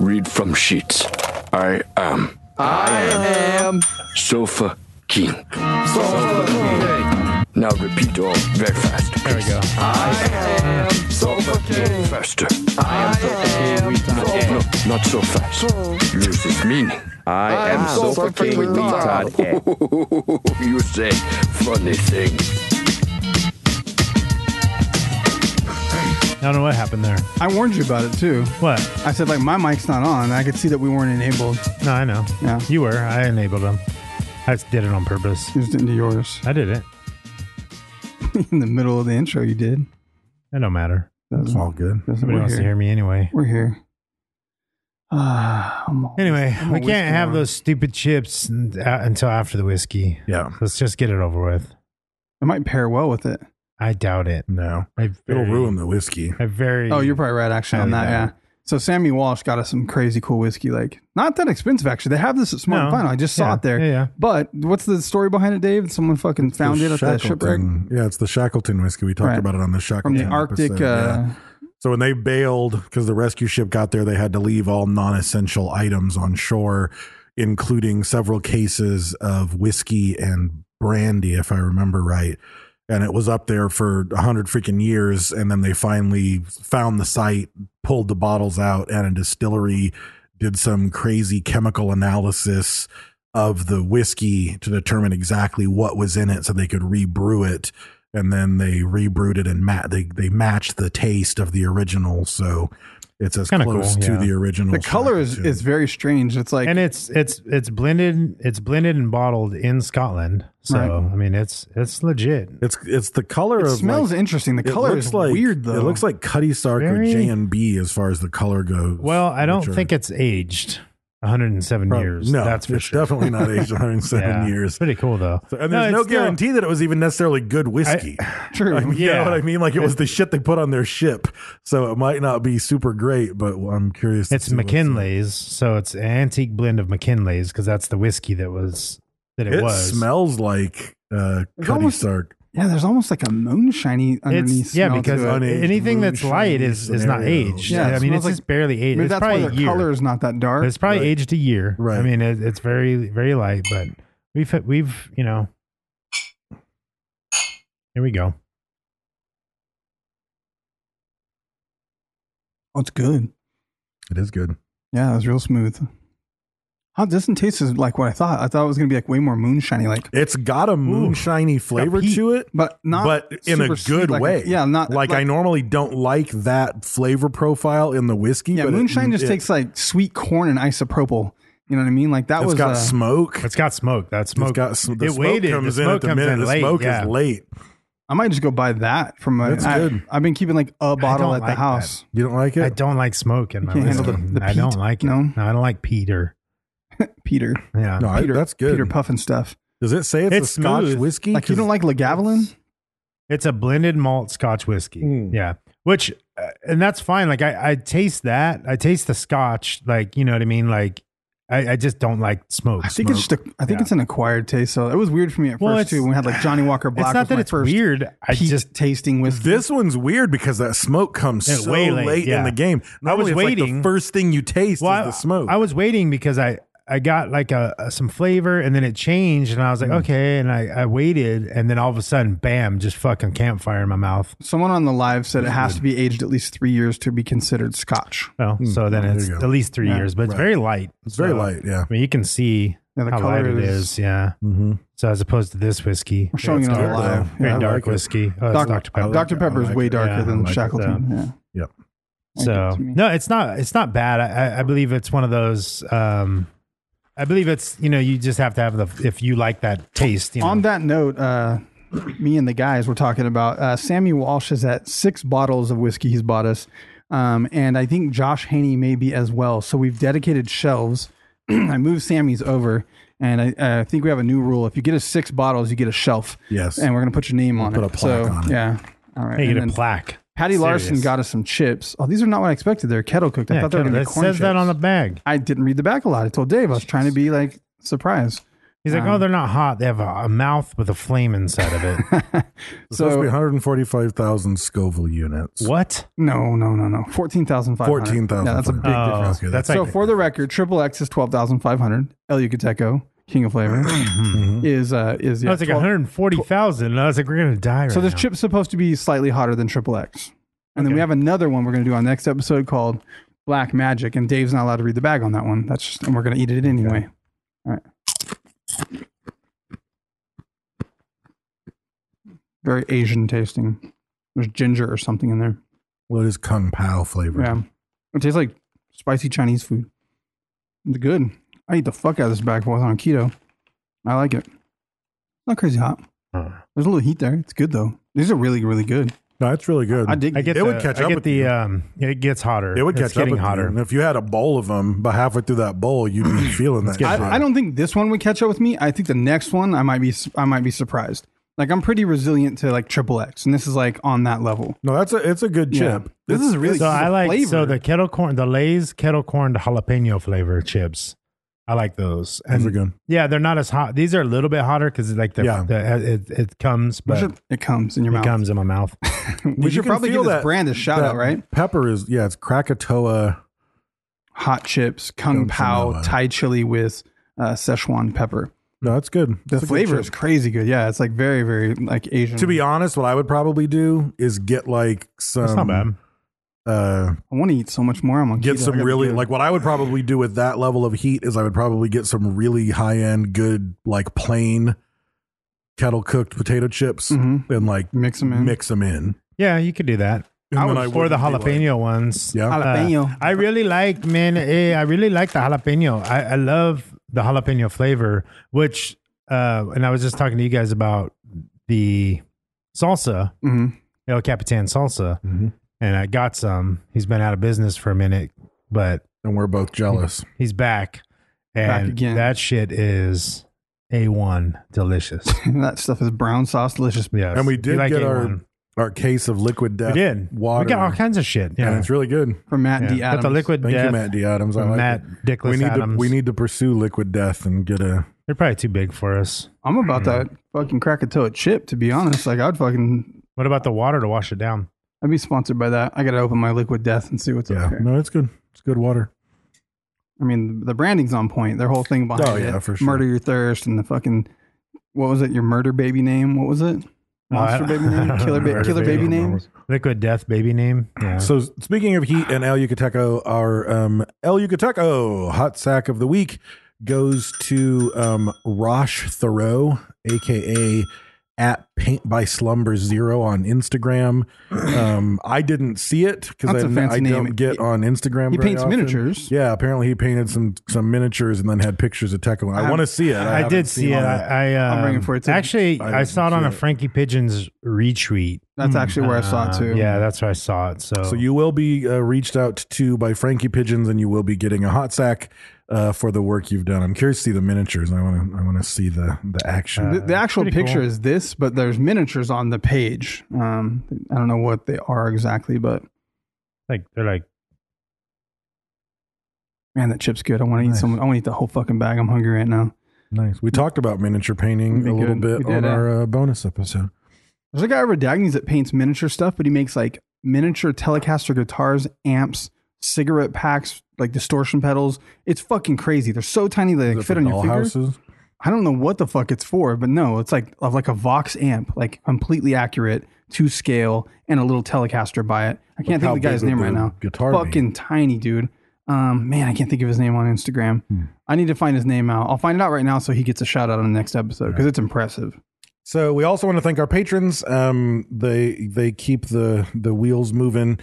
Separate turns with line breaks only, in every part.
read from sheets. I am. I am. Sofa King. Sofa King. Now repeat all very fast. There we go. I am Sofa King. Faster. I am Sofa King. No, not so fast. Loses meaning.
I am so fucking retarded.
you say funny thing.
I don't know what happened there.
I warned you about it too.
What?
I said like my mic's not on. and I could see that we weren't enabled.
No, I know.
Yeah.
You were. I enabled them. I just did it on purpose.
You just didn't do yours
I did it.
in the middle of the intro. You did.
It don't matter.
That's
All good.
That's
Nobody
we're
wants to
here.
hear me anyway.
We're here. Ah, I'm all-
Anyway,
I'm a
we
whiskey
can't have
man.
those stupid chips n- uh, until after the whiskey.
Yeah.
Let's just get it over with.
It might pair well with it.
I doubt it.
No.
I
It'll
very-
ruin the whiskey.
I very.
Oh, you're probably right actually on
Oh,
that.
yeah.
Yeah. So Sammy Walsh got us some crazy cool whiskey. Like not that expensive actually. They have this at Smart
No.
Final. I just saw
Yeah.
it there.
Yeah, yeah.
But what's the story behind it, Dave? Someone fucking found it at the shipwreck
Shackleton. Yeah, it's the Shackleton whiskey. We talked
Right.
about it on the
from
Shackleton
the Arctic.
episode, yeah.
uh,
So when they bailed because the rescue ship got there, they had to leave all non-essential items on shore, including several cases of whiskey and brandy, if I remember right. And it was up there for a hundred freaking years, and then they finally found the site, pulled the bottles out, and a distillery did some crazy chemical analysis of the whiskey to determine exactly what was in it so they could rebrew it and then they rebrewed it and ma- they they matched the taste of the original so it's as
Kinda
close
cool,
to
yeah.
the original
the color is,
Shackleton.
is very strange. It's like
and it's it's it's blended it's blended and bottled in Scotland. So
Right.
I mean it's it's legit.
it's it's the color
It
of
smells
like-
interesting. The
it
color
looks
is
like,
weird, though.
it looks like cutty sark or
Very-
j&b as far as the color goes
Well, I don't
which are
think it's aged 107
prob-
years.
no
that's for
it's
sure.
definitely not aged 107
Yeah.
years
It's pretty cool though.
So- and there's no,
it's still-
guarantee that it was even necessarily good whiskey.
true.
I mean, You know
Yeah.
what I mean? Like it was the shit they put on their ship, so it might not be super great. But I'm curious. to
It's
see what's-
McKinley's, so it's an antique blend of McKinley's because that's the whiskey that was that it,
It
was.
smells like uh,
It's
Cuddy
almost-
Sark.
yeah, there's almost like a moonshiny underneath.
It's yeah
smell
because
to it.
an aged
anything that's
moonshine
light is is not
scenario.
aged.
Yeah,
it
I mean
smells
it's
like-
just barely aged.
Maybe
it's
that's why
probably
their
a year.
color is not that dark.
It's probably
Right.
aged a year.
Right.
I mean, it, it's very, very light, but we've, we've, you know, here we go.
oh, it's good.
It is good.
Yeah, it was real smooth. Huh, it doesn't taste as like what I thought. I thought it was gonna be like way more moonshiny, like
It's got a moonshiny flavor
peat.
to it,
but not
but in a
super
good
sweet, like a-
way.
yeah, not
like, I normally don't like that flavor profile in the whiskey.
Yeah,
but it-
moonshine just
it-
takes like sweet corn and isopropyl. You know what I mean? Like that
It's
was
got
uh,
smoke.
It's got smoke. That smoke.
It's got sm- the
it
smoke
waited.
comes
the
in at
smoke
the
comes
minute.
in
the
late.
smoke
yeah.
is late.
I might just go buy that from a.
That's
I,
good.
have been keeping like a bottle
don't
at
like
the house.
You don't like it?
I don't like smoke in my
can't handle
whiskey.
the- the
I don't
peat?
like it.
No?
I don't like Peter.
Peter,
Yeah.
No, I-
Peter,
that's good.
Peter Puffin stuff.
Does it say it's,
It's
a Scotch
smooth.
whiskey?
Like you don't
'Cause-
like Lagavulin?
It's a blended malt Scotch whiskey.
Hmm.
Mm.
Yeah, which uh, and that's fine. Like I, I taste that. I taste the Scotch. Like you know what I mean. Like I, I just don't like smoke.
I think it's just a, I think
Yeah.
it's an acquired taste. So it was weird for me at
Well,
first
it's-
too. When we had like Johnny Walker Black.
it's not
was
that
my
it's
first
weird. I
peak
just
tasting whiskey.
This one's weird because that smoke comes
Yeah,
so
way
late,
late,
in
yeah.
the game.
I was
Normally, it's like the
waiting.
first thing you taste
Well,
is the smoke.
I was waiting because I I got like a, a- some flavor and then it changed and I was like
Hmm.
okay and I I waited and then all of a sudden bam just fucking campfire in my mouth.
Someone on the live said it has to be aged at least three years to be considered Scotch.
Well, so then
there
it's
you go.
at least three
Yeah,
years, but it's
right.
very light.
it's very
So,
light. Yeah.
I mean, you can see
Yeah, the
how
color
light it
is-
is. Yeah.
Mm-hmm.
So as opposed to this whiskey,
We're showing
yeah,
it
it's
on
dark.
the live.
though.
Very
Yeah.
I
dark
like it.
whiskey. Oh,
Doc-
it's Dr. Pepper.
Dr. Pepper
I
is
like
way
it.
darker
Yeah, I
than
like it,
Shackleton. Yeah.
Yep.
Like it
So
to me.
no, it's not. It's not bad. I, I- I believe it's one of those. Um, I believe it's you know you just have to have the if you like that taste. You know?
On that note, uh, me and the guys were talking about uh, Sammy Walsh is at six bottles of whiskey he's bought us. Um, and I think Josh Haney may be as well. So we've dedicated shelves. I moved Sammy's over, and I, I think we have a new rule. If you get a six bottles, you get a shelf.
Yes.
And we're going to put your name on
put
it.
a plaque
so,
on it.
Yeah. All right.
Hey,
And
get a
then
plaque.
Patty Larson
Serious.
got us some chips. Oh, these are not what I expected. They're kettle cooked. I
Yeah,
thought they were going to
that
be corn
says that
chips.
on the bag.
I didn't read the back a lot. I told Dave I was trying to be like surprised.
He's
Um,
like, oh, they're not hot. They have a, a mouth with a flame inside of it.
It's supposed to be
So
145,000 Scoville units.
what?
no, no, no, no. Fourteen thousand five hundred. Yeah, that's a big
Oh,
difference.
Okay, that's-
that's
so
like
for the record, Triple X is twelve thousand five hundred. El Yucateco, King of Flavor, is uh is
no,
yeah.
Oh, it's like
12
140,000. And I was like, we're gonna die. Right
So this
now.
chip's supposed to be slightly hotter than Triple X, and then we have another one we're going to do on next episode called Black Magic, and Dave's not allowed to read the bag on that one. That's just, and we're going to eat it anyway. All right. Very Asian tasting. There's ginger or something in there.
What is Kung Pao flavor?
Yeah. It tastes like spicy Chinese food. It's good. I eat the fuck out of this bag while I was on keto. I like it. Not crazy hot. There's a little heat there. It's good though. These are really, really good.
No, Hmm. it's really good.
I dig.
I get
It
the,
would catch
I
up
get
with
the
you.
um it gets hotter.
It would
It's
catch up
getting
with you.
hotter.
And if you had a bowl of them, but halfway through that bowl, you'd be feeling that. shit.
I, I don't think this one would catch up with me. I think the next one, I might be, su- I might be surprised. Like I'm pretty resilient to like triple X, and this is like on that level.
No, that's a it's a good
Yeah.
chip.
This
It's-
is really
So
this is
I
a
like
flavor.
so the kettle corn, the Lay's kettle corn jalapeno flavor chips. I like those.
Those are good.
Yeah, they're not as hot. These are a little bit hotter because like the,
Yeah.
the it, it comes,
We
but
should- it comes in your
it
mouth.
comes in my mouth.
We
You
should
can
probably
feel
give this
that-
brand a shout
that
out, right?
Pepper is yeah, it's Krakatoa.
Hot chips, kung
Kung
pao,
Pao.
Thai chili with uh, Szechuan pepper.
No, it's good. It's
The
a good
flavor
chip.
is crazy good. Yeah, it's like very, very like Asian.
To be honest, what I would probably do is get like some.
It's not bad.
Uh,
I want to eat so much more. I'm gonna
get some really like
what?
what I would probably do with that level of heat is I would probably get some really high end good like plain kettle cooked potato chips and like
Mm-hmm. Mix 'em in.
mix them in.
Yeah, you could do that.
And then I
or the
wouldn't be like-
jalapeno ones.
Yeah.
Uh,
Jalapeno.
I really like, man. eh, I really like the jalapeno. I, I love the jalapeno flavor, which, uh, and I was just talking to you guys about the salsa,
Mhm.
El Capitan salsa,
Mm-hmm.
and I got some. He's been out of business for a minute, but
and we're both jealous.
he's back, and
Back again.
that shit is a one delicious.
that stuff is brown sauce delicious.
Yes,
And we
You
did
like
get our
A1.
our case of liquid
we
death.
did
water.
We got all kinds of shit. Yeah,
and it's really good.
From Matt D.
yeah.
Adams.
Got the liquid
Thank
death.
you, Matt D. Adams. I
from
like
Matt
it.
Dickless
we need
Adams.
to we need to pursue liquid death and get a.
They're probably too big for us.
I'm about that
Mm-hmm.
fucking Krakatoa chip. To be honest, like I'd fucking,
What about the water to wash it down?
I'd be sponsored by that. I gotta open my liquid death and see what's
Yeah,
up here.
no, it's good. It's good water.
I mean, the branding's on point. Their whole thing behind
Oh, yeah,
it.
for sure.
Murder your thirst and the fucking, what was it? Your murder baby name? What was it? Monster
I-
baby name? Killer, ba-
Murder
killer baby,
baby
name?
Uh, Liquid death baby name. Yeah.
So speaking of heat and El Yucateco, our um, El Yucateco hot sack of the week goes to um, Rosh Thoreau, aka at Paint by Slumber Zero on Instagram. Um, I didn't see it because I,
That's a fancy
I don't
name.
get on Instagram.
He
very
paints
often.
miniatures.
Yeah, apparently he painted some some miniatures and then had pictures of Tekken. I,
I-
want to see it.
I,
haven't
did see
seen it.
it. I, I uh,
I'll bring it for you, too.
Actually,
I
I, saw it
didn't
on
see
a
it.
Frankie Pigeon's retweet.
That's actually where I saw it
Uh,
too.
Yeah, that's where I saw it. So,
So you will be uh, reached out to by Frankie Pigeons, and you will be getting a hot sack uh, for the work you've done. I'm curious to see the miniatures. I want to. I want to see the the action.
The, the actual
pretty
picture
cool.
is this, but there's miniatures on the page. Um, I don't know what they are exactly, but
like they're like
man, that chip's good. I want to eat some. I want to eat the whole fucking bag. I'm hungry right now.
nice. We talked about miniature painting
Be
a little
good.
bit
We
on
did, uh,
our uh, bonus episode.
There's a guy over at Dagny's that paints miniature stuff, but he makes like miniature Telecaster guitars, amps, cigarette packs, like distortion pedals. It's fucking crazy. They're so tiny they like,
Is it
fit
for
on your finger.
dollhouses?
I don't know what the fuck it's for, but no, it's like of like a Vox amp, like completely accurate to scale, and a little Telecaster by it. I
Like
can't
how
think of the guy's
big would
name
the
right now.
guitar be?
fucking tiny dude. Um, man, I can't think of his name on Instagram.
Hmm.
I need to find his name out. I'll find it out right now so he gets a shout out on the next episode because it's impressive.
So we also want to thank our patrons. Um, they they keep the the wheels moving.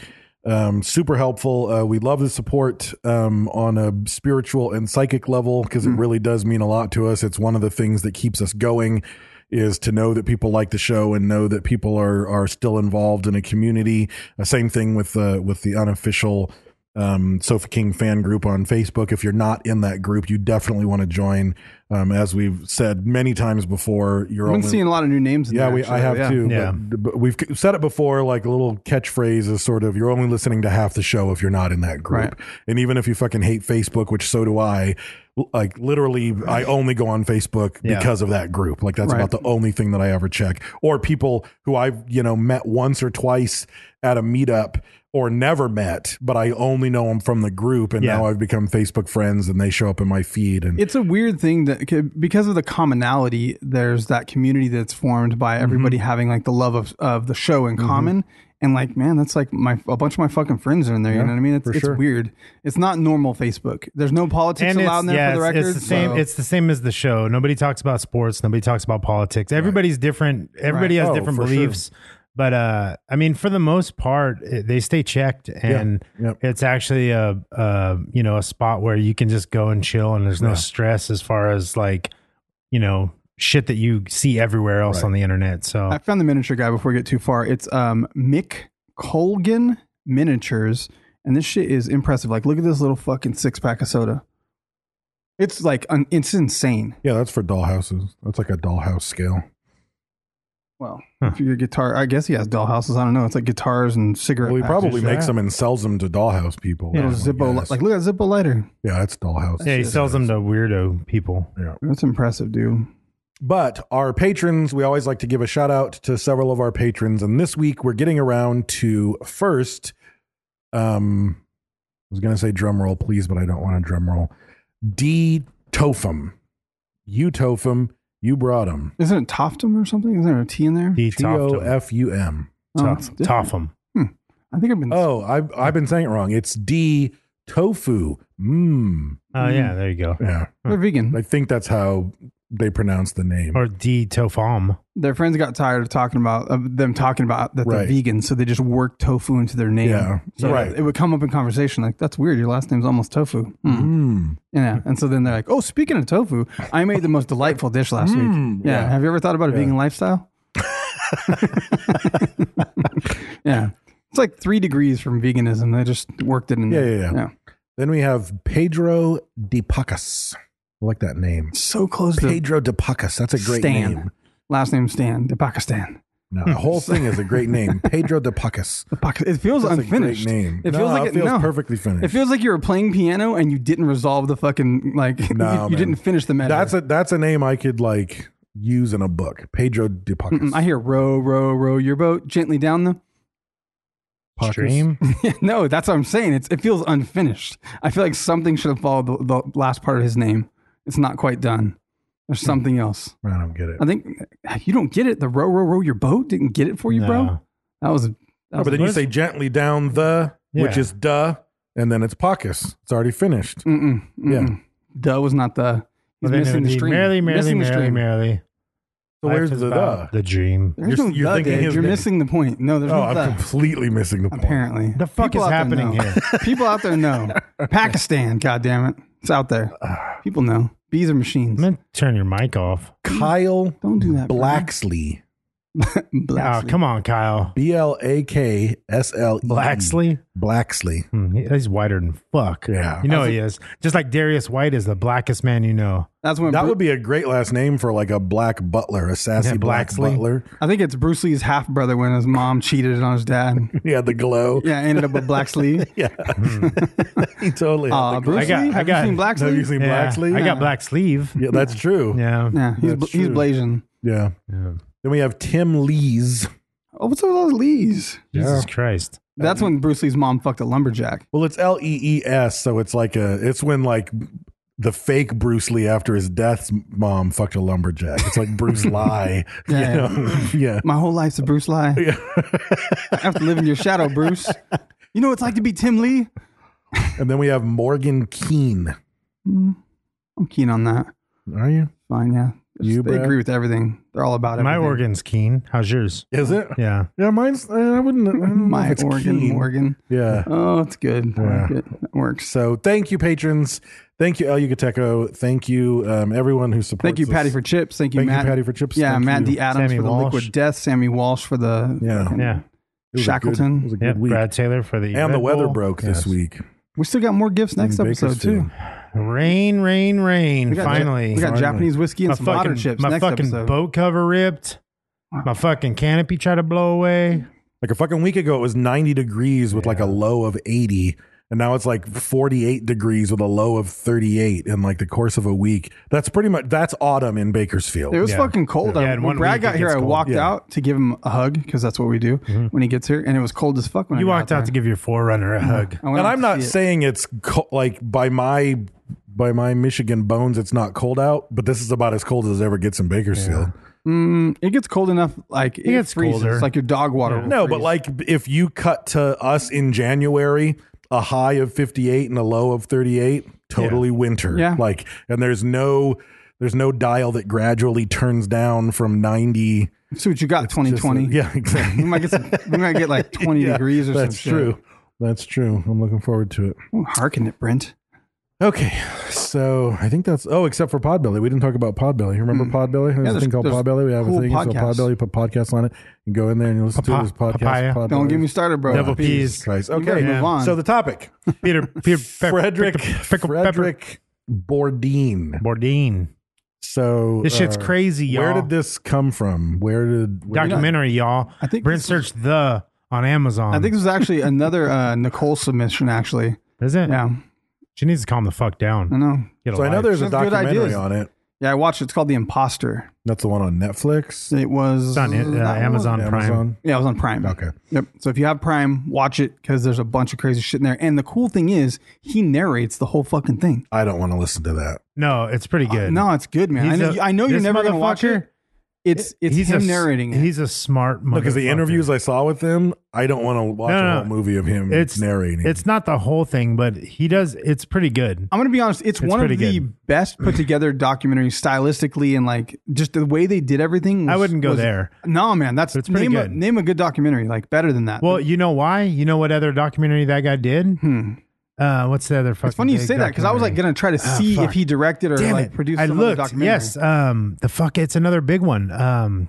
Um, super helpful. Uh, we love the support um, on a spiritual and psychic level because it really does mean a lot to us. It's one of the things that keeps us going. is to know that people like the show and know that people are are still involved in a community. Uh, same thing with the with the unofficial um, Sofa King fan group on Facebook. If you're not in that group, you definitely want to join. Um, as we've said many times before, you're
I've been
only
seeing a lot of new names. In
yeah,
there,
we, I
actually,
have
yeah.
too.
Yeah.
But, but we've said it before, like a little catchphrase is sort of you're only listening to half the show if you're not in that group.
Right.
And even if you fucking hate Facebook, which so do I, l- like literally, I only go on Facebook
Yeah.
because of that group. Like that's
Right.
about the only thing that I ever check. Or people who I've, you know, met once or twice at a meetup or never met, but I only know them from the group. And
Yeah.
now I've become Facebook friends and they show up in my feed. And
It's a weird thing that c- because of the commonality, there's that community that's formed by
Mm-hmm.
everybody having like the love of, of the show in common. And like, man, that's like my a bunch of my fucking friends are in there. you know what I mean? It's,
for
it's
sure.
weird. It's not normal Facebook. There's no politics
and
allowed
it's,
in there
yeah,
for the
it's,
record.
it's the same.
so-
It's the same as the show. Nobody talks about sports. Nobody talks about politics. Everybody's different. Everybody
Right.
has
Oh,
different
for sure.
beliefs. But uh, I mean, for the most part, it, they stay checked, and
Yep.
it's actually a, a you know a spot where you can just go and chill, and there's no stress as far as like you know shit that you see everywhere else on the internet. So
I found the miniature guy before we get too far. It's um, Mick Colgan Miniatures, and this shit is impressive. Like, look at this little fucking six pack of soda. It's like un- it's insane.
yeah, that's for dollhouses. That's like a dollhouse scale.
Well, if you're a guitar, I guess he has dollhouses. I don't know. It's like guitars and cigarette.
Well, he probably
packages.
makes them and sells them to dollhouse people.
Little
I
Zippo, li-
guess.
like look at that Zippo lighter.
yeah, that's dollhouse.
yeah, he sells them to weirdo people.
That's impressive, dude.
But our patrons, we always like to give a shout out to several of our patrons, and this week we're getting around to first. Um, I was gonna say drum roll, please, but I don't want a drum roll. D Tofum, you Tofum, you brought him.
Isn't it Toftum or something? Is there a T in there?
He
T
toffed
O
'em.
F U M.
Oh,
Toff-
it's different.
toff 'em.
I think I've been.
Oh, I've I've been saying it wrong. It's D Tofu. Mmm.
Oh yeah, there you go.
Yeah,
they're vegan.
I think that's how they pronounce the name.
Or D tofam.
their friends got tired of talking about of them talking about that
Right.
they're vegan, so they just worked tofu into their name.
Yeah.
so
Right.
It would come up in conversation like, "That's weird. Your last name's almost tofu." Hmm.
Mm.
Yeah, and so then they're like, "Oh, speaking of tofu, I made the most delightful dish last
Hmm,
week." Yeah. have you ever thought about a vegan lifestyle? yeah, it's like three degrees from veganism. They just worked it in.
Yeah,
there.
yeah, yeah. Then we have Pedro de Pacas. I like that name.
So close to
Pedro de Pacas. That's a great
Stan.
name.
Last name Stan, the Pakistan.
No, the whole thing is a great name. Pedro de Pacas.
The Pak- it feels
That's a great
unfinished.
name.
It
No,
feels like
it feels
no.
perfectly finished.
It feels like you were playing piano and you didn't resolve the fucking like you-
No,
you,
man.
didn't finish the measure.
That's a that's a name I could like use in a book. Pedro de Pacas.
Mm, I hear row, row, row your boat gently down the.
Pacas.
Stream.
no, that's what I'm saying. It's it feels unfinished. I feel like something should have followed the, the last part of his name. It's not quite done. There's something else.
I don't get it.
I think you don't get it. The row, row, row your boat didn't get it for you, bro.
No.
That was. That
No,
was
but then you say gently down the, which
Yeah.
is duh, and then it's Pacas. It's already finished.
Mm-mm,
Yeah.
mm-mm. Duh was not the. He's
Well, then it
missing
would
the
be
stream.
Merrily, merrily,
missing the
merrily,
stream.
merrily.
So
Life
where's
is
the duh?
about The dream.
There's
You're-
no
you're
duh,
thinking
Dave.
his
You're
name.
missing the point. No, there's
Oh,
no
I'm
duh.
completely missing the point.
Apparently,
The fuck
People
is
out there
happening
know.
here?
People out there know. Pakistan, God damn it, it's out there. People know. Bees are machines.
I'm gonna turn your mic off.
Kyle
Don't do that, bro.
Blacksley.
Oh, come on, Kyle.
B L A K S L E.
Blaxley?
Blaxley.
Hmm, he- he's whiter than fuck.
Mm. Yeah.
You know he is. Just like Darius White is the blackest man you know.
That's when
That
Bru-
would be a great last name for like a black butler, a sassy
Yeah,
black
Blaxley.
butler.
I think it's Bruce Lee's half brother when his mom cheated on his dad.
Yeah, the glow.
Yeah, ended up with Blacksley.
Yeah. he totally. had
Uh,
the glow.
I
Bruce
got-
Lee.
I
Have
got-
you seen Blacksley?
Have you seen
Yeah,
Blaxley?
I got black sleeve.
Yeah, that's true.
Yeah.
Yeah, he's
That's
he's
true.
blazing.
Yeah. Then we have Tim Lees.
Oh, what's up with those Lees?
Jesus Christ.
That's when Bruce Lee's mom fucked a lumberjack.
Well, it's L E E S, so it's like a. It's when like the fake Bruce Lee after his death mom fucked a lumberjack. It's like Bruce Lie.
Yeah.
You know? yeah.
My whole life's a Bruce lie. I have to live in your shadow, Bruce. You know what it's like to be Tim Lee?
And then we have Morgan Keane.
I'm keen on that.
Are you?
Fine, yeah.
You,
they
Brad?
agree with everything. They're all about it.
My organ's keen. How's yours?
Is it?
Yeah.
Yeah, mine's. I I wouldn't. I don't know if
My
it's
organ,
keen.
Morgan.
Yeah.
Oh, it's good. I like
Yeah.
it. That works.
So thank you, patrons. Thank you, El Yucateco. Thank you, um, everyone who supports.
Thank you,
us.
Patty, for chips. Thank you,
Thank you,
Matt.
Patty, for chips.
Yeah,
Thank
Matt
you.
D. Adams
Sammy
for the
Walsh.
Liquid Death. Sammy Walsh for the
Yeah.
fucking-
Yeah.
It was a
Shackleton.
good- it was a good
Yeah.
week.
Brad Taylor for the
and the
Red
weather
Bull.
broke
Yes.
this week.
We still got more gifts next
in
episode
Bakersfield.
too.
Rain, rain, rain.
We got,
Finally.
we got Japanese whiskey and
my
some
fucking,
water chips
my
next
fucking
episode.
boat cover ripped. My fucking canopy tried to blow away.
Like a fucking week ago, it was 90 degrees with like a low of 80. And now it's like 48 degrees with a low of 38 in like the course of a week. That's pretty much, that's autumn in Bakersfield.
It was
Yeah.
fucking cold.
Yeah,
I-
in
when
one
Brad
week
got
it
here, I
gets cold. Mm-hmm.
walked
Yeah.
out to give him a hug because that's what we do when he gets here, and it was cold as fuck. When
You
I
walked out to
there.
give your forerunner a hug.
I went
and
out
I'm
to
not
see it.
saying it's co- like by my by my Michigan bones, it's not cold out, but this is about as cold as it ever gets in Bakersfield.
it gets cold enough. Like it,
gets
freezes.
colder.
Like your dog water. will
No, but
freeze.
like if you cut to us in January, a high of 58 and a low of 38, totally winter.
Yeah.
Like, and there's no there's no dial that gradually turns down from 90.
see what you got. Twenty
Just, uh,
twenty.
Yeah,
we
exactly.
might get some, we might get like twenty
Yeah,
degrees or
That's
some
true. That's true. I'm looking forward to it.
Shit. Ooh, Harken it, Brent.
Okay, so I think that's oh, except for Podbelly, we didn't talk about Podbelly. Remember Podbelly? There's a
Hmm. there's-
thing called
there's
Podbelly. We have
cool
a thing called
podcasts.
Podbelly. Put podcasts on it. You go in there and you listen
Papa-
to this podcast.
papaya.
Podbelly.
Don't get me started, bro.
Double
Peace.
P's.
Christ.
You better
Okay,
move on.
so the topic:
Peter, Peter Pe-
Frederick
Pickle- Pickle-
Frederick Bourdain.
Pepper- Bourdain.
So uh,
This shit's crazy,
Where
y'all.
did this come from? Where did where did-
Documentary, y'all.
I think
Brent
this was-
searched the on Amazon.
I think this was actually another uh, Nicole submission. Actually,
is it?
yeah,
She needs to calm the fuck
I
down.
know.
Get a
So I know
life.
there's a
She has good
documentary
ideas.
on it.
Yeah, I watched. it. It's called The Imposter.
That's the one on Netflix,
It was
It's on uh,
that one?
Amazon Prime.
Amazon.
Yeah, it was on Prime.
Okay.
Yep. So if you have Prime, watch it because there's a bunch of crazy shit in there. And the cool thing is, he narrates the whole fucking thing.
I don't want to listen to that.
No, it's pretty good.
No, it's good, man. I
He's
know,
a-
you- I know you're
this
never gonna watch
motherfucker,
it. It's it's
he's a
him
s-
narrating it.
He's a smart motherfucker.
Because the interviews I saw with him, I don't want to watch
No, no,
a whole
no.
movie of him
it's
narrating.
It's not the whole thing, but he does. It's pretty good.
I'm gonna be honest.
It's
It's, one of
pretty
the
good.
best put together documentaries stylistically and like just the way they did everything. Was,
I wouldn't go
was-
there.
No, man. That's
It's pretty
name a,
good.
name a good documentary like better than that.
Well, you know why? You know what other documentary that guy did? Uh, what's the other fucking?
Hmm. it's funny you
big
say that because I was like
documentary? Oh,
gonna try to see if
fuck.
he directed or
Damn
like
it.
produced.
I
some Other
looked.
documentary.
Yes. Um. The fuck. It's another big one. Um.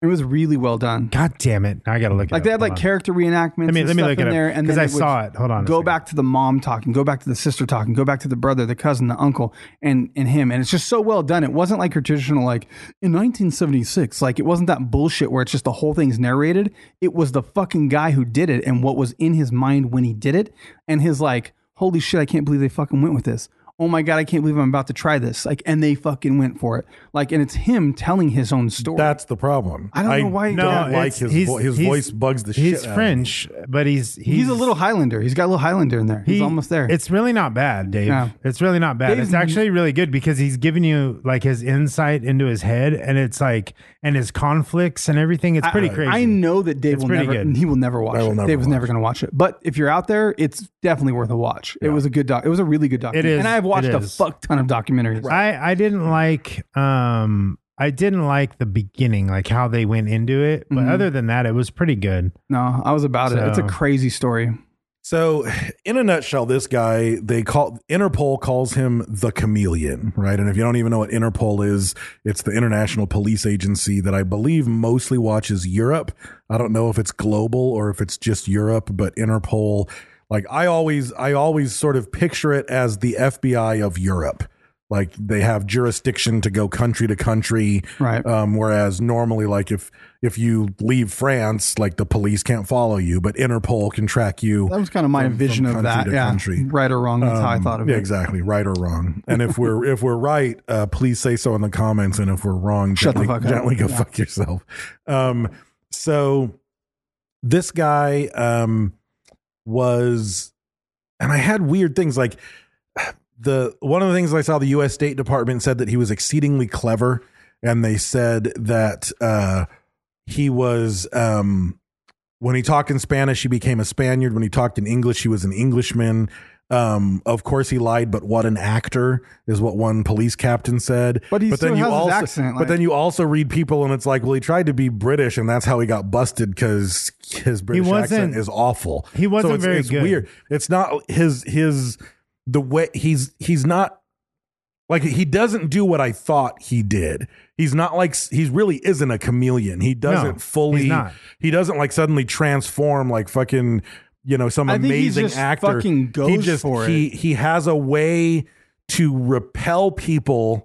it was really well done.
God damn it! Now I gotta look.
Like
it
they
up.
had like
Hold on.
character reenactments.
Let me-
and
let me
stuff
look it
in
up,
there, and
'cause
then
I
it would
saw it. Hold on a
Go
second.
back to the mom talking. Go back to the sister talking. Go back to the brother, the cousin, the uncle, and and him. And it's just so well done. It wasn't like your traditional like in 1976. Like it wasn't that bullshit where it's just the whole thing's narrated. It was the fucking guy who did it and what was in his mind when he did it, and his like, holy shit, I can't believe they fucking went with this. Oh my god, I can't believe I'm about to try this. Like, and they fucking went for it. Like, and it's him telling his own story.
That's the problem.
I don't know why-
No,
don't
like
it's-
his
he's-
vo- his
he's-
voice bugs the shit
He's
out of me.
French, but he's he's,
He's a little Highlander. He's got a little Highlander in there. He's
he-
almost there.
It's really not bad, Dave.
Yeah.
It's really not bad.
Dave's-
it's actually really good because he's giving you like his insight into his head, and it's like and his conflicts and everything. It's pretty crazy.
I know that Dave
It's
will
pretty
never.
good.
He will never watch
I will
it.
never
Dave was
watch
never
it.
going to watch it. But if you're out there, it's definitely worth a watch. It was a good doc. It was a really good documentary.
is.
And I've watched
It
a
is.
fuck ton of documentaries.
I I didn't like um I didn't like the beginning, like how they went into it. But other than that, it was pretty good.
No, I was about it. It's a
So-
crazy story.
So, in a nutshell, this guy they call Interpol calls him the chameleon, right? And if you don't even know what Interpol is, it's the international police agency that I believe mostly watches Europe. I don't know if it's global or if it's just Europe, but Interpol, like I always, I always sort of picture it as the FBI of Europe. Like they have jurisdiction to go country to country,
Right.
um, whereas normally, like if if you leave France, like the police can't follow you, but Interpol can track you.
That was kind of my
from- from
vision of
country
that.
to
Yeah,
country.
right or wrong. That's how I
Um,
thought of
yeah,
it.
exactly, right or wrong. And if we're if we're right, uh, please say so in the comments. And if we're wrong,
Shut the
gently,
fuck up.
gently go
Yeah.
fuck yourself. Um, so this guy um, was, and I had weird things like the one of the things I saw the U.S. State Department said that he was exceedingly clever, and they said that uh, he was. Um, when he talked in Spanish, he became a Spaniard. When he talked in English, he was an Englishman. Um, of course, he lied, but what an actor is what one police captain said.
But he still
then
has
you
his
also,
accent,
but
like-
then you also read people, and it's like, well, he tried to be British, and that's how he got busted because his British accent
wasn't-
is awful.
he wasn't
so it's,
very
it's
good.
Weird. It's not his his the way he's he's not like he doesn't do what I thought he did. He's not like he really isn't a chameleon. He doesn't
he's
fully.
not.
He doesn't like suddenly transform like fucking you know some
I think he
amazing
just
actor.
fucking
he
goes
just
for
he he has a way to repel people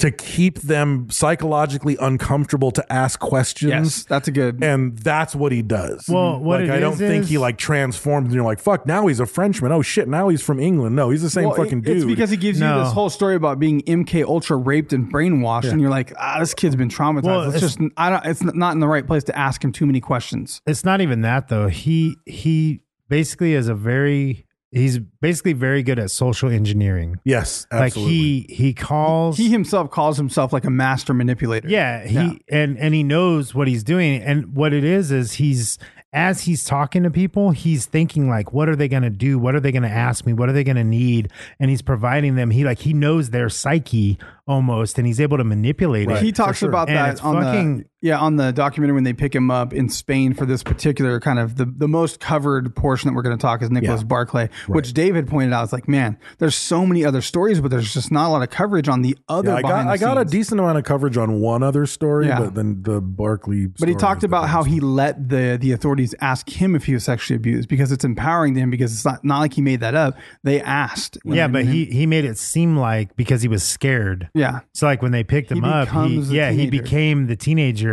to keep them psychologically uncomfortable to ask questions.
Yes, that's a good.
and that's what he does.
Well, what
like
it
I don't
is
think he
is-
like transformed. And you're like, fuck. Now he's a Frenchman. Oh shit. Now he's from England. No, he's the same
Well, it-
fucking dude.
It's because he gives you
No.
this whole story about being MK Ultra raped and brainwashed, and you're like, ah, this kid's been traumatized.
Well,
Let's
it's-
just, I don't, it's not in the right place to ask him too many questions.
it's not even that though. He he basically is a very he's basically very good at social engineering.
yes, absolutely.
Like he he calls
He himself calls himself like a master manipulator.
yeah, he
Yeah.
and and he knows what he's doing and what it is is he's as he's talking to people, he's thinking like what are they going to do? What are they going to ask me? What are they going to need? And he's providing them he like he knows their psyche almost and he's able to manipulate it.
he talks about
And
that
it's
on
fucking-
the yeah on the documentary when they pick him up in Spain for this particular kind of the, the most covered portion that we're going to talk is Nicholas Barclay, which David pointed out. It's like man, there's so many other stories, but there's just not a lot of coverage on the other.
Yeah, I got
behind the
I got a
scenes.
decent amount of coverage on one other story,
Yeah.
but then the Barkley.
But
story
he
was
talked
the
about how
best.
he let the the authorities ask him if he was sexually abused because it's empowering them because it's not, not like he made that up. They asked.
Yeah, but
And-
he he made it seem like because he was scared.
Yeah.
So like when they picked
He
him up, he,
becomes the
yeah, he
teenager.
became the teenager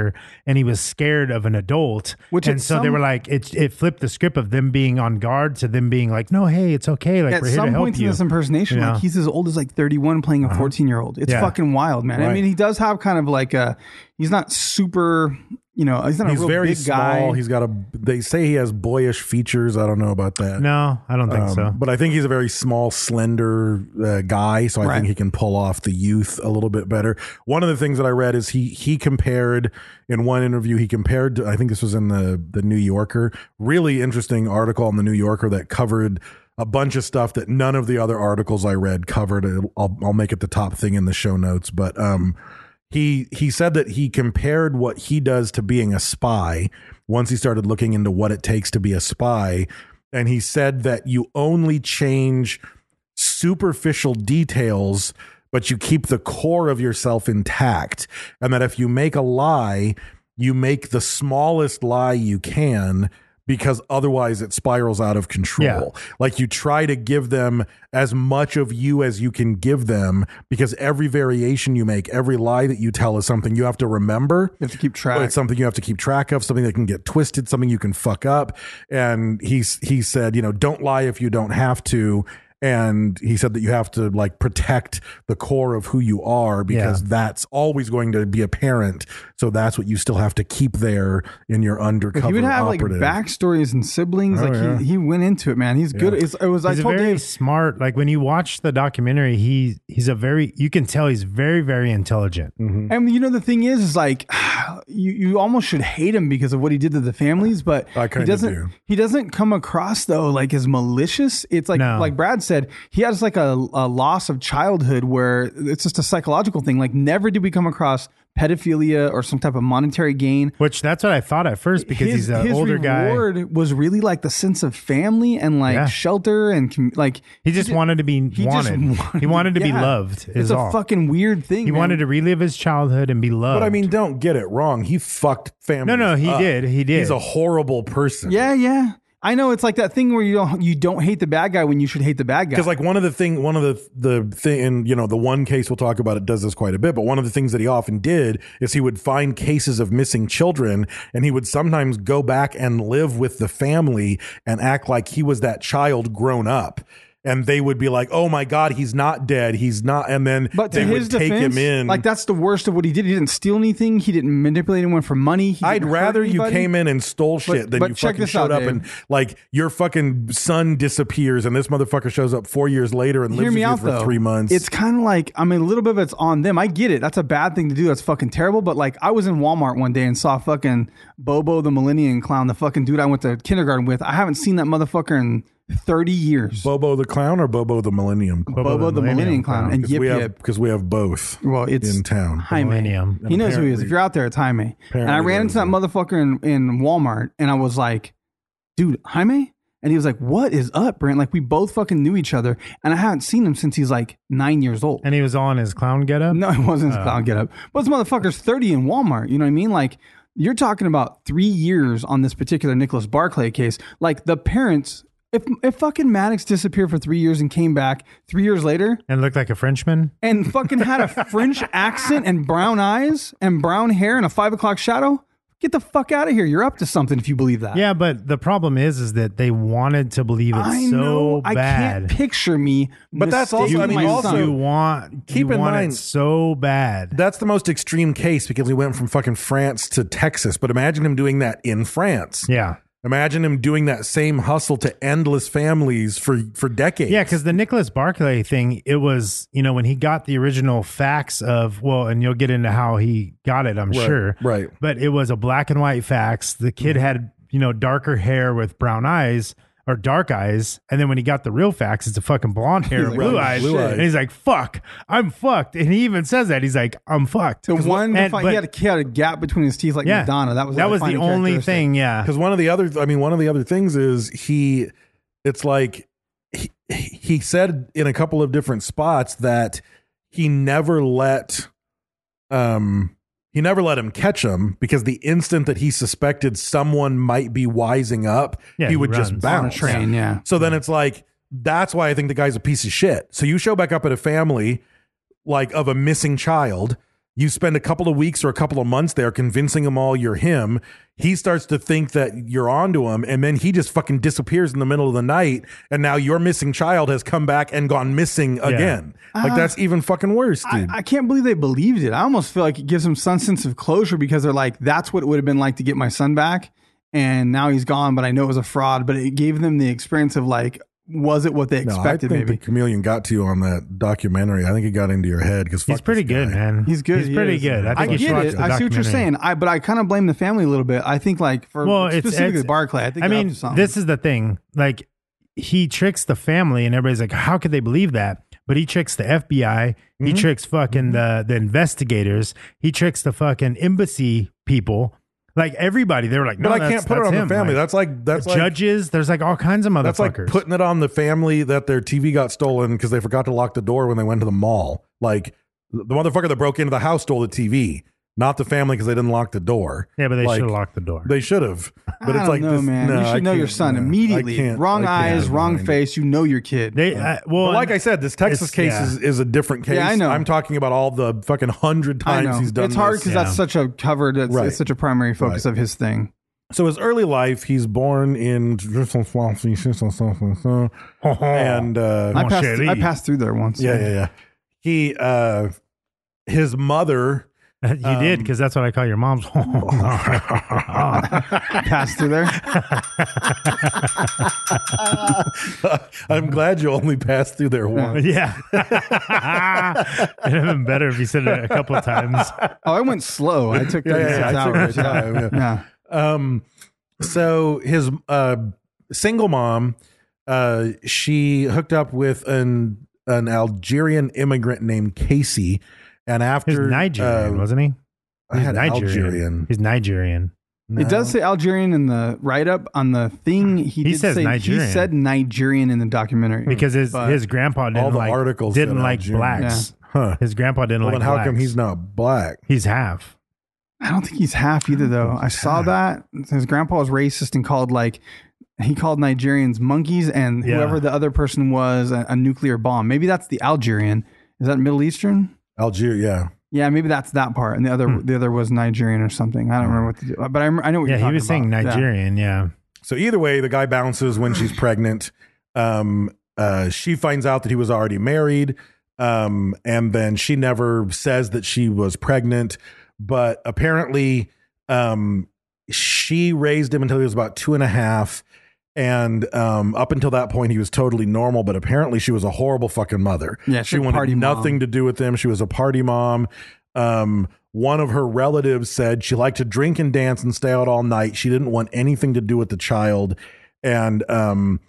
and he was scared of an adult.
Which
and
at
so they were
some-
like it it flipped the script of them being on guard to them being like, No, hey, it's okay. Like
at
we're here to
some
help
points
you.
in this impersonation,
You know?
like he's as old as like 31 playing a 14 year old. It's
Yeah.
fucking wild, man. I
Right.
mean, he does have kind of like a, he's not super, you know, he's not
he's
a real
very
big
small.
guy.
He's got a. They say he has boyish features. I don't know about that.
No, I don't think
Um,
so.
But I think he's a very small, slender uh, guy, so I
Right.
think he can pull off the youth a little bit better. One of the things that I read is he he compared in one interview he compared. I think this was in the the New Yorker. Really interesting article on the New Yorker that covered a bunch of stuff that none of the other articles I read covered. It'll- I'll I'll make it the top thing in the show notes, but um. He he said that he compared what he does to being a spy once he started looking into what it takes to be a spy and he said that you only change superficial details but you keep the core of yourself intact and that if you make a lie you make the smallest lie you can because otherwise it spirals out of control like you try to give them as much of you as you can give them because every variation you make every lie that you tell is something you have to remember
You have to keep track.
it's something you have to keep track of, something that can get twisted, something you can fuck up. And he's he said, you know, don't lie if you don't have to. And he said that you have to like protect the core of who you are because
Yeah.
that's always going to be apparent. So that's what you still have to keep there in your undercover.
he would have
operative.
like backstories and siblings. like
Oh, yeah.
he, he went into it, man. He's good. It's, it was I
He's a
told
very
Dave.
smart. Like when you watch the documentary, he he's a very you can tell he's very very intelligent.
And you know the thing is, is like you, you almost should hate him because of what he did to the families, but
I
he
kinda
doesn't
do.
he doesn't come across though like as malicious. It's like
No.
like Brad said, he has like a, a loss of childhood where it's just a psychological thing. Like never did we come across pedophilia or some type of monetary gain.
Which that's what I thought at first because he's an older guy.
reward was really like the sense of family and like
Yeah.
shelter and com- like
He just
ju-
wanted to be
he just
wanted. He wanted to be loved
It's
is
a
all.
fucking weird thing.
He
man.
wanted to relive his childhood and be loved.
But I mean, don't get it wrong. He fucked family.
No, no, he did. He did.
He's a horrible person.
Yeah, yeah. I know it's like that thing where you don't you don't hate the bad guy when you should hate the bad guy.
Because like one of the thing, one of the the thing, and you know, the one case we'll talk about it does this quite a bit. But one of the things that he often did is he would find cases of missing children, and he would sometimes go back and live with the family and act like he was that child grown up. And they would be like, "Oh my God, he's not dead. He's not." And then
but to
they
his
would take
defense,
him in.
like that's the worst of what he did. He didn't steal anything. He didn't manipulate anyone for money. He
I'd
didn't hurt
rather you
anybody.
came in and stole shit than
but
you
check
fucking
this
showed
out,
up
Dave.
and like your fucking son disappears and this motherfucker shows up four years later and
Hear
lives
me
with you
out
for
though.
three months.
It's kind of like I mean, a little bit of it's on them. I get it. That's a bad thing to do. That's fucking terrible. But like, I was in Walmart one day and saw fucking Bobo the Millennium Clown, the fucking dude I went to kindergarten with. I haven't seen that motherfucker in 30 years.
Bobo the Clown or Bobo the Millennium Clown?
Bobo, the Millennium Clown and
Because
Yip
we have
Yip.
because we have both.
Well, it's
in town.
Jaime.
Millennium.
He knows who he is.
Apparently-
If you're out there, it's Jaime. And I
apparently
ran into that
there's
motherfucker in, in Walmart and I was like, dude, Jaime? And he was like, what is up, Brent? Like, we both fucking knew each other and I haven't seen him since he's like nine years old.
And he was all in his clown getup.
No, it wasn't his clown get up. But this motherfucker's 30 in Walmart. You know what I mean? Like, you're talking about three years on this particular Nicholas Barclay case. Like, the parents, if, if fucking Maddox disappeared for three years and came back three years later
and looked like a Frenchman.
and fucking had a French accent and brown eyes and brown hair and a five o'clock shadow, get the fuck out of here. You're up to something if you believe that.
Yeah, but the problem is, is that they wanted to believe it
I
so
know. I
bad.
can't picture me.
But that's also-
mistaking
I mean,
my
also-
son.
you want
Keep
you
in
want
mind-
it so bad.
That's the most extreme case because he went from fucking France to Texas. But imagine him doing that in France.
yeah,
Imagine him doing that same hustle to endless families for for decades.
yeah, because the Nicholas Barclay thing, it was you know when he got the original facts of well, and you'll get into how he got it, I'm
Right,
sure,
right.
But it was a black and white facts. The kid
Mm-hmm.
had you know darker hair with brown eyes. Or dark eyes, and then when he got the real facts, it's a fucking blonde hair, and
like,
blue
"Oh,
eyes,
shit."
and he's like, "Fuck, I'm fucked," and he even says that he's like, "I'm fucked."
The
'Cause-
one,
and-
he,
but-
had a, he had a gap between his teeth like Madonna. That was
that
like,
was the
defining
only
characteristic.
thing. Yeah,
Because one of the other, I mean, one of the other things is he, it's like he, he said in a couple of different spots that he never let, um, he never let him catch him because the instant that he suspected someone might be wising up,
Yeah,
he
he
would just
runs on a
bounce.
train, yeah.
So then it's like, that's why I think the guy's a piece of shit. So you show back up at a family like of a missing child. You spend a couple of weeks or a couple of months there convincing him all you're him. He starts to think that you're onto him, and then he just fucking disappears in the middle of the night. And now your missing child has come back and gone missing again. Like that's even fucking worse, dude.
I, I can't believe they believed it. I almost feel like it gives them some sense of closure because they're like, that's what it would have been like to get my son back. And now he's gone, but I know it was a fraud. But it gave them the experience of like, was it what they
No, I
expected,
think
maybe?
the chameleon got to you on that documentary. I think it got into your head because
he's pretty good, man.
He's good.
He's
he
pretty
is.
good. I,
I,
think you should
get
watch
it.
the
I see what you're
documentary.
saying. I but I kind of blame the family a little bit. I think like for
Well, it's,
specifically
it's-
Barclay. I think
I
they're up
mean,
to something.
this is the thing. Like, he tricks the family, and everybody's like, "How could they believe that?" But he tricks the FBI. He
Mm-hmm.
tricks fucking the the investigators. He tricks the fucking embassy people. Like everybody, they were like, "No,
But I
that's-
can't put it
that's
on
him.
the family. that's like that's
the
like
judges. There's like all kinds of motherfuckers.
That's like putting it on the family that their TV got stolen because they forgot to lock the door when they went to the mall. Like the motherfucker that broke into the house stole the TV, not the family because they didn't lock the door.
Yeah, but they
Like,
should've locked the door.
They should have.
I
But it's
don't
like
know,
this,
man.
no,
you
I
should know your
can't,
son
no. I
immediately.
can't-
Wrong
I can't
eyes, wrong
mind.
face. You know your kid.
They uh, well,
But like I said, this Texas
it's-
case
yeah.
is, is a different case.
Yeah, I know.
I'm talking about all the fucking hundred
I
times
know.
he's done.
It's hard
this.
because that's such a covered. It's,
Right.
it's such a primary focus of his thing.
So his early life, he's born in and uh,
I passed,
Chérie.
I passed through there once.
yeah, yeah, yeah. He uh, his mother
you did
um,
because that's what I call your mom's.
Passed through there.
I'm glad you only passed through there once.
Mm-hmm. Yeah. It'd have been better if you said it a couple of times.
Oh, I went slow. I took
Yeah, yeah,
36
yeah, I took
hours.
my
yeah.
time, yeah.
Yeah.
Um, so his uh, single mom, uh, she hooked up with an an Algerian immigrant named Casey, and
He's
after
Nigerian,
uh,
wasn't he?
I had Algerian.
He's Nigerian.
It does say Algerian in the write up on the thing.
He
He, did
says
say,
Nigerian.
He said Nigerian in the documentary
Because his
But-
his grandpa didn't
Hmm. all the
like
articles
didn't
said
like
Algerian.
blacks.
Huh.
His grandpa didn't
Well,
like
then how
blacks.
come he's not black?
He's half.
I don't think he's half either, though. I saw that his grandpa was racist and called like he called Nigerians monkeys and
Yeah.
whoever the other person was a, a nuclear bomb. Maybe that's the Algerian. Is that Middle Eastern?
Algeria, yeah.
Yeah, maybe that's that part, and the other the other was Nigerian or something. I don't remember what, the, but I, rem- I know what.
Yeah,
you're
he was
talking
saying
about. Yeah.
Nigerian, yeah.
So either way, the guy bounces when she's pregnant. Um, uh, she finds out that he was already married, um, and then she never says that she was pregnant. But apparently, um, she raised him until he was about two and a half, and um, up until that point, he was totally normal. But apparently, she was a horrible fucking mother.
Yeah, she's
she
a
wanted
party mom.
nothing to do with him. She was a party mom. Um, one of her relatives said she liked to drink and dance and stay out all night. She didn't want anything to do with the child. And um,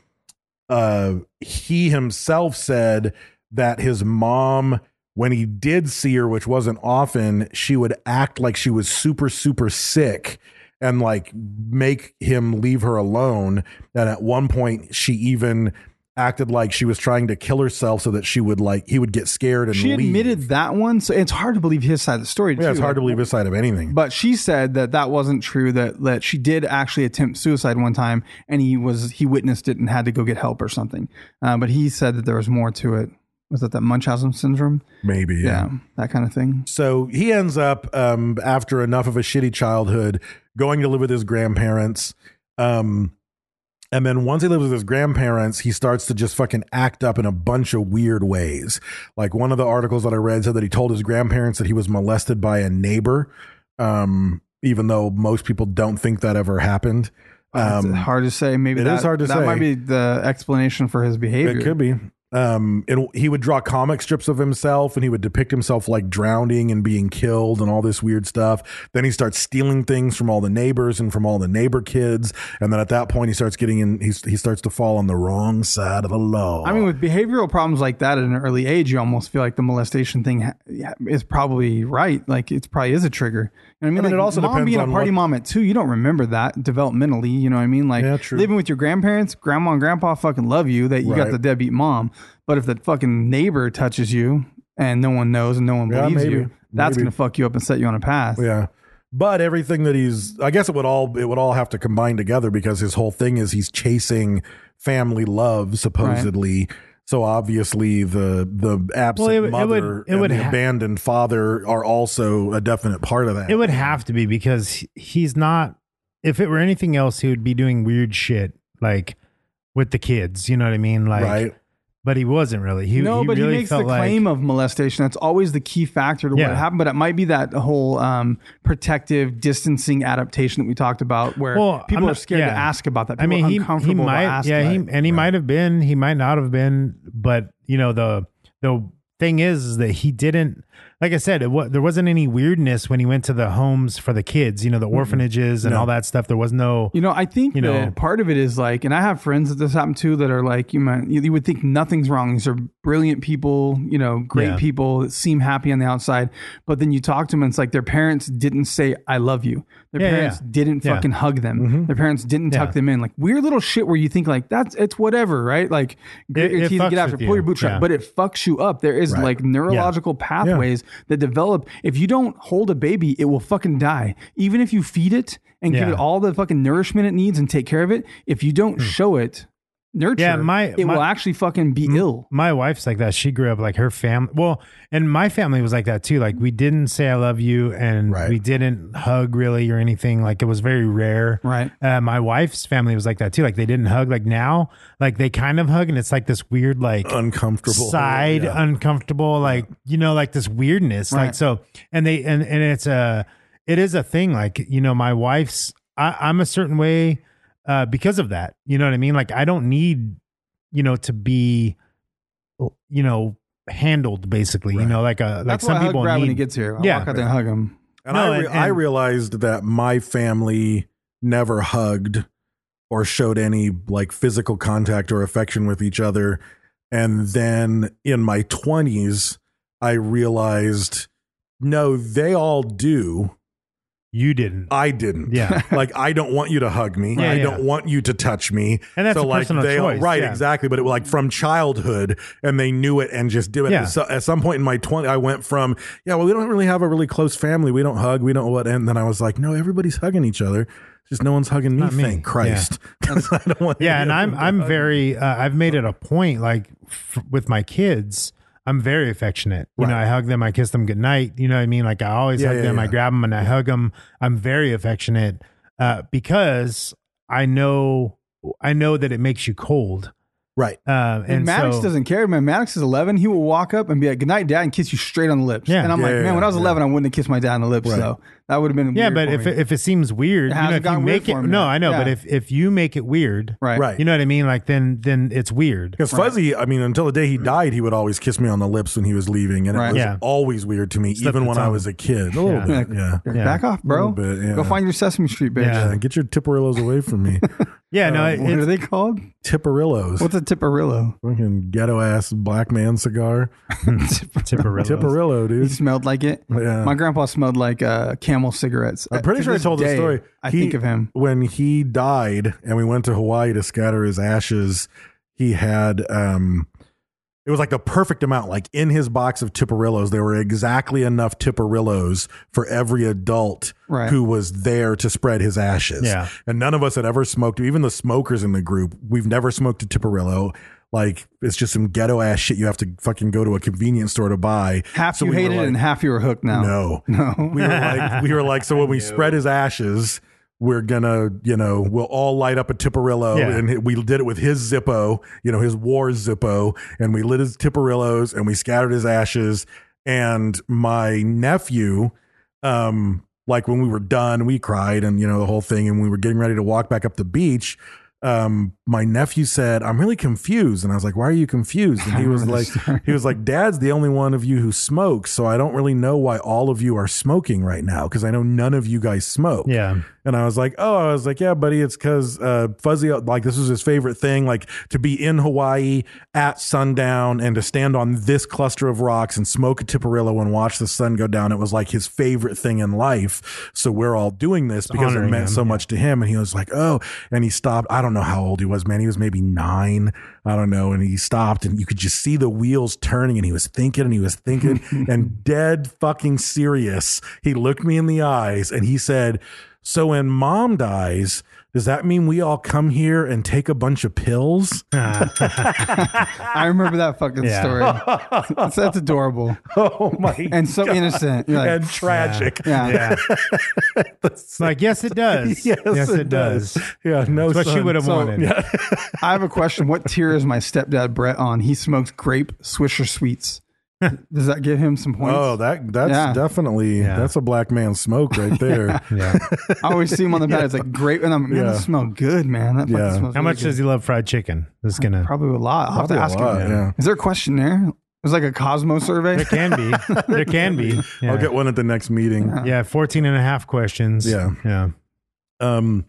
uh, he himself said that his mom, when he did see her, which wasn't often, she would act like she was super, super sick and like make him leave her alone. And at one point, she even acted like she was trying to kill herself so that she would like he would get scared and
She
leave.
admitted that one, so it's hard to believe his side of the story.
yeah, it's
too.
hard to believe his side of anything.
But she said that that wasn't true. That that she did actually attempt suicide one time, and he was he witnessed it and had to go get help or something. Uh, but he said that there was more to it. Was that that Munchausen syndrome?
Maybe, yeah.
that kind of thing.
So he ends up um, after enough of a shitty childhood going to live with his grandparents. Um, and then once he lives with his grandparents, he starts to just fucking act up in a bunch of weird ways. Like one of the articles that I read said that he told his grandparents that he was molested by a neighbor, um, even though most people don't think that ever happened.
It's
Um,
hard to say. Maybe
it
that,
is hard to
that
say.
might be the explanation for his behavior.
It could be. Um, and he would draw comic strips of himself, and he would depict himself like drowning and being killed and all this weird stuff. Then he starts stealing things from all the neighbors and from all the neighbor kids, and then at that point he starts getting in. He he starts to fall on the wrong side of the law.
I mean, with behavioral problems like that at an early age, you almost feel like the molestation thing ha- yeah, is probably right. Like it probably is a trigger. You know what I mean,
I mean,
like
it also
mom
depends
being
on
a party
what-
mom at two, you don't remember that developmentally. You know what I mean? Like
Yeah, true.
living with your grandparents, grandma and grandpa fucking love you. That you
Right.
got the deadbeat mom. But if the fucking neighbor touches you and no one knows and no one
Yeah,
believes
maybe.
you, that's
Maybe.
gonna fuck you up and set you on a path.
yeah. But everything that he's, I guess it would all it would all have to combine together because his whole thing is he's chasing family love supposedly. So obviously the the absent
it would- it would-
mother
it
and
would
the
ha-
abandoned father are also a definite part of that.
It would have to be because he- he's not. If it were anything else, he would be doing weird shit like with the kids. You know what I mean? Like,
right.
but he wasn't really. He
no,
he
but
really
he makes the
felt like,
claim of molestation. That's always the key factor to
Yeah.
what happened. But it might be that whole um, protective distancing adaptation that we talked about, where
Well,
people
I'm
are
not-
scared
yeah.
to ask about that. People
I mean,
are
he, he
uncomfortable about
might,
asking
yeah,
about
he,
it.
and he might have been, he might not have been, but you know the the thing is, is that he didn't. Like I said, it, wa- there wasn't any weirdness when he went to the homes for the kids. You know, the orphanages and
No.
all that stuff. There was no,
You know, I think
You know.
that part of it is like, and I have friends that this happened to that are like, you might, you, you would think nothing's wrong. These are brilliant people, you know, great
Yeah.
people that seem happy on the outside. But then you talk to them and it's like their parents didn't say, I love you. Their
Yeah, yeah,
parents
yeah.
didn't
Yeah. Mm-hmm.
fucking hug them. Their parents didn't
Yeah.
tuck them in. Like weird little shit where you think like that's, it's whatever, right? Like
It-
great your
it
teeth,
fucks
get after,
with
pull
you.
your bootstrap,
Yeah.
but it fucks you up. There is
Right.
like neurological pathways that develop. If you don't hold a baby, it will fucking die. Even if you feed it and give
Yeah. Hmm.
it all all the fucking nourishment it needs and take care of it. If you don't show it nurture,
Yeah, my-
it
my- Mm.
will actually fucking be ill.
my wife's like that. She grew up like her family. Well, and my family was like that too. Like we didn't say I love you, and
Right.
we didn't hug really or anything. Like it was very rare.
Right.
Uh, my wife's family was like that too. Like they didn't hug. Like now, like they kind of hug, and it's like this weird like
Uncomfortable.
side
Yeah.
uncomfortable like you know like this weirdness like
Right.
so and they and and it's a it is a thing like you know my wife's I, i'm a certain way uh because of that you know what i mean like i don't need you know to be you know handled basically you know like a like
That's
some
why I hug
people
Brad when
need
he gets here. I
Yeah.
walk out there and hug him.
And,
No,
I, re-
and-
I
and-
realized that my family never hugged or showed any like physical contact or affection with each other. And then in my 20s, I realized no, they all do.
you didn't
I didn't.
Yeah.
like I don't want you to hug me.
Yeah,
I
yeah.
don't want you to touch me.
And that's
so
a
like
personal
they
choice,
right
yeah.
exactly. But it was like from childhood, and they knew it and just did it.
Yeah.
So at some point in my twenty, I went from yeah, well, we don't really have a really close family. We don't hug. We don't what. And then I was like, no, everybody's hugging each other. It's Just no one's hugging me.
Not me.
Thank Christ. I don't want
yeah
any
and
of
i'm
them to
i'm
hug me.
very uh, i've made it a point like f- with my kids i'm very affectionate you know
Right.
i hug them i kiss them goodnight you know what i mean like i always
Yeah,
hug
yeah,
them i
yeah.
grab them and i hug them i'm very affectionate uh, because i know i know that it makes you cold
right.
um,
And,
and
Maddox
so,
doesn't care, man. Maddox is 11. He will walk up and be like, good night, dad, and kiss you straight on the lips.
Yeah.
And I'm
Yeah,
like,
yeah,
man, when I was
yeah.
11, I wouldn't have kissed my dad on the lips.
Right.
So That would have been
Yeah,
weird
but
for
if
me.
it, if it seems weird, you
It
know,
hasn't
if you
gotten weird
make it
for 'em
no,
yet.
I know, but
Yeah.
if if you make it weird,
right
Right.
You know what I mean? Like then then it's weird.
Because Fuzzy, I mean, until the day he died, he would always kiss me on the lips when he was leaving, and it
Right.
was
Yeah.
always weird to me,
Slip
even
the
when I
tongue.
was a kid. A little
Yeah.
bit, yeah.
Like,
Yeah.
Back off,
A
bro.
little bit, yeah.
Go find your Sesame Street bitch.
Yeah.
Yeah, Uh, get your tipperillos away from me,
Yeah,
Uh,
no, it,
What are
it's-
they called?
tipperillos.
What's a tipperillo?
fucking ghetto ass black man cigar?
Tipperillos.
Tipperillo,
He
dude.
smelled like it.
Yeah.
My grandpa smelled like uh, camel cigarettes.
I'm pretty
To
sure I
this
told the
day,
story.
I
He-
think of him.
when he died, and we went to Hawaii to scatter his ashes. He had um, it was like the perfect amount. Like in his box of Tipperillos, there were exactly enough Tipperillos for every adult
Right.
who was there to spread his ashes.
Yeah.
and none of us had ever smoked. Even the smokers in the group, we've never smoked a Tipperillo. Like it's just some ghetto ass shit you have to fucking go to a convenience store to buy.
Half you
we were
hated it
like-
and half you were hooked now.
no.
No.
We were like, we were like, so when we spread his ashes, we're gonna, you know, we'll all light up a Tipperillo,
Yeah.
and we did it with his Zippo, you know, his war Zippo, and we lit his Tipperillos, and we scattered his ashes. And my nephew, um, like when we were done, we cried, and you know the whole thing, and we were getting ready to walk back up the beach. Um, my nephew said, "I'm really confused," and I was like, "Why are you confused?" And he was
remember
like,
this story.
he was like, Dad's the only one of you who smokes, so I don't really know why all of you are smoking right now because I know none of you guys smoke.
Yeah.
And I was like, oh, I was like, yeah, buddy, it's because uh, Fuzzy, like, this was his favorite thing, like to be in Hawaii at sundown and to stand on this cluster of rocks and smoke a tipperillo and watch the sun go down. It was like his favorite thing in life. So we're all doing this because it
honoring
meant
him,
so
yeah.
much to him. And he was like, oh, and he stopped. I don't know how old he was, man. He was maybe nine. I don't know. And he stopped and you could just see the wheels turning and he was thinking and he was thinking and dead fucking serious. He looked me in the eyes and he said, so when mom dies, does that mean we all come here and take a bunch of pills?
I remember that fucking
Yeah.
story. that's, that's adorable
Oh my
and so innocent. You're like,
and tragic.
yeah.
Yeah. it's like, yes, it does.
Yes,
it, does.
Yeah, no.
That's what she
son.
would have
So-
wanted.
Yeah.
I have a question. What tier is my stepdad Brett on? He smokes grape Swisher sweets. Does that give him some points?
Oh, that that's
Yeah.
definitely
Yeah.
that's a black man smoke right there.
Yeah.
I always see him on the pad. It's like grape, and I'm like, man,
Yeah.
this smells good, man. That fucking
Yeah.
smells
How
really
much
good.
does he love fried chicken? This is gonna
Probably a lot. I'll
Probably a
have to ask
lot,
him.
yeah.
Is there a questionnaire? It was like a Cosmo survey.
there can be. There can be. Yeah.
I'll get one at the next meeting.
yeah, 14 and a half questions.
Yeah.
Yeah.
Um,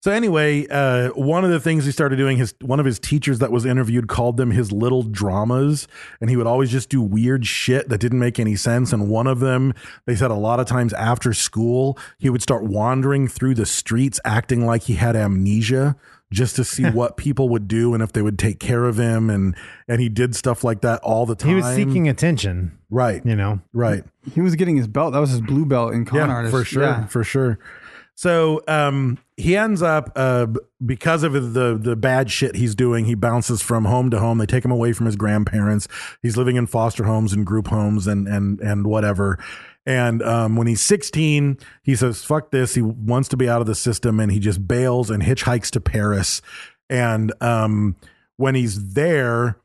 so anyway, uh, one of the things he started doing, his one of his teachers that was interviewed called them his little dramas, and he would always just do weird shit that didn't make any sense. And one of them, they said a lot of times after school, he would start wandering through the streets acting like he had amnesia just to see what people would do and if they would take care of him and and he did stuff like that all the time.
He was seeking attention,
right,
you know.
right
He was getting his belt. That was his blue belt in con
yeah,
artist.
For sure,
Yeah.
for sure. So um, he ends up uh, b- because of the the bad shit he's doing. He bounces from home to home. They take him away from his grandparents. He's living in foster homes and group homes and and and whatever. And um, when he's 16, he says, "Fuck this." He wants to be out of the system, and he just bails and hitchhikes to Paris. And um, when he's there,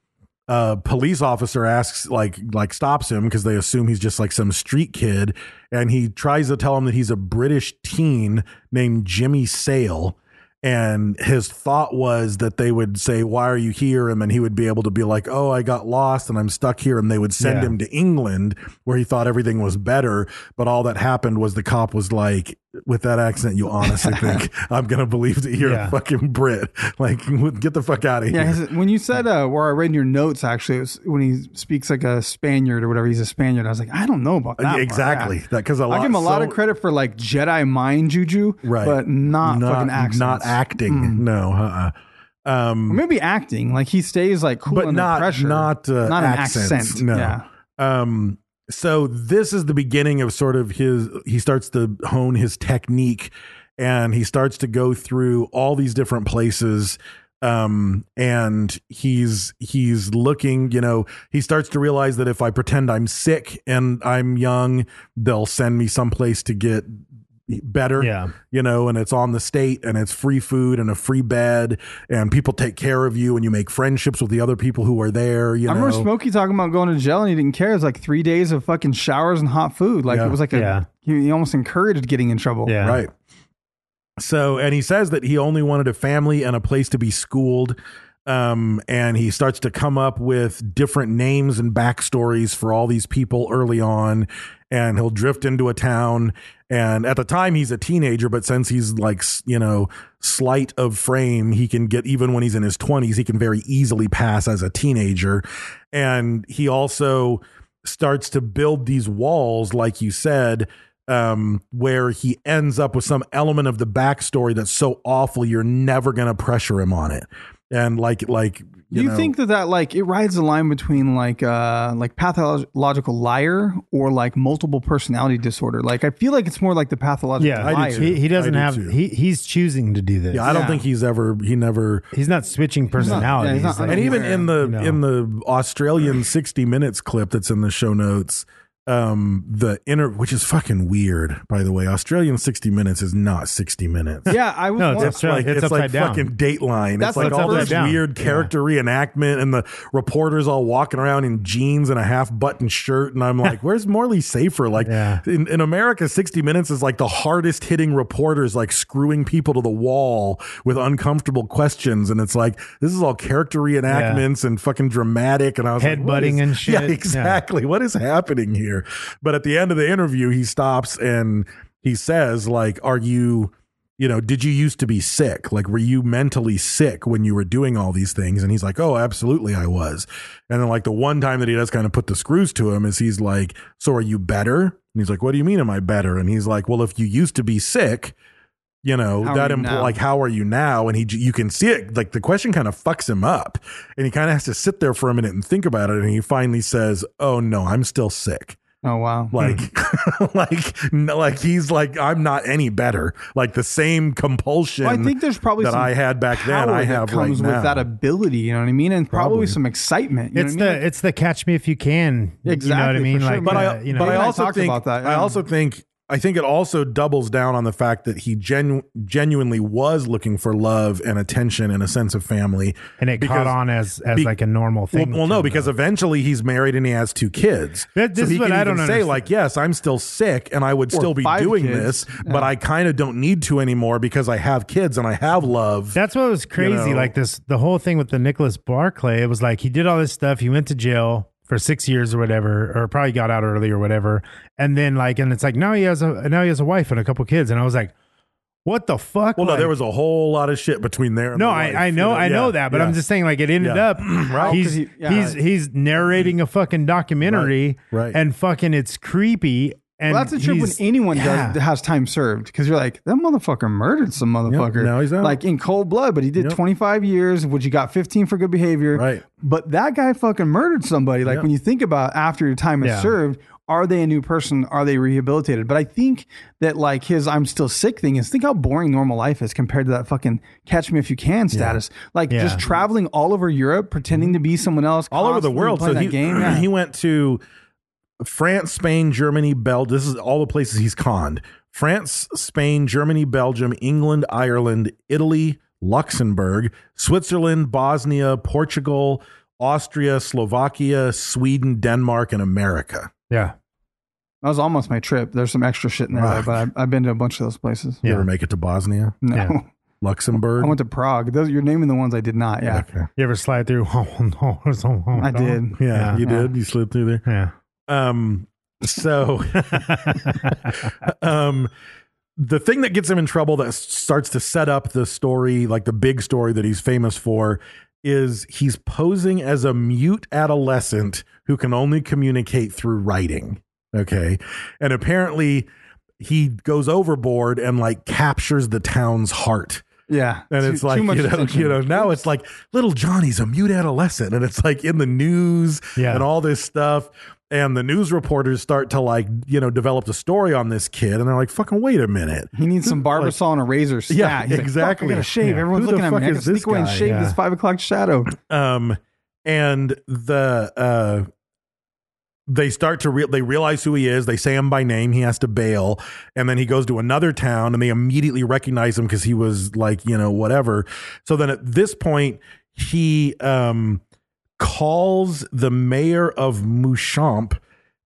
a police officer asks like like stops him because they assume he's just like some street kid and he tries to tell him that he's a british teen named jimmy sale and his thought was that they would say why are you here and then he would be able to be like oh i got lost and i'm stuck here and they would send
Yeah.
him to england where he thought everything was better but all that happened was the cop was like with that accent you honestly think i'm gonna believe that you're
Yeah.
a fucking brit like get the fuck out of
Yeah,
here
his, when you said uh, where I read in your notes, actually, it was when he speaks like a Spaniard or whatever, he's a Spaniard. I was like, I don't know about that.
Uh, Yeah,
part.
exactly.
Yeah.
That- 'cause a
I
lot-
give him a lot of
so-
credit for like Jedi mind juju,
right
But not, fucking accents. Hmm.
not acting no uh-uh.
Or maybe acting. Like he stays like cool
but
under
not
pressure,
not uh,
not an
accents.
accent.
no
Yeah.
um so this is the beginning of sort of his he starts to hone his technique and he starts to go through all these different places um and he's he's looking you know he starts to realize that if i pretend i'm sick and i'm young they'll send me someplace to get better.
Yeah.
You know, and it's on the state and it's free food and a free bed and people take care of you and you make friendships with the other people who are there. You
I
know,
remember Smokey talking about going to jail and he didn't care. It was like three days of fucking showers and hot food. Like
Yeah.
it was like a,
Yeah.
he, he almost encouraged getting in trouble.
Yeah.
Oh, Right. So, and he says that he only wanted a family and a place to be schooled. Um, and he starts to come up with different names and backstories for all these people early on. And he'll drift into a town. And at the time, he's a teenager, but since he's like, s- you know, slight of frame, he can get, even when he's in his 20s, he can very easily pass as a teenager. And he also starts to build these walls, like you said, um, where he ends up with some element of the backstory that's so awful you're never gonna pressure him on it, and like like you,
Do you
know,
think that that like it rides the line between like uh like pathological liar or like multiple personality disorder? Like I feel like it's more like the pathological
Yeah.
liar.
do too.
He, he doesn't
I do
have,
too.
he, he's choosing to do this.
yeah, I don't
Yeah.
think he's ever he never
He's not switching
yeah,
personalities.
he's not-
Like,
and even in the
you know.
in the Australian 60 minutes clip that's in the show notes um the inner which is fucking weird by the way Australian 60 minutes is not 60 minutes
Yeah, I was.
No,
wondering-
that's right.
like it's,
It's
like
upside down.
fucking Dateline.
That's
it's like
what's
all
upside
this
down.
weird
Yeah.
character reenactment, and the reporters all walking around in jeans and a half button shirt. And I'm like, where's Morley Safer? Like
Yeah.
in, in America, 60 Minutes is like the hardest hitting reporters, like screwing people to the wall with uncomfortable questions. And it's like this is all character reenactments and fucking dramatic. And I was like, what
Headbutting
is-
and
Yeah,
shit. Yeah.
exactly. What is happening here? But at the end of the interview, he stops and he says, like, are you you know, did you used to be sick? Like, were you mentally sick when you were doing all these things? And he's like, oh, absolutely, I was. And then, like, the one time that he does kind of put the screws to him is he's like, so are you better? And he's like, what do you mean, am I better? And he's like, well, if you used to be sick, you know,
How are
that
you
impl-
now?
like, how are you now? And he, you can see it, like, the question kind of fucks him up. And he kind of has to sit there for a minute and think about it. And he finally says, oh, no, I'm still sick
oh wow.
like like no, like he's like i'm not any better like the same compulsion
Well, I think there's probably
that
some
i had back then
power
i
that
have right
comes
now
with that ability. You know what I mean? And probably,
Probably.
some excitement. You
it's
know what I
the,
mean?
it's the catch me if you can. You know what
Exactly,
I mean?
for sure.
Like,
but
uh,
i
you know,
but i
and I
also
talked
think
about that,
i
yeah.
also think i think it also doubles down on the fact that he genu- genuinely was looking for love and attention and a sense of family
and it
because-
caught on as, as
be-
like a normal thing.
Well, well
to
no,
him,
because
though.
eventually he's married and he has two kids.
That- this
so
is
he
what
can
I don't
even say
understand.
like, yes, I'm still sick and I would
Or
still be
five
doing this,
kids.
but I kind of don't need to anymore because I have kids and I have love.
That's what was crazy.
know.
Like this, the whole thing with the Nicholas Barclay. It was like he did all this stuff. He went to jail for six years or whatever, or probably got out early or whatever. And then like, and it's like now he has a now he has a wife and a couple kids. And I was like, what the fuck?
well, no,
Like-
there was a whole lot of shit between there. And
No,
the
I,
wife,
I
you
know, I know
Yeah,
that, but
yeah.
I'm just saying, like, it ended
Yeah.
up
Right.
he's
'Cause he- yeah.
he's he's narrating a fucking documentary,
Right, right.
And fucking, it's creepy. And
well, that's a trip when
he's-
anyone
yeah.
does that has time served because you're like that motherfucker murdered some motherfucker.
now he's out.
like in cold blood, but he did
Yep.
25 years, which he got 15 for good behavior.
Right.
But that guy fucking murdered somebody. Like
Yep.
when you think about after your time is
Yeah.
served, are they a new person? Are they rehabilitated? But I think that like his I'm still sick thing is think how boring normal life is compared to that fucking catch me if you can status. Like
Yeah.
just traveling all over Europe, pretending to be someone else,
all over the
constantly
world. So
playing that
he,
game. Yeah.
he went to France, Spain, Germany, Belgium. This is all the places he's conned. France, Spain, Germany, Belgium, England, Ireland, Italy, Luxembourg, Switzerland, Bosnia, Portugal, Austria, Slovakia, Sweden, Denmark, and America.
yeah,
That was almost my trip. There's some extra shit in there,
Right.
but I've, I've been to a bunch of those places.
You
Yeah.
ever make it to Bosnia,
No,
Yeah.
Luxembourg?
I went to Prague. Those, you're naming the ones I did not. Yeah,
Okay.
you ever slide through? Oh no, so- oh,
I
no.
did.
Yeah,
Yeah.
you did. You slid through there.
Yeah,
Um, so, um, the thing that gets him in trouble that s- starts to set up the story, like the big story that he's famous for, is he's posing as a mute adolescent who can only communicate through writing. Okay. And apparently he goes overboard and like captures the town's heart.
Yeah.
And
Too-
it's like,
too much
you know,
attention.
you know, now it's like little Johnny's a mute adolescent and it's like in the news
Yeah.
and all this stuff. And the news reporters start to like, you know, develop the story on this kid. And they're like, fucking wait a minute.
He needs some Barbasol and a razor. Stat.
Yeah,
He's like, "Fuck,
exactly.
I gotta shave.
Yeah.
Everyone's
Who the
looking at me.
fuck
I gotta
is this
sneak away and
guy?
shave
Yeah.
this five o'clock shadow.
Um, and the, uh, they start to real they realize who he is. They say him by name. He has to bail, and then he goes to another town, and they immediately recognize him because he was like you know whatever. So then at this point, he um, calls the mayor of Mouchamp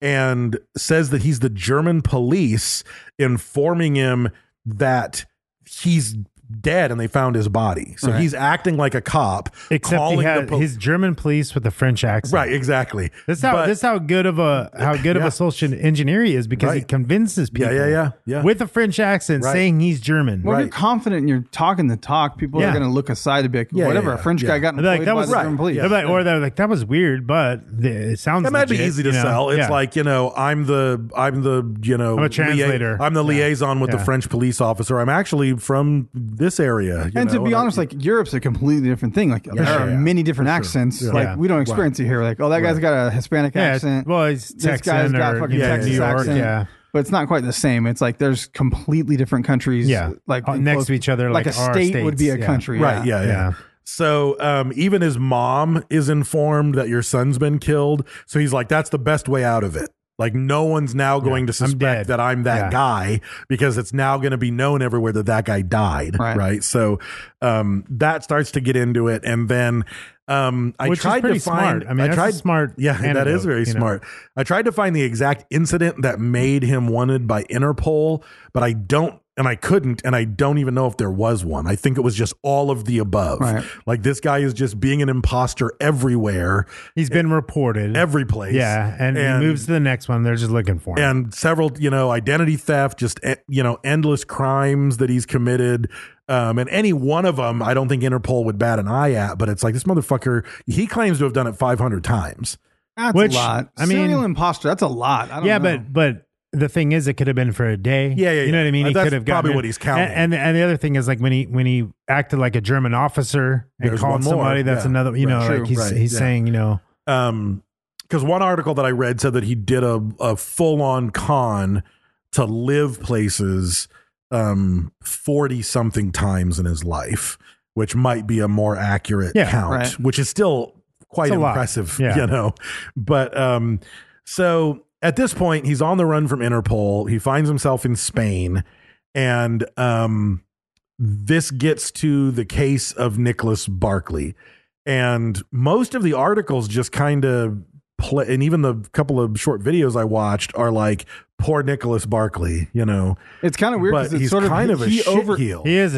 and says that he's the German police, informing him that he's dead and they found his body. So he's acting like a cop,
Except he
calling the
had
po-
his German police with a French accent.
right exactly.
This is how
But-
this is how good of a how good of
Yeah.
a social engineer he is because he
Right.
convinces
Yeah,
people.
yeah, yeah, yeah.
With a French accent,
Right.
saying he's German.
Well, if
Right.
you're confident and you're talking the talk, people
Yeah.
are going to look aside to be like,
Yeah,
whatever,
yeah,
a French
yeah.
guy got
They'd be
employed
like that was
by the
right.
German police.
They're like, or they're like that was weird, but the, it sounds.
That might be
legit,
easy to
you know?
sell. It's
Yeah.
like you know, I'm the I'm the you know
I'm a translator.
I'm the
Yeah.
liaison with
Yeah.
the French police officer. I'm actually from this area. you
and to
know,
be honest,
I-
like Europe's a completely different thing. Like there
sure.
are
Yeah.
many different accents.
Yeah.
Like
Yeah.
we don't experience it here. Like oh, that guy's got a Hispanic
Yeah, it's-
accent.
well, he's
this guy's
Texan
got
or,
fucking
yeah,
Texas
New York,
accent.
yeah.
but it's not quite the same. It's like there's completely different countries.
Yeah.
like
Uh,
in
next to each other,
Like,
like
a
our
state would be a
states, yeah.
country.
right, yeah, yeah.
Yeah.
So um, even his mom is informed that your son's been killed. So he's like, that's the best way out of it. Like no one's now going to
I'm
suspect
dead.
that I'm that
Yeah.
guy because it's now going to be known everywhere that that guy died, right?
Right.
So um, that starts to get into it, and then um, I
Which is
tried
pretty
to find.
smart. I mean, that's a
tried
smart
Yeah, that
antidote,
is very
you know?
smart. I tried to find the exact incident that made him wanted by Interpol, but I don't and I couldn't and I don't even know if there was one. I think it was just all of the above.
Right.
Like this guy is just being an imposter everywhere,
He's been reported
e- every place.
Yeah, and, he moves to the next one. They're just looking for him.
and several, you know, identity theft, just eh, you know, endless crimes that he's committed. Um, and any one of them, I don't think Interpol would bat an eye at. But it's like this motherfucker. He claims to have done it 500 times.
that's
Which,
a lot.
I mean-
serial imposter. That's a lot. I don't
yeah,
know.
but but the thing is, it could have been for a day.
Yeah, yeah,
You know
yeah.
what I mean?
Uh,
He
that's
could have gotten
probably
in-
what he's counting.
And, and and the other thing is, like when he when he acted like a German officer and
There's one
called
more.
somebody, that's
Yeah.
another. You
Right.
know,
True.
like he's
Right.
he's
Yeah.
saying, you know,
um because one article that I read said that he did a, a full on con to live places um 40 something times in his life, which might be a more accurate
Yeah,
count,
right.
which is still quite
It's a lot.
impressive,
Yeah.
you know. But um so at this point he's on the run from Interpol. He finds himself in Spain and um this gets to the case of Nicholas Barkley. And most of the articles just kind of play, and even the couple of short videos I watched are like, poor Nicholas Barkley, you know.
it's kind of weird
but
because
he's
it's sort of
kind of,
he
a
over.
shit heel.
he is a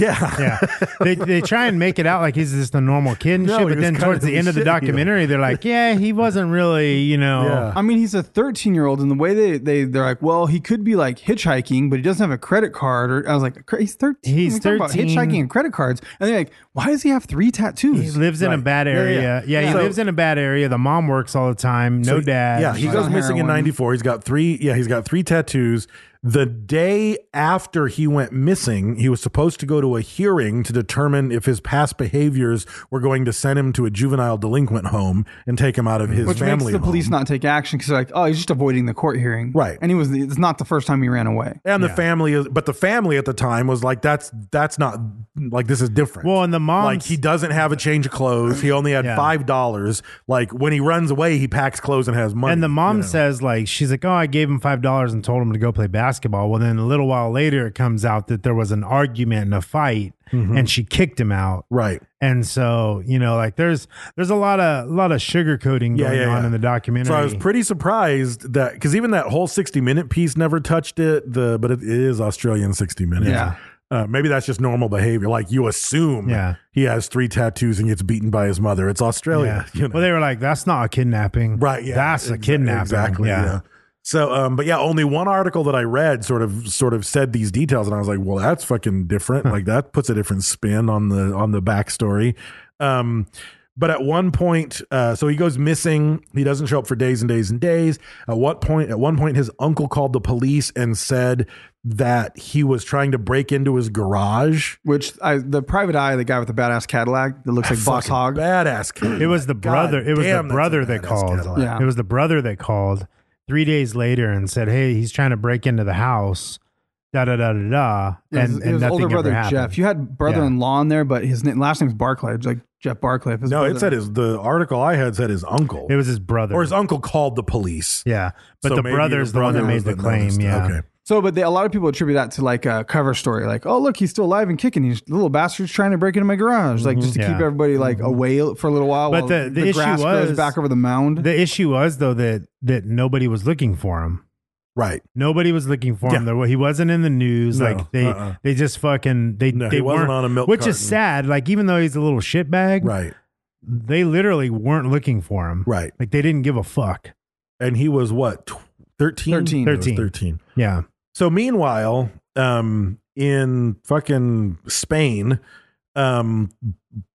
Yeah.
yeah. They they try and make it out like he's just a normal kid and
No,
shit,
he
but
was
then
kind
towards
of
the
a
end of the
shit heel.
documentary, they're like, yeah, he wasn't really, you know.
Yeah.
I mean, he's a 13 year old, and the way they they they're like, well, he could be like hitchhiking, but he doesn't have a credit card. Or I was like, cra- he's 13.
He's
We're talking about
13.
hitchhiking and credit cards, and they're like, why does he have three tattoos?
He lives in a
Right.
bad
Yeah, yeah,
area. Yeah,
yeah.
he
So-
lives in a bad area. The mom works all the time.
So,
No dad.
Yeah, he
She's
goes
on
missing in
heroin.
'94. He's got three. Yeah, he's got three tattoos. The day after he went missing, he was supposed to go to a hearing to determine if his past behaviors were going to send him to a juvenile delinquent home and take him out of his
Which makes
family.
the police
home.
not take action because they're like, oh, he's just avoiding the court hearing,
Right.
And he was. It's not the first time he ran away.
and the family is, but the family at the time was like, "That's that's not like this is different."
Well, and the mom's-
like he doesn't have a change of clothes. He only had
Yeah.
five dollars. Like when he runs away, he packs clothes and has money.
And the mom
you know?
says, like, she's like, oh, I gave him five dollars and told him to go play basketball. Well, then a little while later, it comes out that there was an argument and a fight,
Mm-hmm.
and she kicked him out.
"Right."
And so, you know, like, there's there's a lot of lot of sugarcoating going on in the documentary.
So I was pretty surprised that because even that whole sixty minute piece never touched it. The but it is Australian sixty minutes.
Yeah.
Uh, maybe that's just normal behavior. Like you assume
Yeah.
he has three tattoos and gets beaten by his mother. It's Australia.
yeah.
You know?
Well, they were like, that's not a kidnapping,
right. Yeah.
that's a
Exa-
kidnapping,
Exactly. Yeah. So, um, but yeah, only one article that I read sort of sort of said these details, and I was like, "Well, that's fucking different. Like that puts a different spin on the on the backstory." Um, but at one point, uh, so he goes missing. He doesn't show up for days and days and days. At what point? At one point, his uncle called the police and said that he was trying to break into his garage.
Which I, the private eye, the guy with the badass Cadillac that looks like Boss
Fucking
Hog.
badass. Kid.
It was the
God
brother. it was
damn,
the
that's a
brother that
badass
called.
Cadillac.
Yeah.
It was the brother that called three days later and said, "Hey, he's trying to break into the house." da da da da da, and,
Yeah, his,
and
his
nothing
older
ever
brother
happened.
Jeff. You had brother-in-law in there, but his name, last name's Barclay. It's like Jeff Barclay. His
No,
brother.
it said his the article I had said his uncle.
it was his brother,
or his uncle called the police.
Yeah, but
So
the
maybe
brother's the, one that
brother
made
was
the
that
claim.
noticed it.
Yeah,
Okay.
So, but they, a lot of people attribute that to like a cover story, like, "Oh, look, he's still alive and kicking. He's little bastards trying to break into my garage, like just to
Mm-hmm. Yeah.
keep everybody like away for a little while."
But
while
the- the issue
grass grows
was-
back over the mound.
the issue was though that that nobody was looking for him.
Right.
Nobody was looking for him.
Yeah.
There, wa- he wasn't in the news.
No,
like they,
uh-uh.
they just fucking they.
No,
they
he wasn't
weren't-
on a milk
which is
carton.
sad. Like even though he's a little shitbag,
Right.
They literally weren't looking for him.
Right.
Like they didn't give a fuck.
And he was what? tw- 13?
13.
It was
13.
13.
Yeah.
So meanwhile, um, in fucking Spain, um,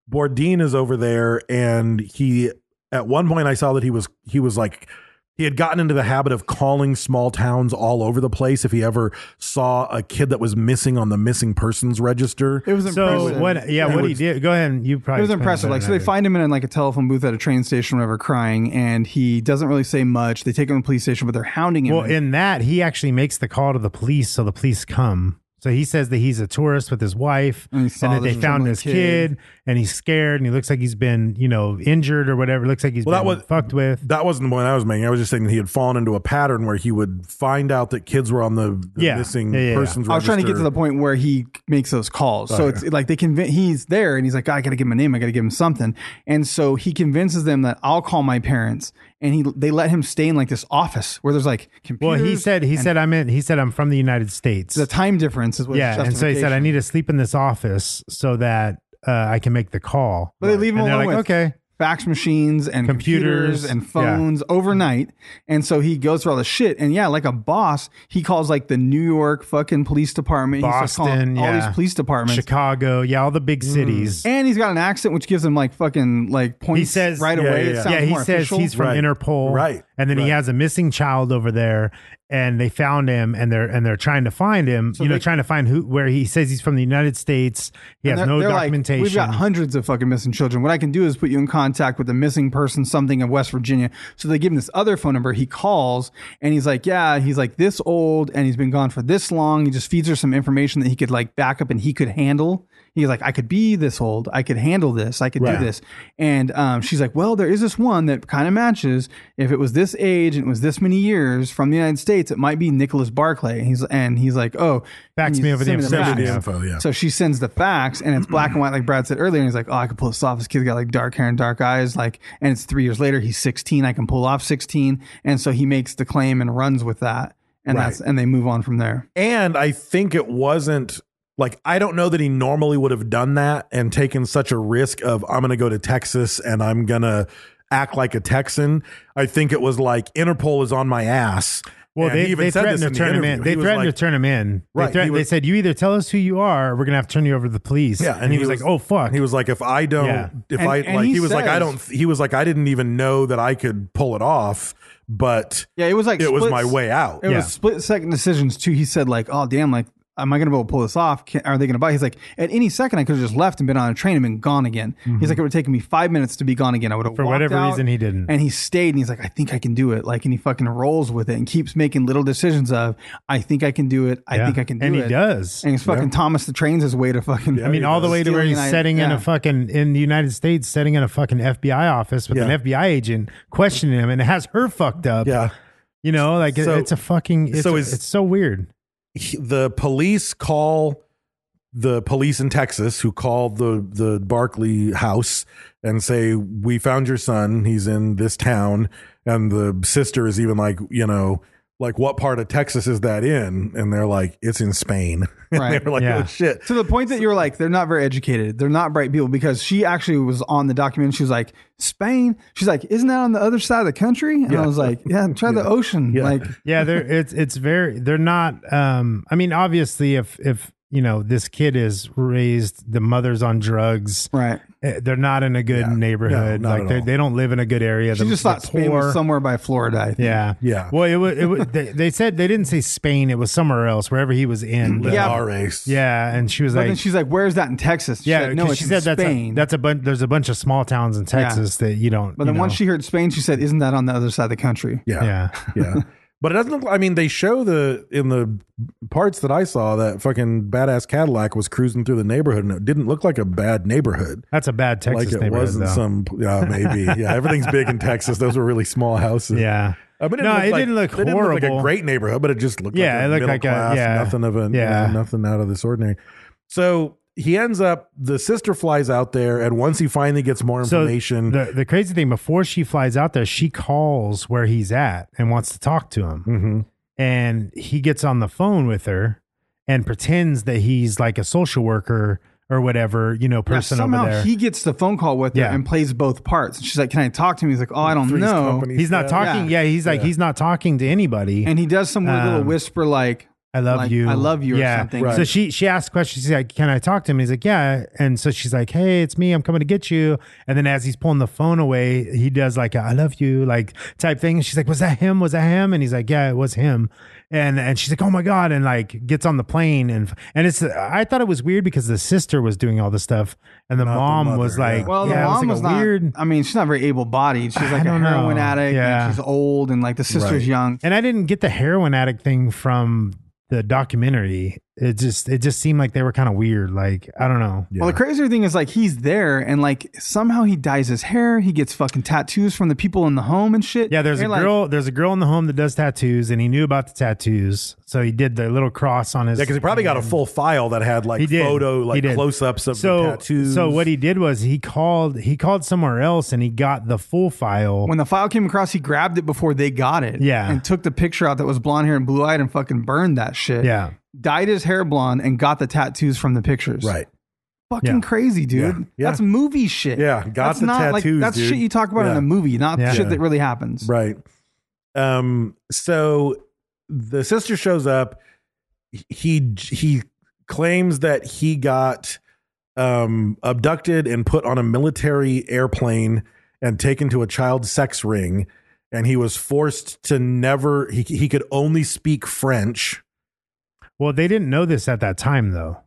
Bourdin is over there, and he at one point I saw that he was he was like he had gotten into the habit of calling small towns all over the place if he ever saw a kid that was missing on the missing persons register.
it was impressive.
So what? Yeah.
It
What he
was-
did? Go ahead. and You
it
probably
was
explain
impressive.
better
Like,
than
so
I
they
do.
find him in like a telephone booth at a train station, or whatever, crying, and he doesn't really say much. They take him to the police station, but they're hounding him.
Well, in that, he actually makes the call to the police, so the police come. So he says that he's a tourist with his wife,
And he
and,
saw
that they
this
found
young
this
kid.
kid. and he's scared, and he looks like he's been, you know, injured or whatever. Looks like he's
Well, that
been
was-
fucked with.
That wasn't the point I was making. I was just saying that he had fallen into a pattern where he would find out that kids were on the, the
Yeah.
missing
Yeah, yeah, yeah.
persons.
I was trying to get to
register.
the point where he makes those calls. So it's like they convince he's there and he's like, I gotta give him a name, I gotta give him something. And so he convinces them that I'll call my parents. And he they let him stay in like this office where there's like
Well,
computers.
he said he
and
said I'm in. He said I'm from the United States.
the time difference is what.
yeah, and so he said I need to sleep in this office so that uh, I can make the call.
But they leave him
and
alone
They're like,
with
okay,
fax machines and computers,
Computers,
and
yeah.
phones overnight. And so he goes through all the shit. And yeah, like a boss, he calls like the New York fucking police department. He starts calling
Boston,
all
yeah,
these police departments. Mm.
Chicago, yeah, all the big cities.
And he's got an accent, which gives him like fucking like points
he says
right
yeah,
away.
yeah,
It
yeah.
sounds
yeah, he
more
says
official.
he's from
Right.
Interpol,
Right.
And then he
Right.
has a missing child over there, and they found him, and they're and they're trying to find him. you know,
they-
trying to find who where he says he's from the United States. He
And
has
they're-
no
they're like,
documentation.
We've got hundreds of fucking missing children. What I can do is put you in contact with a missing person, something of West Virginia. So they give him this other phone number. He calls and he's like, yeah, he's like this old and he's been gone for this long. He just feeds her some information that he could like back up and he could handle. He's like, I could be this old. I could handle this. I could
Right.
do this. And um, she's like, well, there is this one that kind of matches. If it was this age and it was this many years from the United States, it might be Nicholas Barclay. And he's and he's like, oh,
Fax
can you
me over the
send
info.
Send me the
fax?
info, yeah.
So she sends the fax and it's black and white, like Brad said earlier. And he's like, Oh, I can pull this off. This kid's got like dark hair and dark eyes. Like, and it's three years later, he's 16. I can pull off 16. And so he makes the claim and runs with that. And
Right.
that's, and they move on from there.
And I think it wasn't like I don't know that he normally would have done that and taken such a risk of I'm going to go to Texas and I'm going to act like a Texan. I think it was like Interpol is on my ass.
well,
And
they,
he even
they
said
threatened
this
to
in the
turn him
interview.
in.
He
They
was
threatened
like-
to turn him in. They,
Right, he
threatened- they
was-
said, "You either tell us who you are, or we're gonna have to turn you over to the police."
Yeah,
and, he, was, like, "Oh fuck."
He was like, if I don't,
Yeah.
if
And-
I
and
like,
he
he, was like,
says-
I don't. He was like, I didn't even know that I could pull it off, but
Yeah. It was like,
it was
split-
my way out.
It
Yeah.
was split second decisions too. He said like, Oh damn, like, am I going to be able to pull this off? Can, are they going to buy? He's like, at any second, I could have just left and been on a train and been gone again. He's like, it would have taken me five minutes to be gone again. I would have
Mm-hmm. For
walked
whatever
out,
reason, he didn't.
And he stayed and he's like, I think I can do it. Like, and he fucking rolls with it and keeps making little decisions of, I think I can do it. I
Yeah.
think I can do
And
it.
he does.
And he's fucking Thomas the Trains his way to fucking.
I mean, all the way to where he's
Stealing, I-
setting in
yeah.
a fucking in the United States, setting in a fucking FBI office with
Yeah.
an FBI agent questioning him, and it has her fucked up.
Yeah.
you know, like it-
So-
it's a fucking. It's,
so
so
is-
it's so weird.
he- the police call the police in Texas who called the the Barkley house and say we found your son he's in this town and the sister is even like you know like what part of Texas is that in and they're like it's in Spain And
Right.
they're like
Yeah.
oh shit
To the point that you're like, they're not very educated. They're not bright people because she actually was on the document. She was like, Spain. She's like, isn't that on the other side of the country? And I
Yeah.
was like, yeah, try the ocean.
Yeah.
Like,
Yeah, they're it's it's very. They're not. Um, I mean, obviously, if if you know this kid is raised, the mother's on drugs.
right.
eh, They're not in a good
Yeah.
neighborhood.
No, not
like
at
they
all.
they don't live in a good area.
She
The-
just
the
thought Spain
poor-
was somewhere by Florida. I think.
Yeah.
Yeah.
Well, it was, it was they, they said they didn't say Spain. It was somewhere else, wherever he was in.
The
yeah.
Yeah.
bar race
Yeah, and she was
But
like,
then she's like, where's that in Texas? She's
yeah,
like, no,
'cause
it's
she
in
said that's
Spain.
a, that's a bunch. There's a bunch of small towns in Texas that you don't.
But then
you
once
know.
she heard Spain, she said, "Isn't that on the other side of the country?"
yeah
yeah,
yeah But it doesn't look. I mean, they show the in the parts that I saw that fucking badass Cadillac was cruising through the neighborhood, and it didn't look like a bad neighborhood.
That's a bad Texas
like it
neighborhood,
wasn't
though.
some. Yeah, maybe. Yeah, everything's big in Texas. Those were really small houses.
Yeah.
I mean,
No,
looked
it didn't look
it didn't look like
horrible.
a great neighborhood, but it just looked like
Yeah,
a
it looked
middle
like a-
class,
yeah.
nothing of a
Yeah.
yeah. nothing out of this ordinary. So he ends up the sister flies out there, and once he finally gets more information,
So the, the crazy thing before she flies out there, she calls where he's at and wants to talk to him.
Mm-hmm.
And he gets on the phone with her and pretends that he's like a social worker or whatever, you know,
Yeah,
person
somehow
over there.
he gets the phone call with her
Yeah.
and plays both parts. And she's like, "Can I talk to him?" He's like, "Oh, I don't
Three's
know."
Company
he's not
said-
talking. Yeah,
Yeah.
he's like, he's not talking to anybody.
And he does some weird little
Um,
whisper like,
I love
like,
you.
I love you,"
yeah.
or something.
So she she asked questions. She's like, "Can I talk to him?" He's like, "Yeah." And so she's like, "Hey, it's me. I'm coming to get you." And then as he's pulling the phone away, he does like, a, "I love you," like type thing. And she's like, "Was that him? Was that him?" And he's like, "Yeah, it was him." And and she's like, "Oh my god!" And like gets on the plane and and it's I thought it was weird because the sister was doing all this stuff and the
Not the
mom was
mother, yeah.
like,
Well,
yeah,
the
it was,
mom was,
like a
not.
weird."
I mean, she's not very able-bodied. She's like a
don't
heroin
know.
addict.
Yeah.
and she's old, and like the sister's
Right.
young.
And I didn't get the heroin addict thing from the documentary. It just it just seemed like they were kind of weird. Like I don't know.
Well, the crazier thing is like he's there, and like somehow he dyes his hair. He gets fucking tattoos from the people in the home and shit.
Yeah, there's
They're
a
like,
girl. There's a girl in the home that does tattoos, and he knew about the tattoos, so he did the little cross on his.
Yeah, because he probably got a full file that had like
he did.
photo,
He
like
did.
close ups of
so,
the tattoos.
So what he did was he called. He called somewhere else, and he got the full file.
When the file came across, he grabbed it before they got it.
Yeah.
and took the picture out that was blonde hair and blue eyed, and fucking burned that shit.
yeah,
dyed his hair blonde and got the tattoos from the pictures.
right.
Fucking
Yeah.
crazy, dude.
Yeah. Yeah.
That's movie shit.
Yeah, got
that's
the tattoos,
that's
dude.
shit you talk about in
Yeah.
a movie, not
Yeah.
shit that really happens.
Right. Um. So the sister shows up. He he claims that he got um abducted and put on a military airplane and taken to a child sex ring, and he was forced to never. He he could only speak French.
well, they didn't know this at that time though.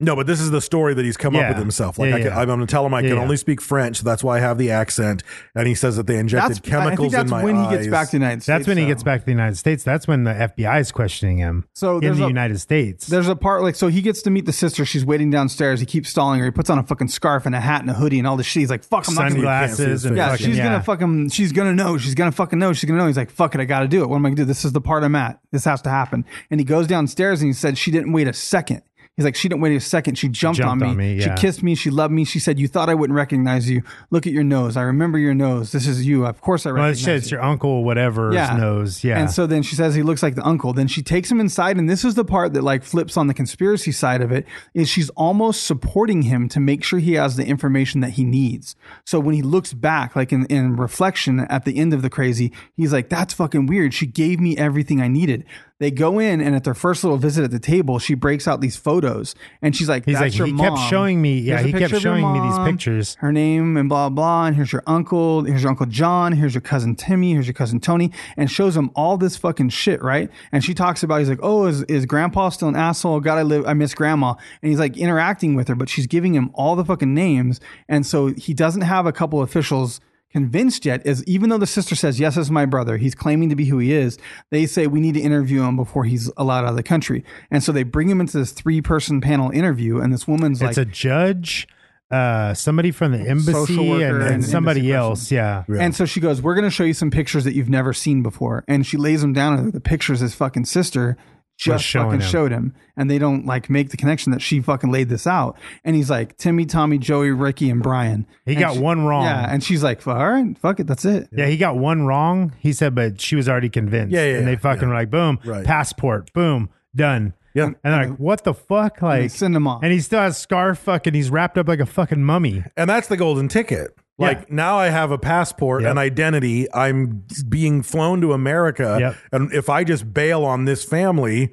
No, but this is the story that he's come
Yeah.
up with himself. Like
Yeah,
I can,
yeah.
I'm going to tell him I
Yeah,
can
yeah.
only speak French, so that's why I have the accent. And he says that they injected
That's I think
chemicals
that's
in my
when
eyes.
he gets back to the United States.
That's when he
though.
gets back to the United States. That's when the FBI is questioning him.
So
in
there's
the
a-
United States,
There's a part like so he gets to meet the sister. She's waiting downstairs. He keeps stalling her. He puts on a fucking scarf and a hat and a hoodie and all this shit. He's like, "Fuck, I'm not gonna
You can't
sunglasses
see
and
his
Yeah,
fucking,
she's
yeah.
gonna fucking. She's gonna know. She's gonna fucking know. She's gonna know. He's like, fuck it. I gotta do it. What am I gonna do? This is the part I'm at. This has to happen. And he goes downstairs and he said she didn't wait a second. He's like, she didn't wait a second. She jumped,
jumped
on me.
on me, yeah.
She kissed me. She loved me. She said, "You thought I wouldn't recognize you. Look at your nose. I remember your nose. This is you. Of course I
Well, it's,
recognize
it's
you."
your uncle, whatever knows. Yeah.
And so then she says he looks like the uncle. Then she takes him inside, and this is the part that like flips on the conspiracy side of it. Is she's almost supporting him to make sure he has the information that he needs. So when he looks back, like in, in reflection at the end of the crazy, he's like, "That's fucking weird. She gave me everything I needed." They go in, and at their first little visit at the table, she breaks out these photos, and she's like,
He's
"That's
like,
your
"He kept
mom.
showing me- yeah,
Here's a
he kept
picture of your
showing me these
mom,
pictures."
her name and blah blah and here's your uncle here's your uncle john here's your cousin timmy here's your cousin tony and shows him all this fucking shit right and she talks about he's like oh is, is grandpa still an asshole god i live i miss grandma and he's like interacting with her but she's giving him all the fucking names and so he doesn't have a couple officials convinced yet is even though the sister says yes this is my brother he's claiming to be who he is they say we need to interview him before he's allowed out of the country and so they bring him into this three person panel interview and this woman's
it's
like
a judge, uh, somebody from the embassy, and,
worker and
and
embassy
somebody
person.
else. Yeah.
And so she goes, "We're going to show you some pictures that you've never seen before." And she lays them down, and the pictures his fucking sister just
showing
fucking
him.
showed him, and they don't like make the connection that she fucking laid this out. And he's like, "Timmy, Tommy, Joey, Ricky, and Brian."
He
And
got one wrong.
Yeah, and she's like, "All right, fuck it, that's it."
Yeah, he got one wrong. He said, but she was already convinced.
Yeah, yeah,
And they
yeah,
fucking
yeah.
were like, boom,
Right.
passport, boom, done.
Yeah.
And they're like, what the fuck? Like,
they send him off.
And he still has scarf fucking, he's wrapped up like a fucking mummy.
and that's the golden ticket. Like
Yeah.
now I have a passport
Yep.
and identity. I'm being flown to America.
Yep.
And if I just bail on this family,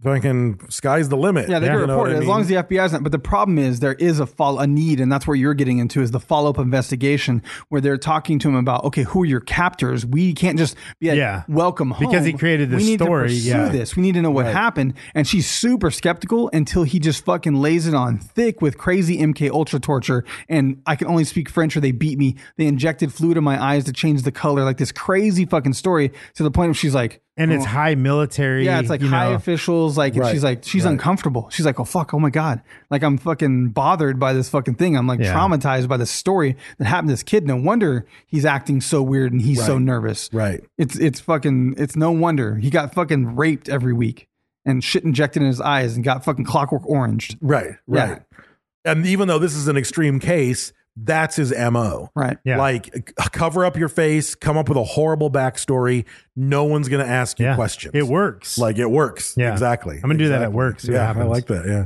fucking sky's the limit.
Yeah, they
Yeah.
can
You know
report
what
it
I
as long
mean?
as the FBI's not. But the problem is there is a follow a need, and that's where you're getting into is the follow up investigation where they're talking to him about okay, who are your captors? We can't just be like,
Yeah.
welcome home
Because he created this
we need
story,
To pursue
yeah.
this we need to know what happened, and she's super skeptical until he just fucking lays it on thick with crazy MK Ultra torture, and I can only speak French or they beat me. They injected fluid in my eyes to change the color, like this crazy fucking story to the point where she's like.
and
Oh.
it's high military.
Yeah, it's like
you
high
know.
officials. Like and
Right,
she's like she's uncomfortable. She's like, oh fuck, oh my god, like I'm fucking bothered by this fucking thing. I'm like
Yeah.
traumatized by the story that happened to this kid. No wonder he's acting so weird and he's so
Right.
nervous.
Right.
It's it's fucking it's no wonder he got fucking raped every week and shit injected in his eyes and got fucking clockwork oranged.
Right.
Yeah.
Right. And even though this is an extreme case, that's his MO.
Right.
Yeah.
Like c- cover up your face, come up with a horrible backstory. No one's going to ask you
yeah.
questions.
It works.
Like it works.
Yeah.
Exactly.
I'm gonna do that at
Exactly.
work, see what
yeah. I
happens.
like that. Yeah.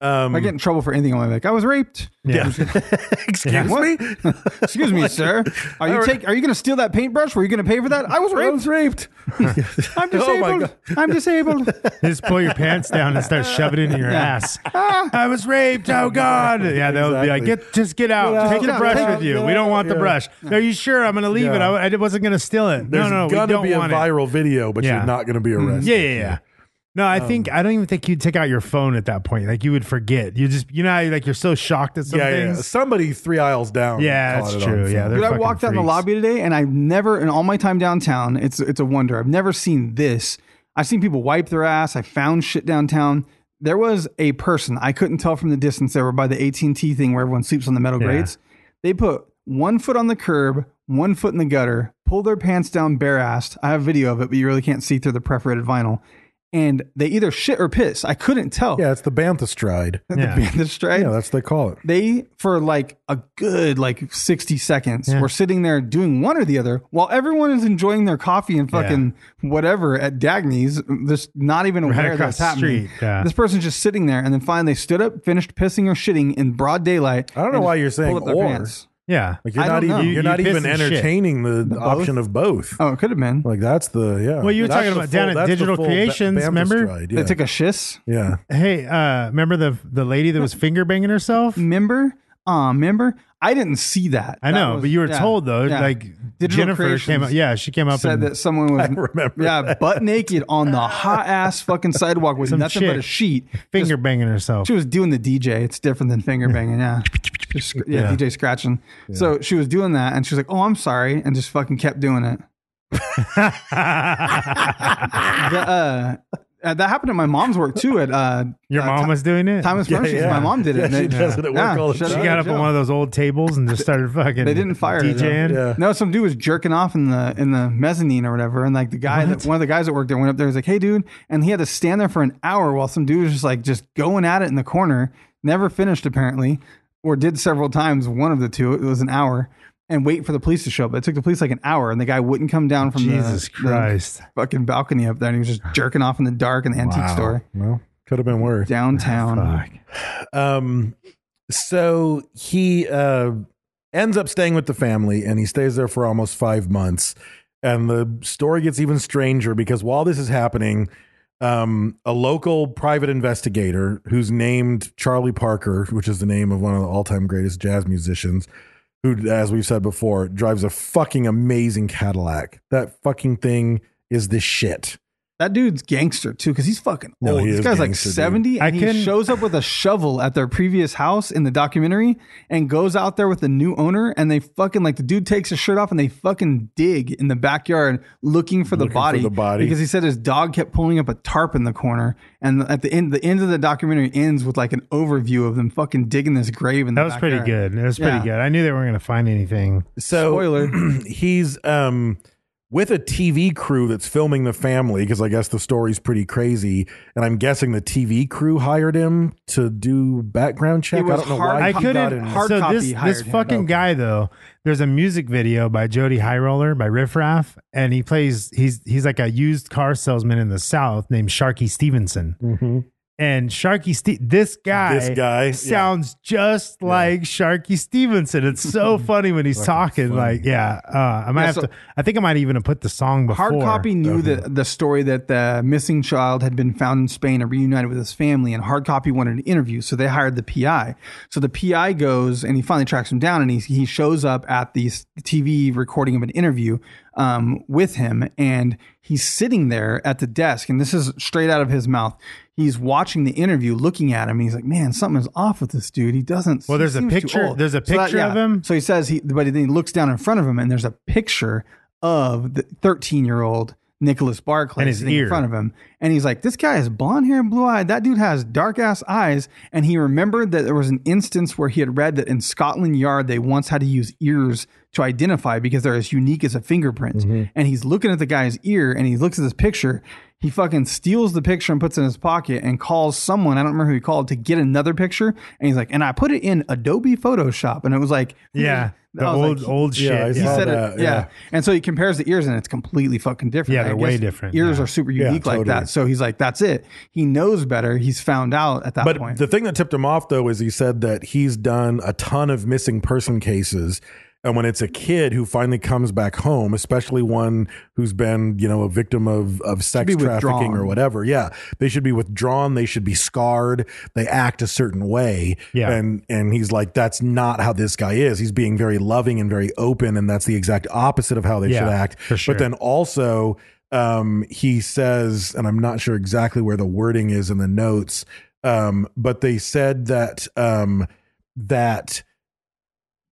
Um,
If I get in trouble for anything, I'm like, I was raped.
yeah.
Excuse
What?
me?
Excuse me, sir. Are you take? Are you going to steal that paintbrush? Were you going to pay for that? I was
I
raped.
was raped.
I'm
Oh my
disabled. I'm disabled.
Just pull your pants down and start shoving it in your ass. I was raped. Oh God. Yeah, they'll be like,
Ah. Exactly.
get just get out.
Get out,
Take the
get
brush
out,
with you.
get
we don't
out."
want the
Yeah.
brush. Are you sure? I'm gonna leave it.
Yeah.
I, I wasn't gonna steal it.
There's
no, no, we
gonna
don't
be a
want it.
viral video, but
Yeah. Mm-hmm.
you're not going to be arrested.
Yeah, yeah, yeah. No,
Um,
I think I don't even think you'd take out your phone at that point. Like you would forget. You just you know how you- like you're so shocked at some
Yeah, yeah.
things.
Somebody three aisles down.
Yeah,
caught
that's
it on
true. Yeah,
film.
they're
Dude, I
fucking
walked out in the
freaks.
lobby today, and I've never, in all my time downtown, it's it's a wonder. I've never seen this. I've seen people wipe their ass. I found shit downtown. There was a person I couldn't tell from the distance. They were by the AT and T thing where everyone sleeps on the metal
Yeah.
grates. They put one foot on the curb, one foot in the gutter, pulled their pants down bare assed. I have video of it, but you really can't see through the perforated vinyl. And they either shit or piss. I couldn't tell.
Yeah, it's the banthastride.
Yeah.
the stripe
Yeah, that's what they call it.
they for like a good like 60 seconds
Yeah.
were sitting there doing one or the other while everyone is enjoying their coffee and
Yeah.
fucking whatever at Dagny's just not even aware
across
that's
the
happening
street, yeah.
this person's just sitting there and then finally they stood up finished pissing or shitting in broad daylight
I don't know
and
why
just
you're saying
pulled up their
or.
pants.
Yeah.
Like you're
I
not
don't know.
even
You-
you're
you
not
piss
even
and shit.
entertaining the option of both.
oh it could have been
Like that's the yeah.
Well, you were
That's
talking
the
about down at
that's the
Digital
full
Creations,
Ba-
remember?
Bambastride,
they
Yeah.
took a shiss
yeah.
Hey, uh, remember the the lady that was finger banging herself?
member um member I didn't see that
I
Mm, That
know,
was-
but you were
yeah,
told though,
yeah.
like
Digital
Jennifer came
Creations
up. Yeah, she came up
said
and
that someone was
remember
yeah butt naked on the hot ass fucking sidewalk with
Some
nothing but a
chick.
sheet
finger
Just-
banging herself.
she was doing the dj it's different than finger banging yeah Just sc- yeah,
Yeah.
dj scratching so she was doing that and she was like oh i'm sorry and just fucking kept doing it The, uh, uh, that happened at my mom's work too at uh
Your
uh,
mom
Tho-
was doing it.
thomas Murphy's.
yeah.
my mom did it
Yeah,
and
she
they-
does it at work all the
shut
time.
she
up,
got up
Joe.
on one of those old tables and just started fucking.
they didn't fire her, though.
DJing.
Yeah.
No, some dude was jerking off in the in the mezzanine or whatever, and like the guy, that, one of the guys that worked there went up there. was like, "Hey, dude," and he had to stand there for an hour while some dude was just like just going at it in the corner. Never finished apparently, or did several times. One of the two. It was an hour, and wait for the police to show up. It took the police like an hour, and the guy wouldn't come down from the-
Jesus
the,
Christ.
fucking balcony up there, and he was just jerking off in the dark in the antique
Wow. Ah,
store
Well, could have been worse.
downtown.
Fuck.
Um, so he uh, ends up staying with the family and he stays there for almost five months. And the story gets even stranger because while this is happening, um, a local private investigator who's named Charlie Parker, which is the name of one of the all time greatest jazz musicians, who, as we've said before, drives a fucking amazing Cadillac. That fucking thing is the shit.
That dude's gangster too, because he's fucking
No,
old.
he
this
is
guy's like
gangster, dude.
seventy,
I
and
couldn't-
he shows up with a shovel at their previous house in the documentary, and goes out there with the new owner, and they fucking like the dude takes his shirt off, and they fucking dig in the backyard looking for the
Looking for
body,
the body.
because he said his dog kept pulling up a tarp in the corner, and at the end, the end of the documentary ends with like an overview of them fucking digging this grave in
That
the
was pretty
backyard.
good. It was pretty
Yeah.
good. I knew they weren't going to find anything.
So
Spoiler.
he's um with a TV crew that's filming the family because I guess the story's pretty crazy, and I'm guessing the TV crew hired him to do background check.
It was
I don't know
hard-
why
I
he got
couldn't.
in.
hard
so
copy
this
hired
this
him.
fucking
Okay.
guy though. There's a music video by Jody Highroller by Riff Raff, and he plays. He's he's like a used car salesman in the South named Sharky Stevenson.
Mm-hmm.
And Sharky, Ste- this guy,
This guy, yeah.
sounds just like Sharky Stevenson. It's so funny when he's talking. Like, yeah, uh, I might
Yeah,
have
so-
to. I think I might even have put the song before.
Hard copy knew the, the story that the missing child had been found in Spain and reunited with his family, and hard copy wanted an interview, so they hired the PI. So the PI goes and he finally tracks him down, and he he shows up at the s- TV recording of an interview um, with him, and he's sitting there at the desk, and this is straight out of his mouth. He's watching the interview, looking at him, and he's like, "Man, something is off with this dude. He doesn't."
Well,
he
there's a
seems too
picture-
old."
there's a picture of him?
So he says he, but then he looks down in front of him, and there's a picture of the 13 year old Nicholas Barclay
And his
sitting
ear.
in front of him. And he's like, This guy has blonde hair and blue eyed. That dude has dark ass eyes. And he remembered that there was an instance where he had read that in Scotland Yard they once had to use ears to identify because they're as unique as a fingerprint.
Mm-hmm.
And he's looking at the guy's ear and he looks at this picture. He fucking steals the picture and puts it in his pocket and calls someone, I don't remember who he called, to get another picture. And he's like, and I put it in Adobe Photoshop. And it was like,
Yeah. The
I was
old
like,
old shit.
Yeah, I
he
saw
said
that,
it, yeah.
yeah.
And so he compares the ears, and it's completely fucking different.
Yeah,
I
they're way
guess
different,
Ears
yeah.
are super
Yeah,
unique like
totally.
that. So he's like, that's it. He knows better. He's found out at that
But
point.
the thing that tipped him off though is he said that he's done a ton of missing person cases. And when it's a kid who finally comes back home, especially one who's been, you know, a victim of, of sex
be
trafficking
withdrawn.
or whatever, yeah, they should be withdrawn. They should be scarred. They act a certain way.
Yeah.
And, and he's like, that's not how this guy is. He's being very loving and very open. And that's the exact opposite of how they
Yeah,
should act.
for sure.
But then also, um, he says, and I'm not sure exactly where the wording is in the notes, um, but they said that um, that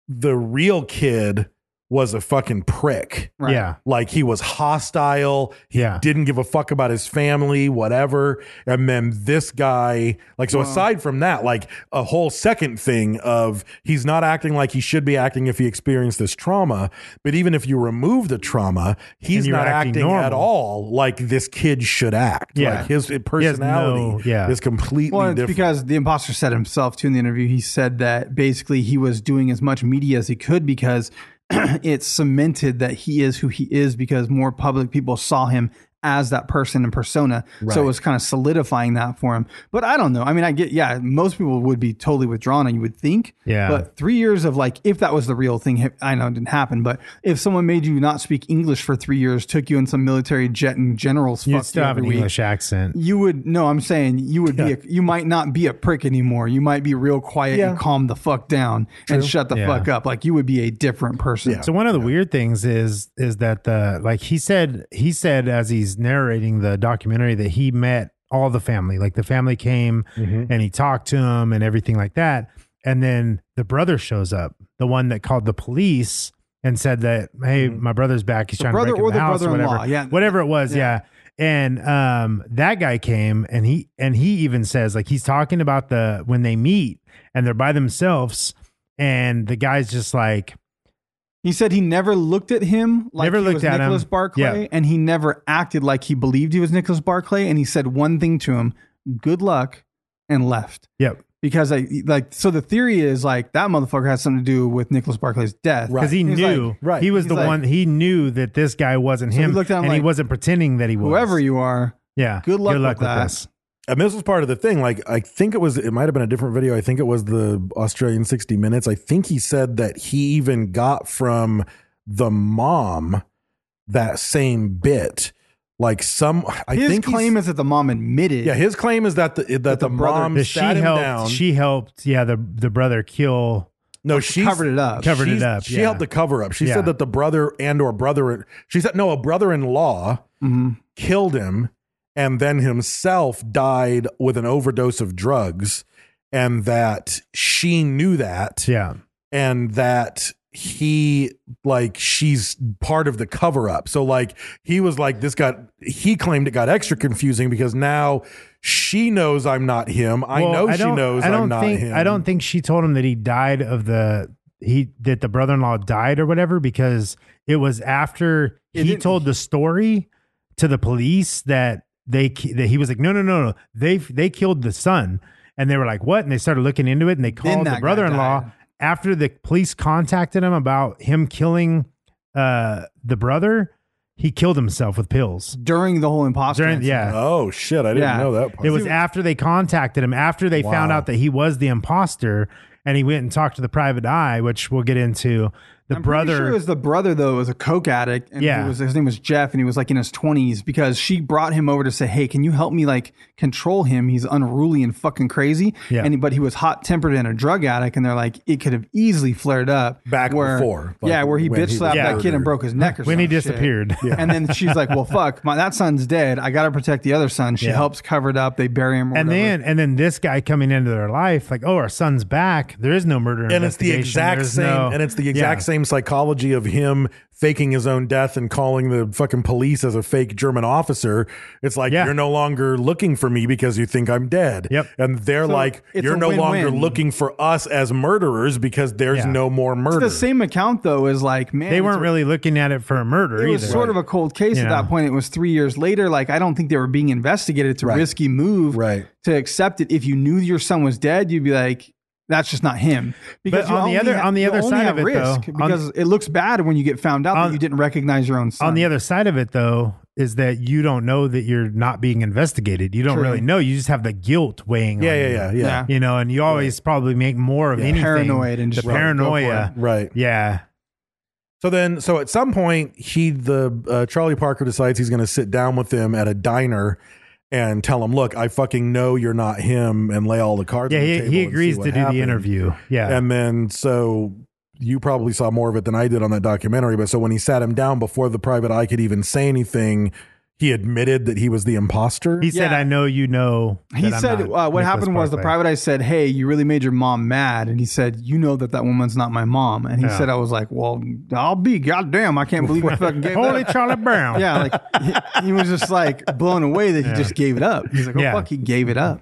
the real kid was a fucking prick.
Right.
Yeah.
Like he was hostile. He
Yeah.
didn't give a fuck about his family, whatever. And then this guy, like, so aside from that, like a whole second thing of he's not acting like he should be acting if he experienced this trauma. But even if you remove the trauma, he's
And you're
not
acting
acting, at
normal.
all like this kid should act.
Yeah.
Like his
has
personality
no- yeah.
is completely
well, it's
different.
because the imposter said himself too in the interview. He said that basically he was doing as much media as he could because it's cemented that he is who he is because more public people saw him as that person and persona. So it was kind of solidifying that for him. But I don't know. I mean, I get, yeah, most people would be totally withdrawn and you would think.
Yeah.
But three years of like, if that was the real thing, hip- I know it didn't happen, but if someone made you not speak English for three years, took you in some military jet and generals,
You
fucked
still have
every
an
week,
English accent.
you would no i'm saying you would be a, you might not be a prick anymore you might be real quiet
Yeah.
and calm the fuck down and shut the
Yeah.
fuck up like you would be a different person
Yeah.
So one of the weird things is is that the like he said he said as he's narrating the documentary that he met all the family like the family came and he talked to him and everything like that and then the brother shows up the one that called the police and said that hey my brother's back he's trying
brother
to break
or
in the,
the
house or whatever
brother-in-law, yeah.
whatever it was yeah. and um that guy came and he and he even says like he's talking about the when they meet and they're by themselves and the guy's just like
he said he never looked at him like
Never
he
looked
was
at him.
nicholas barclay
Yeah.
and he never acted like he believed he was nicholas barclay and he said one thing to him good luck and left
yep
because I like so the theory is like that motherfucker has something to do with Nicholas Barclay's death
because he
He's
knew
like,
right.
he was
He's
the
like-
one he knew that this guy wasn't
So he
him
looked at him
and he
like,
wasn't pretending that he was
whoever you are
yeah
good luck with that.
this
and this was part of the thing. Like, I think it was, it might have been a different video. I think it was the Australian 60 Minutes. I think he said that he even got from the mom that same bit. Like, some, I
his
think he's-
claim is that the mom admitted
yeah, his claim is that the, that the,
the brother-
mom
The- she
sat him
helped
down.
she helped yeah the the brother kill
no, she
covered it up.
Covered it
she's-
up,
She
yeah.
helped the cover up. She
Yeah.
said that the brother and or brother, she said, no, a brother in law
Mm-hmm.
killed him and then himself died with an overdose of drugs. And that she knew that.
yeah
and that he like she's part of the cover up. So like he was like this got he claimed it got extra confusing because now she knows I'm not him. I
Well,
know she
don't-
knows
I
I'm
don't
not
think
him.
I don't think she told him that he died of the he that the brother-in-law died or whatever because it was after
It
he
didn't-
told the story to the police that they ki- that he was like no no no no they they killed the son and they were like what and they started looking into it and they called
that
the
guy
brother-in-law
died.
after the police contacted him about him killing uh the brother he killed himself with pills
during the whole imposter.
during yeah
incident.
Oh shit! I didn't
Yeah.
know that part.
it was after they contacted him, after they found
Wow.
out that he was the imposter, and he went and talked to the private eye, which we'll get into. The
I'm pretty
brother,
Sure it was the brother though. Was a coke addict, and
Yeah.
he was, his name was Jeff, and he was like in his twenties because she brought him over to say, "Hey, can you help me like control him? He's unruly and fucking crazy."
Yeah.
And but he was hot tempered and a drug addict, and they're like, it could have easily flared up
Back
where,
before, like,
yeah, where he
when
bitch
he
slapped
was
that kid
murdered.
and broke his neck or
when he
some shit.
disappeared.
And then she's like, "Well, fuck, my, that son's dead. I got to protect the other son." She
Yeah.
helps cover it up. They bury him. Or
And
whatever.
then, and then this guy coming into their life, like, oh, our son's back. There is no murder,
and it's the
investigation.
exact
There's
same.
no-
and it's the
Yeah.
exact same same psychology of him faking his own death and calling the fucking police as a fake German officer. It's like
Yeah.
you're no longer looking for me because you think I'm dead.
Yep.
And they're
So
like,
it's
you're
a
no longer
win-win.
looking for us as murderers because there's
Yeah.
no more murder.
It's the same account though is like man
They
it's
weren't
a-
really looking at it for a murder
it
either.
was sort of a cold case
You
at
know.
that point. It was three years later. Like I don't think they were being investigated. It's a
Right.
risky move
Right.
to accept it. If you knew your son was dead, you'd be like, "That's just not him."
on
you
the
only
other- on the
you
other
only
side
have
of it, though,
risk
on-
because it looks bad when you get found out
on-
that you didn't recognize your own son.
on the other side of it though is that you don't know that you're not being investigated you don't
True.
really know you just have the guilt weighing
Yeah,
on
yeah,
you.
yeah, yeah.
Yeah.
you know and you always probably make more of anything
Paranoid and
the
just- Right.
paranoia
Go for
Right.
yeah
So then, so at some point, he the uh, Charlie Parker decides he's going to sit down with him at a diner and tell him, "Look, I fucking know you're not him," and lay all the cards.
yeah
on the
he,
table
he
and see
agrees
what
to do
happened.
the interview yeah
And then, so you probably saw more of it than I did on that documentary. But so when he sat him down before the private eye could even say anything, he admitted that he was the imposter.
he said
Yeah.
i know you know
He
that I'm
said,
not
uh, "What
Nicholas
happened was the
Parkway."
private eye said, "Hey, you really made your mom mad." And he said, "You know that that woman's not my mom." And he
Yeah.
said, "I was like, well, I'll be goddamn. I can't believe I fucking gave
holy
that up."
charlie brown
Yeah, like he, he was just like blown away that he just gave it up. He's like, "Oh
Yeah.
fuck, he gave it up."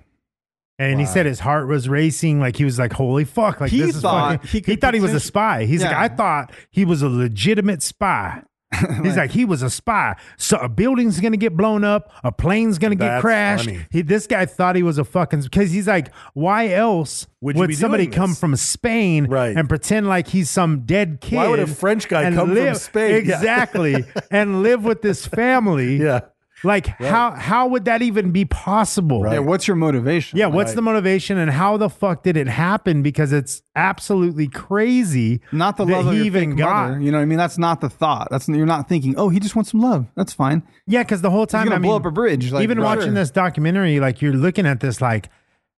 and he said his heart was racing like he was like holy fuck like
He
this is
thought
fucking,
he
he,
could
thought he was a
potentially-
spy he's
Yeah.
like i thought he was a legitimate spy He's like, he was a spy. So a building's gonna get blown up, a plane's gonna get
That's
crashed.
funny.
He, this guy thought he was a fucking because he's like, why else
Would
would,
you be
somebody
doing
come
this?
from Spain
Right.
and pretend like he's some dead kid?
Why would a French guy
and
come from Spain? Yeah.
Exactly, and live with this family.
Yeah.
like how how would that even be possible?
Yeah, what's your motivation?
Yeah, what's the motivation and how the fuck did it happen? Because it's absolutely crazy.
Not the
that
love of
he
your
even
fake
got.
mother, You know what I mean? That's not the thought. That's you're not thinking. Oh, he just wants some love. That's fine.
Yeah, because the whole time
gonna
I
blow
mean,
up a bridge, like,
even
right.
watching this documentary, like you're looking at this, like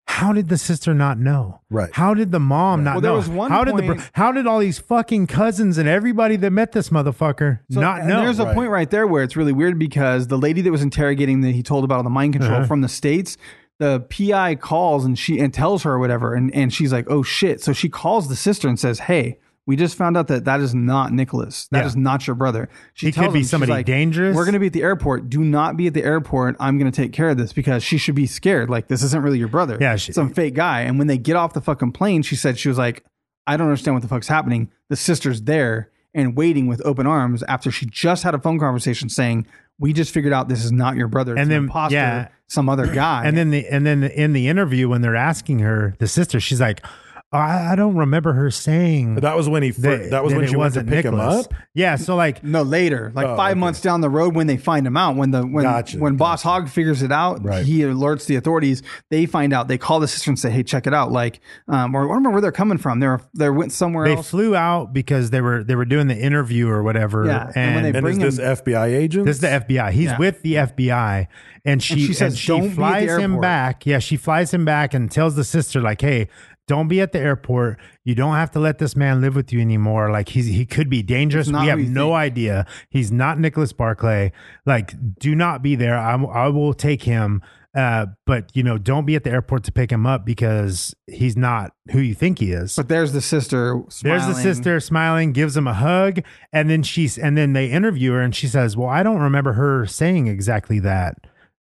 how did the sister not know?
Right.
How did the mom not
Well, there
know?
was one
how did the br-
point-
how did all these fucking cousins and everybody that met this motherfucker
So-
not
and
know?
There's a
Right.
point right there where it's really weird because the lady that was interrogating that he told about on the mind control
Uh-huh.
from the states, the PI calls and she and tells her or whatever, and and she's like, oh shit. So she calls the sister and says, hey. We just found out that that is not Nicholas. That is
Yeah.
not your brother. She
He could
tells
be
him, she's
somebody
like,
dangerous.
We're going to be at the airport. Do not be at the airport. I'm going to take care of this because she should be scared. Like this isn't really your brother.
Yeah, she-
some fake guy. And when they get off the fucking plane, she said she was like, I don't understand what the fuck's happening. The sister's there and waiting with open arms after she just had a phone conversation saying, "We just figured out this is not your brother. It's
And
an
then-
imposter,
yeah.
some other guy."
and then the and then in the interview when they're asking her the sister, she's like, I, I don't remember her saying
That was when he. Fir- that, was when
it
she went to
wasn't
pick
Nicholas.
him up.
Yeah, so like
no later, like
Oh,
five
okay.
months down the road, when they find him out, when the when
Gotcha,
when Boss Hogg figures it out,
Right.
he alerts the authorities. They find out. They call the sister and say, "Hey, check it out!" Like, um, or I don't remember where they're coming from. They're they went somewhere
they
else.
flew out because they were they were doing the interview or whatever.
Yeah, and
and
when they
And is
Bring
this
him-
FBI agent?
This is the FBI. He's
Yeah.
with the FBI, and she
she
and
says,
she
"Don't be at the
flies him
airport."
back. Yeah, she flies him back and tells the sister like, "Hey, don't be at the airport. You don't have to let this man live with you anymore. Like he's he could be dangerous.
It's not
We have
who you
no
think."
idea. He's not Nicholas Barclay. Like, do not be there. I'm, I will take him." Uh, but you know, don't be at the airport to pick him up because he's not who you think he is.
But there's the sister. Smiling.
There's the sister smiling, gives him a hug, and then she's and then they interview her and she says, "Well, I don't remember her saying exactly that.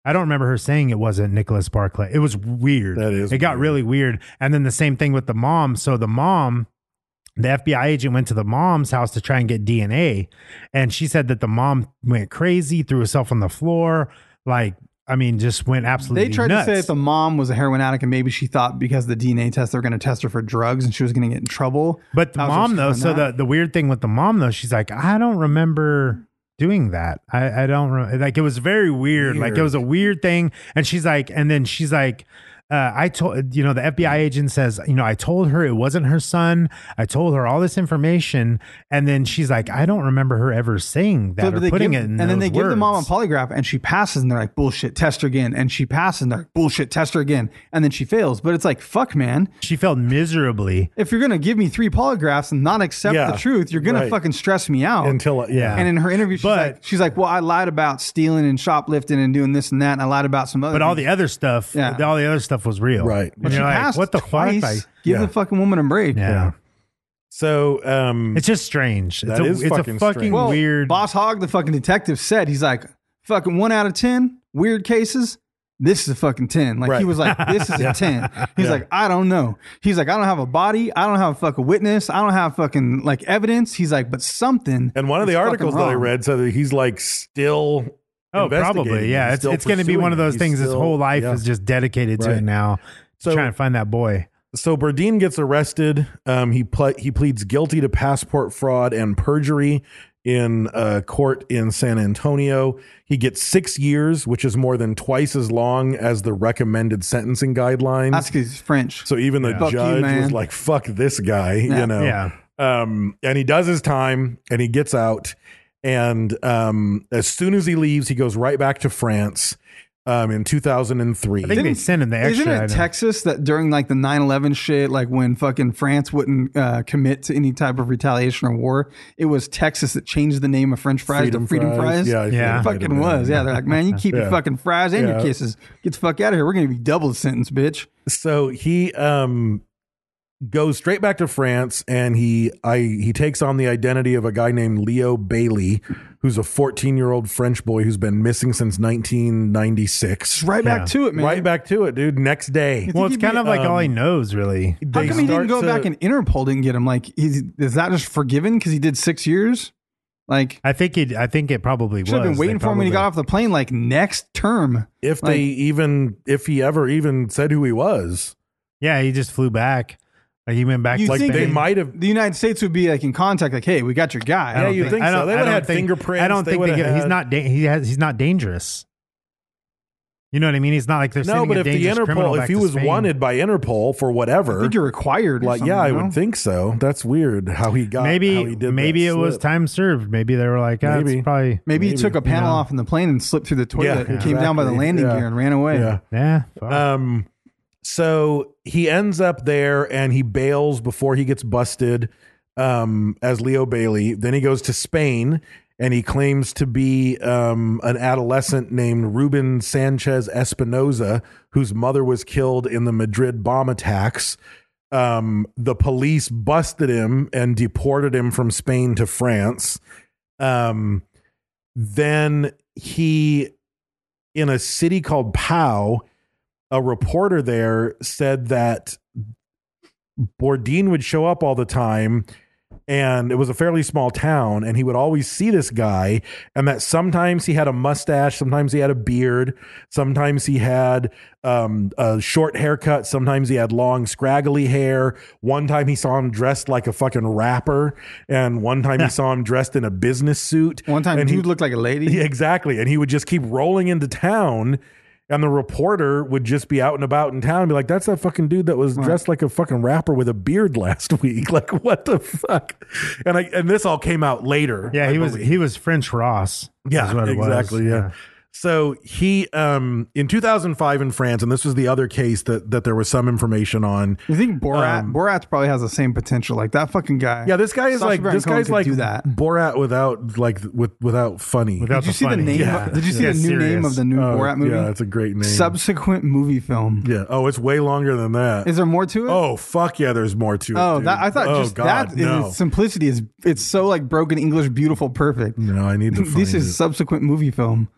I don't remember her saying it wasn't Nicholas Barclay. It was weird.
That is
It got
weird.
really weird. And then the same thing with the mom. So the mom the FBI agent went to the mom's house to try and get DNA. And she said that the mom went crazy, threw herself on the floor. Like, I mean, just went absolutely
They tried
nuts.
to say that the mom was a heroin addict, and maybe she thought because of the DNA test they were going to test her for drugs, and she was going to get in trouble.
But the
That was
mom
just
though,
doing
so
that.
the, the weird thing with the mom though, she's like, I don't remember doing that. I, I don't re- like it was very weird. Like it was a weird thing. And she's like, and then she's like, uh, I told you know the FBI
Mm.
agent says you know I told her it wasn't her son. I told her all this information, and then she's like, I don't remember her ever saying that
So
or
they
putting
give-
it. In
and then
those
they give the mom a
words.
polygraph, and she passes, and they're like, "Bullshit, test her again." And she passes, and they're like, "Bullshit, test her again." And then she fails. But it's like, "Fuck, man!
She felt miserably.
If you're gonna give me three polygraphs and not accept
Yeah,
the truth, you're gonna
right.
fucking stress me out."
until yeah.
and in her interview, she's
But-
like, "She's like, well, I lied about stealing and shoplifting and doing this and that, and I lied about some other."
But all the
things."
other stuff,
Mm. Yeah.
all the other stuff was real,
Right.
And
but she
you're like,
passed
what the
twice.
fuck? Like,
Give
Yeah.
the fucking woman a break.
yeah.
So um,
It's just strange. It's
That
a,
is
it's
fucking
a fucking
strange. Well,
weird.
Oh, Boss Hogg, the fucking detective, said he's like fucking one out of ten weird cases. This is a fucking ten. Like
Right.
he was like, this is a ten. He's like, I don't know. He's like, I don't have a body. I don't have a fucking witness. I don't have fucking like evidence. He's like, but something.
and one of the
is fucking
articles that I
wrong.
read said that he's like still.
oh,
investigating.
probably. Yeah.
He's
It's,
still
it's going to be one of
pursuing it.
those
He's
things. his
still-
whole life
yeah.
is just dedicated to
Right.
it now.
So-
trying to find that boy.
so Burdine gets arrested. Um, he ple- he pleads guilty to passport fraud and perjury in a court in San Antonio. He gets six years, which is more than twice as long as the recommended sentencing guidelines.
That's because he's French.
so even the
Yeah. Fuck you,
judge was
man.
like, "Fuck this guy," you
Yeah.
know.
Yeah.
Um, and he does his time, and he gets out. And um, as soon as he leaves, he goes right back to France. Um, in two thousand and three,
I think they sent him the
Isn't
extra
it
item.
Texas that during like the 9-11 shit, like when fucking France wouldn't uh, commit to any type of retaliation or war, it was Texas that changed the name of French fries to Freedom Fries.
Yeah, I think it
Yeah.
It
might have
fucking
been.
was. Yeah, they're like, man, you keep
Yeah.
your fucking fries and
Yeah.
your kisses. Get the fuck out of here. We're gonna be double the sentence, bitch.
so he um goes straight back to France and he I he takes on the identity of a guy named Leo Bailey who's a 14-year-old French boy who's been missing since 1996.
Just right back to it, man.
Right back to it, dude. Next day.
Well, it's
he'd be-
kind of like
um,
all he knows, really.
How
They
come he
start
didn't go
to-
back and Interpol didn't get him? Like, is, is that just forgiven because he did six years? Like,
I think it. I think it probably
should have
was.
been waiting
They
for him when he
probably-
got off the plane. Like next term.
If
Like-
they even if he ever even said who he was,
Yeah, he just flew back. Like he went back.
You
to
like
think
they
it-
might have
the United States would be like in contact, like, hey, we got your guy.
Yeah,
I don't
you
think-
think
I
so?
don't,
They
I
would've
don't
had
think-
fingerprints.
I don't
They
think they
would've
get, he's
had-
not. Da- he has. He's not dangerous. You know what I mean? He's not like they're
No,
sending
but
a
if the
dangerous criminal
Interpol if
back
he
to
was
Spain.
wanted by Interpol for
I
whatever
think you're required. or
like
something,
yeah, I
you know?
would think so. That's weird how he got how he
maybe
did
maybe
that
it was
slip.
time served. Maybe they were like, ah,
Maybe.
it's probably
Maybe, he
Maybe.
took a panel
Yeah.
off in the plane and slipped through the toilet and
Yeah,
came down by the
exactly.
landing
Yeah.
gear and ran away.
Yeah.
yeah. fuck.
Um, so he ends up there and he bails before he gets busted um, as Leo Bailey. Then he goes to Spain and he claims to be um, an adolescent named Ruben Sanchez Espinoza, whose mother was killed in the Madrid bomb attacks. Um, the police busted him and deported him from Spain to France. Um, then he, in a city called Pau, a reporter there said that Bourdine would show up all the time and it was a fairly small town and he would always see this guy and that sometimes he had a mustache sometimes he had a beard sometimes he had um, a short haircut sometimes he had long scraggly hair one time he saw him dressed like a fucking rapper and one time he saw him dressed in a business suit
One time,
and
dude looked like a lady.
yeah, exactly. And he would just keep rolling into town, and the reporter would just be out and about in town and be like, that's that fucking dude that was dressed like a fucking rapper with a beard last week. Like, what the fuck? And I and this all came out later.
yeah,
I
he was
believe.
he was French Ross.
Yeah,
is what it was.
exactly. Yeah. So he um in 2005 in France, and this was the other case that that there was some information on.
You think Borat?
Um,
Borat probably has the same potential. Like that fucking guy.
Yeah, this guy is
Sacha
like
Baron
this
Cohen
guy's
could
like
do that.
Borat without like with without funny.
Without
Did you
the
see the
funny.
name?
Yeah.
Did you see
Yeah,
the new name
serious.
of the new
Oh,
Borat movie?
yeah, that's a great name.
Subsequent movie film.
yeah. Oh, it's way longer than that.
Is there more to it?
Oh fuck yeah, there's more to it.
Oh,
dude.
that, I thought
oh,
just
God,
that in
no.
its simplicity is it's so like broken English, beautiful, perfect.
no, I need to. Find
this is
it.
subsequent movie film.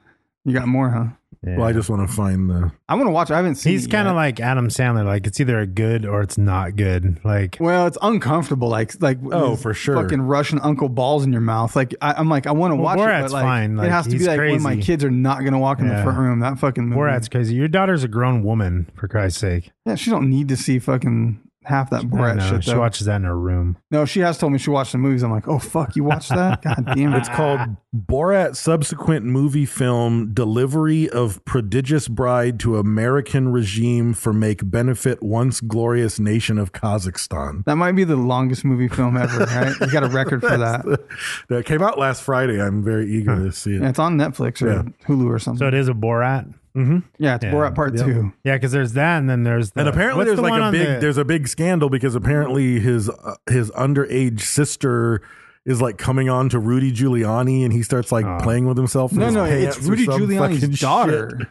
You got more, huh?
Well, I just want to find the.
I want to watch. it. I haven't seen.
He's kind of like Adam Sandler. Like it's either a good or it's not good. Like
Well, it's uncomfortable. Like like
Oh,
his
for sure.
Fucking Russian uncle balls in your mouth. Like I, I'm like I want to
Well,
watch it,
Borat's
but like
fine. Like,
it has to be
he's
like when my
crazy.
kids are not gonna walk in the
Yeah.
front room. That fucking movie.
Borat's
Mm-hmm.
crazy. Your daughter's a grown woman, for Christ's sake.
Yeah, she don't need to see fucking half that
I
Borat
know.
shit
She
though.
watches that in her room.
no, she has told me she watched the movies. I'm like, oh fuck, you watched that? God damn it!
It's called Borat subsequent movie film delivery of prodigious bride to American regime for make benefit once glorious nation of Kazakhstan.
That might be the longest movie film ever. Right? You got a record for that.
That came out last Friday. I'm very eager to see
Yeah,
it.
it's on Netflix or
Yeah.
Hulu or something.
So it is a Borat.
yeah, it's
Yeah.
Borat Part Two.
Yeah, because there's that, and then there's the,
And apparently
what's
there's
the
like
one
a
on
big
the-
there's a big scandal because apparently his uh, his underage sister is like coming on to Rudy Giuliani and he starts like playing with himself. in
No,
his
no,
pants
it's
or
Rudy
some
Giuliani's
fucking
daughter.
shit.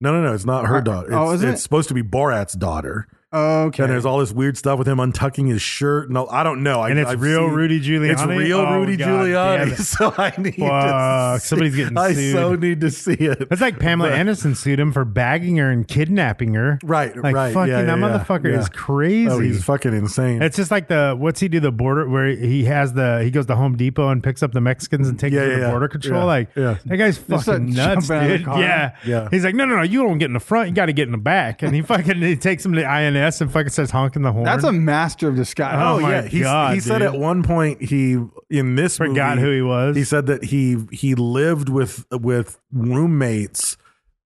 No, no, no, it's not her daughter. It's,
oh, is
it's
it?
supposed to be Borat's daughter.
Okay.
And there's all this weird stuff with him untucking his shirt. No, I don't know. I,
And it's real Rudy Giuliani?
It's real
Oh,
Rudy
God damn
Giuliani.
it.
So I need to.
Fuck,
see-
somebody's getting
I
sued.
so need to see it.
That's like Pamela
But-
Anderson sued him for bagging her and kidnapping her.
Right,
like,
right.
Fucking
yeah,
that
yeah, yeah,
motherfucker
yeah.
is crazy.
Oh, he's fucking insane.
It's just like the what's he do the border where he has the he goes to Home Depot and picks up the Mexicans and takes
Yeah,
them to
yeah, yeah.
border control.
Yeah,
like
yeah.
that guy's
Just
fucking
like
nuts,
jumping out of the
dude.
car.
Yeah.
Yeah.
He's like, no, no, no, you don't get in the front. You got to get in the back. And he fucking he takes him to INS and fucking starts honking the horn.
That's a master of disguise.
Oh,
Oh,
my
yeah, he,
God,
he said
dude.
at one point he in this
Forgot
movie,
who he was.
He said that he he lived with with roommates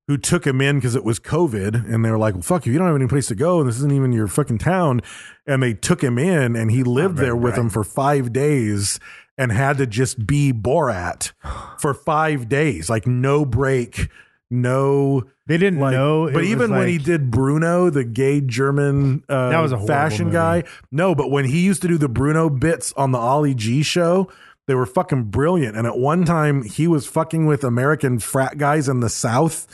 who took him in because it was COVID, and they were like, "Well, fuck you, you don't have any place to go, and this isn't even your fucking town." And they took him in, and he lived there with them for five days, and had to just be Borat for five days, like no break, no.
they didn't
Like,
know. it
but
was
even when he
like-
did Bruno, the gay German uh,
That was a horrible
fashion
movie.
guy, no. But when he used to do the Bruno bits on the Ollie G show, they were fucking brilliant. And at one time, he was fucking with American frat guys in the South.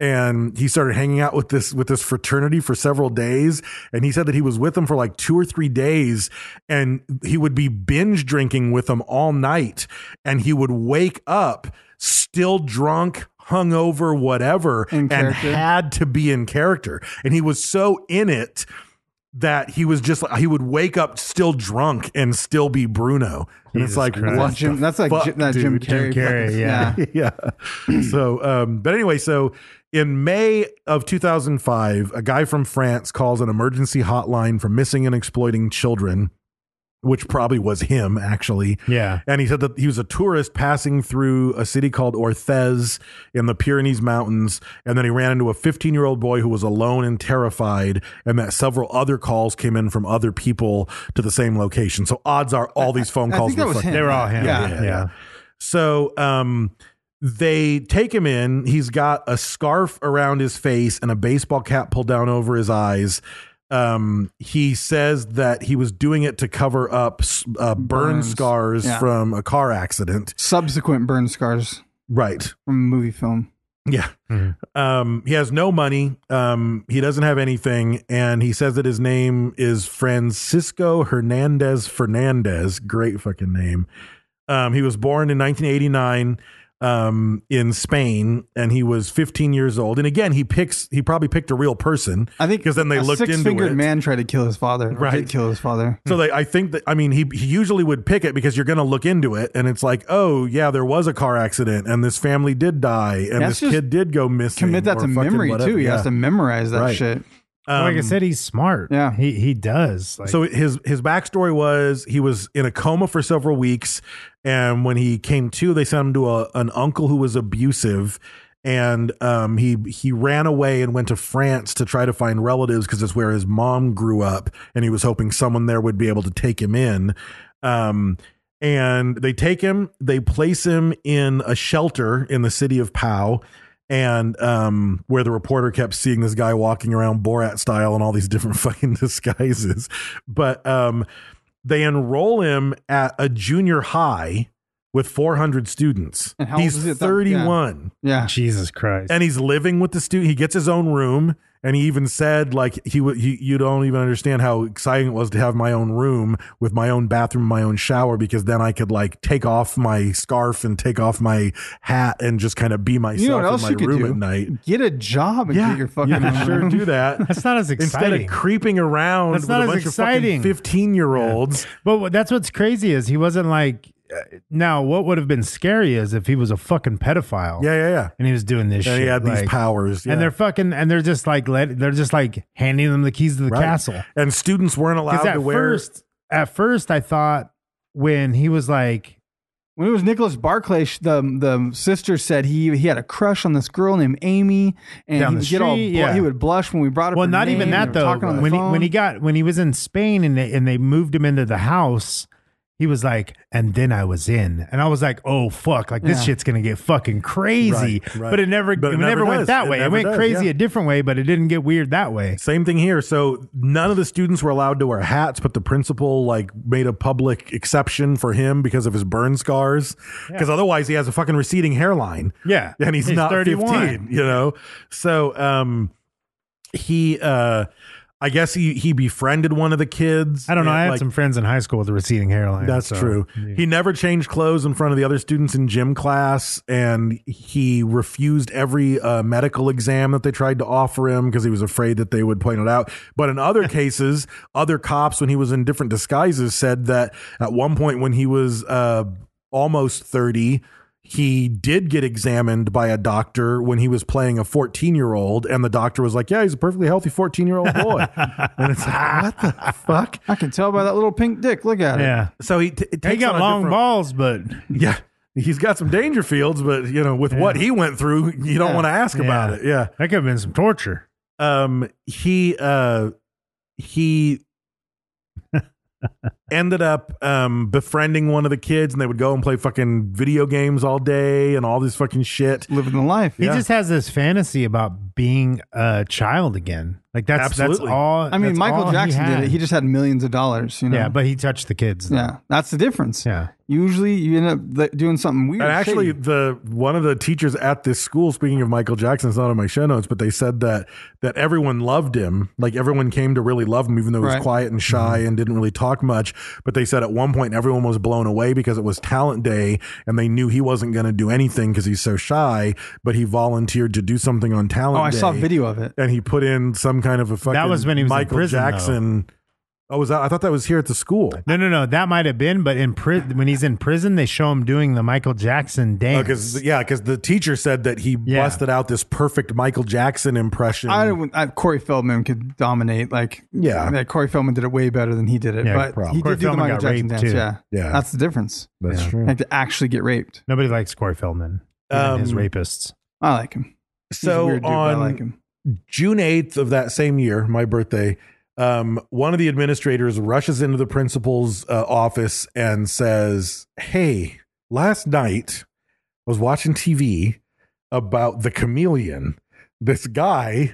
And he started hanging out with this with this fraternity for several days, and he said that he was with them for like two or three days, and he would be binge drinking with them all night, and he would wake up still drunk, hungover, whatever,
In
and
character.
had to be in character. And he was so in it that he was just like he would wake up still drunk and still be Bruno. And
Jesus
it's like
Christ.
what
Jim,
the
that's like
fuck,
Jim, that Jim
dude?
Carrey.
Carrey,
fucking-
yeah.
yeah. So, um, but anyway, so in May of 2005, a guy from France calls an emergency hotline for missing and exploiting children, which probably was him, actually.
Yeah.
And he said that he was a tourist passing through a city called Orthez in the Pyrenees Mountains. And then he ran into a 15 year old boy who was alone and terrified, and that several other calls came in from other people to the same location. So odds are all these phone
I
calls
think that
were
was
fucking-
him.
They were all him.
Yeah.
Yeah. yeah.
so um they take him in. He's got a scarf around his face and a baseball cap pulled down over his eyes. Um, he says that he was doing it to cover up uh, burn
Burns.
scars
Yeah.
from a car accident.
Subsequent burn scars
Right.
from movie film.
Yeah.
Mm-hmm.
Um, he has no money. Um, he doesn't have anything. And he says that his name is Francisco Hernandez Fernandez. Great fucking name. Um, he was born in 1989 um, in Spain and he was 15 years old. And again, he picks, he probably picked a real person.
I think
because then they
a
looked into
six-fingered
it.
man tried to kill his father. Right,
Right.
did kill his father.
So they, I think that I mean he, he usually would pick it because you're going to look into it and it's like oh yeah there was a car accident and this family did die and this
That's just-
kid did go missing
Commit that
or
to
fucking
memory
whatever.
too. He has to memorize that
Right.
shit.
like I
Um,
said, he's smart.
Yeah.
He he does. Like,
so his his backstory was he was in a coma for several weeks, and when he came to, they sent him to a, an uncle who was abusive, and um, he he ran away and went to France to try to find relatives because it's where his mom grew up, and he was hoping someone there would be able to take him in. Um, and they take him, they place him in a shelter in the city of Pau. And um, where the reporter kept seeing this guy walking around Borat style in all these different fucking disguises. But um, they enroll him at a junior high with 400 students.
And how old
he's
is he at that- yeah.
31
Yeah,
Jesus Christ.
and he's living with the student. He gets his own room, and he even said like he would. You, you don't even understand how exciting it was to have my own room with my own bathroom, my own shower, because then I could like take off my scarf and take off my hat and just kind of be myself
you know what
in
else
my
you could
room
do?
at night.
Get a job and
Yeah,
get your fucking.
you can
own
sure
room.
do that.
That's not as
Instead
exciting.
of creeping around
That's
with
not
a
as
bunch
exciting.
of fucking fifteen-year-olds.
But what- that's what's crazy is he wasn't like. uh, Now, what would have been scary is if he was a fucking pedophile.
Yeah, yeah, yeah.
And he was doing this.
And
shit,
he had these
like-
powers, yeah.
And they're fucking. And they're just like let. They're just like handing them the keys to the
Right.
castle.
and students weren't allowed
Because
to
at
wear.
first, at first, I thought when he was like,
When it was Nicholas Barclay, sh- the the sister said he he had a crush on this girl named Amy, and
Down
he
the
would get all
street,
blu-
yeah.
he would blush when we brought up.
well,
her
not
name,
even
they
that
were
though.
talking on the
When he
phone.
when he got when he was in Spain and they and they moved him into the house. He was like, and then I was in, and I was like, oh fuck, like this
Yeah.
shit's gonna get fucking crazy.
Right, right.
But it never,
But
it,
it
never,
never
went
does.
that
It
way. It
never
went
does,
crazy
yeah.
a different way, but it didn't get weird that way.
Same thing here. So none of the students were allowed to wear hats, but the principal like made a public exception for him because of his burn scars. Because otherwise, he has a fucking receding hairline.
Yeah.
and he's,
He's
not
31.
fifteen. You know, so um, he uh. I guess he, he befriended one of the kids.
I don't know.
and,
I had
like,
some friends in high school with a receding hairline.
That's
so,
true.
yeah.
He never changed clothes in front of the other students in gym class, and he refused every uh, medical exam that they tried to offer him because he was afraid that they would point it out. But in other cases, other cops, when he was in different disguises, said that at one point when he was uh, almost 30, he did get examined by a doctor when he was playing a 14 year old, and the doctor was like, Yeah, he's a perfectly healthy 14 year old boy. and it's like, What the fuck?
I can tell by that little pink dick. Look at it.
yeah.
So he, t- it
He
takes
got
on a
long
different-
balls, but
yeah. He's got some danger fields, but you know, with what he went through, you don't want to ask about it. Yeah.
that could have been some torture.
Um he uh he ended up um befriending one of the kids and they would go and play fucking video games all day and all this fucking shit.
Living the life.
He
Yeah.
just has this fantasy about being a child again. Like that's
Absolutely.
that's all.
I mean,
that's all
Michael
he
Jackson did
had.
it. He just had millions of dollars. You know.
yeah, but he touched the kids. though.
yeah, that's the difference.
Yeah.
Usually, you end up th- doing something weird.
And actually,
shady.
the one of the teachers at this school, speaking of Michael Jackson, it's not on my show notes, but they said that that everyone loved him. Like everyone came to really love him, even though he was
Right.
quiet and shy
Mm-hmm.
and didn't really talk much. But they said at one point everyone was blown away because it was talent day, and they knew he wasn't going to do anything because he's so shy. But he volunteered to do something on talent.
oh, I saw
Day,
video of it.
and he put in some kind of a fucking.
was when he was in
Michael
prison, though.
Jackson. Oh, was that? I thought that was here at the school.
No, no, no. That might have been, but in pri- when he's in prison, they show him doing the Michael Jackson dance.
Because yeah, because Oh, the teacher said that he
Yeah.
busted out this perfect Michael Jackson impression.
I, wouldn't- I Corey Feldman could dominate. Like,
Yeah.
that Corey Feldman did it way better than he did it.
Yeah,
but
probably.
he
Corey
did do the
Feldman
Michael
got
Jackson
raped,
dance.
too.
Yeah,
Yeah.
that's the difference.
That's true.
Like to actually get raped.
Nobody likes Corey Feldman. even his
Um,
rapists.
I like him. He's a
So
weird dude, but I
on
like him.
June eighth of that same year, my birthday, um, one of the administrators rushes into the principal's uh, office and says, "Hey, last night I was watching TV about the chameleon. This guy."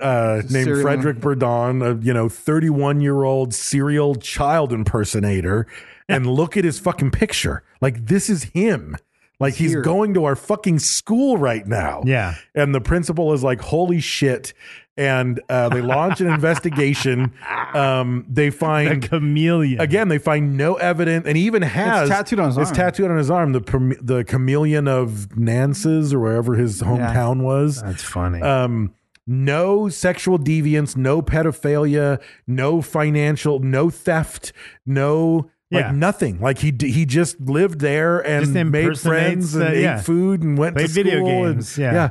Uh, named
Serial-
Frederick Verdon, a you know, 31 year old serial child impersonator, and look at his fucking picture. Like, this is him. Like, he's
Here.
going to our fucking school right now.
Yeah.
And the principal is like, holy shit. And uh, they launch an investigation. Um, they
The
find
chameleon.
again, they find no evidence, and he even has
tattooed on his
it's
arm.
tattooed on his arm, The chame- the chameleon of Nance's or wherever his hometown was.
Uh.
That's funny.
Um, no sexual deviance, no pedophilia, no financial, no theft, no like
Yeah.
nothing. Like he d- he just lived there and
Just
made
impersonates
friends and
the-
ate
yeah.
food and went
Played
to
video
school and-
games, yeah.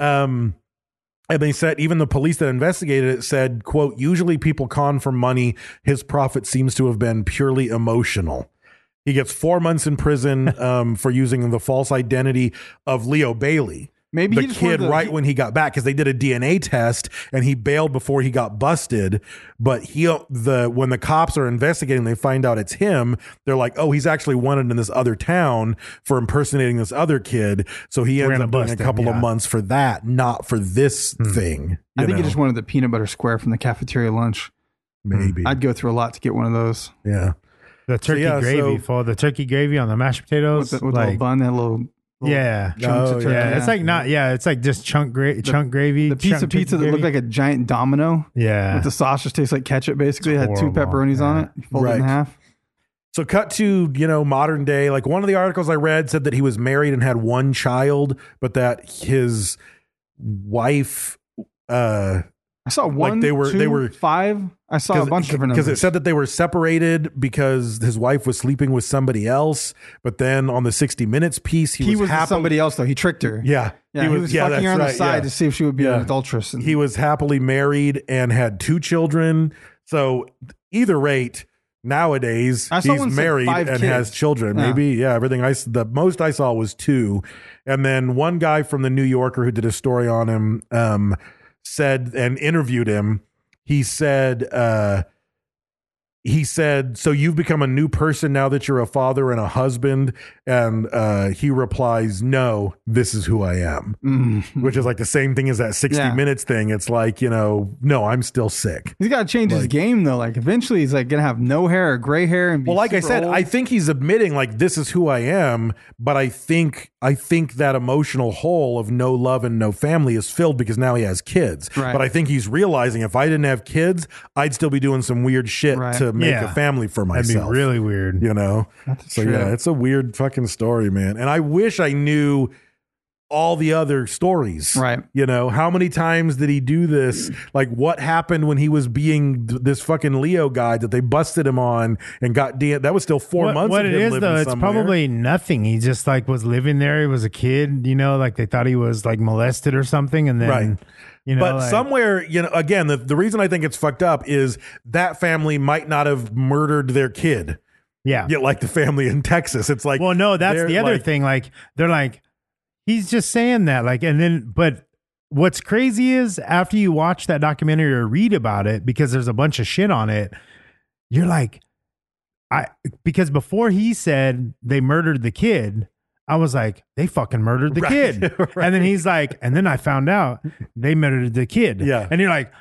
yeah. Um, and they said even the police that investigated it said, "quote Usually people con for money. His profit seems to have been purely emotional." He gets four months in prison um, for using the false identity of Leo Bailey.
Maybe he
the
just wanted
kid
to-
right when he got back because they did a DNA test and he bailed before he got busted. But he uh, the when the cops are investigating, they find out it's him. They're like, oh, he's actually wanted in this other town for impersonating this other kid. So he
We're
ends
gonna
up doing a
bust him,
couple
yeah.
of months for that, not for this thing.
I
you
think he
know,
just wanted the peanut butter square from the cafeteria lunch.
maybe
I'd go through a lot to get one of those.
yeah.
the turkey
yeah,
gravy
so-
for the turkey gravy on the mashed
With
potatoes.
the, with the
like,
little bun, that little
yeah.
chunks
Oh,
of turkey.
yeah, it's like not. Yeah, it's like just chunk gra- chunk gravy.
the piece of pizza that looked like a giant domino.
yeah.
Eh.
With the sausage tastes like ketchup, basically. It had two
horrible,
pepperonis on
yeah.
it. You fold it in
Right.
half.
So cut to, you know, modern day. Like one of the articles I read said that he was married and had one child, but that his wife uh
I saw one,
they were-
two,
they were-
five. I saw a bunch of different numbers.
it said that they were separated because his wife was sleeping with somebody else, but then on the 60 minutes piece he,
he was, with
happily,
somebody else though. He tricked her.
Yeah.
Yeah, he was, fucking her
that's
on the
right,
side
yeah.
to see if she would be an
Yeah.
adulteress. And
He was happily married and had two children. So either rate, nowadays
I saw
he's
one said
married and
five
has
kids.
children.
Yeah.
Maybe yeah. Everything I s- the most I saw was two, and then one guy from the New Yorker who did a story on him um, said and interviewed him. He said. Uh, he said, So you've become a new person now that you're a father and a husband? And uh, he replies, No, this is who I am, which is like the same thing as that 60
Mm-hmm. Yeah.
minutes thing. It's like, you know, no, I'm still sick.
He's got to change his game though. Like eventually, he's like gonna have no hair or gray hair and be
Well, like I
super
said,
old.
I think he's admitting like this is who I am, but I think I think that emotional hole of no love and no family is filled because now he has kids.
Right.
But I think he's realizing if I didn't have kids, I'd still be doing some weird shit
Right.
to make
Yeah.
a family for
That'd be
myself.
really weird.
you know. So
trip.
yeah, it's a weird fucking story, man. And I wish I knew all the other stories.
Right.
You know, how many times did he do this? Like, what happened when he was being th- this fucking Leo guy that they busted him on and got D? That was still four
what,
months.
what
of
it
him
is
living
though, it's
somewhere.
probably nothing. He just like was living there. He was a kid, you know, like they thought he was like molested or something, and then
Right.
you know,
but
like-
somewhere, you know, again, the, the reason I think it's fucked up is that family might not have murdered their kid.
yeah,
Yet, like the family in Texas, it's like,
well, no, that's
they're
the other
like-
thing. Like they're like, he's just saying that. Like, and then, but what's crazy is after you watch that documentary or read about it, because there's a bunch of shit on it, you're like, I because before he said they murdered the kid. I was like, they fucking murdered the
Right,
kid.
right.
And then he's like, and then I found out they murdered the kid.
Yeah.
And you're like,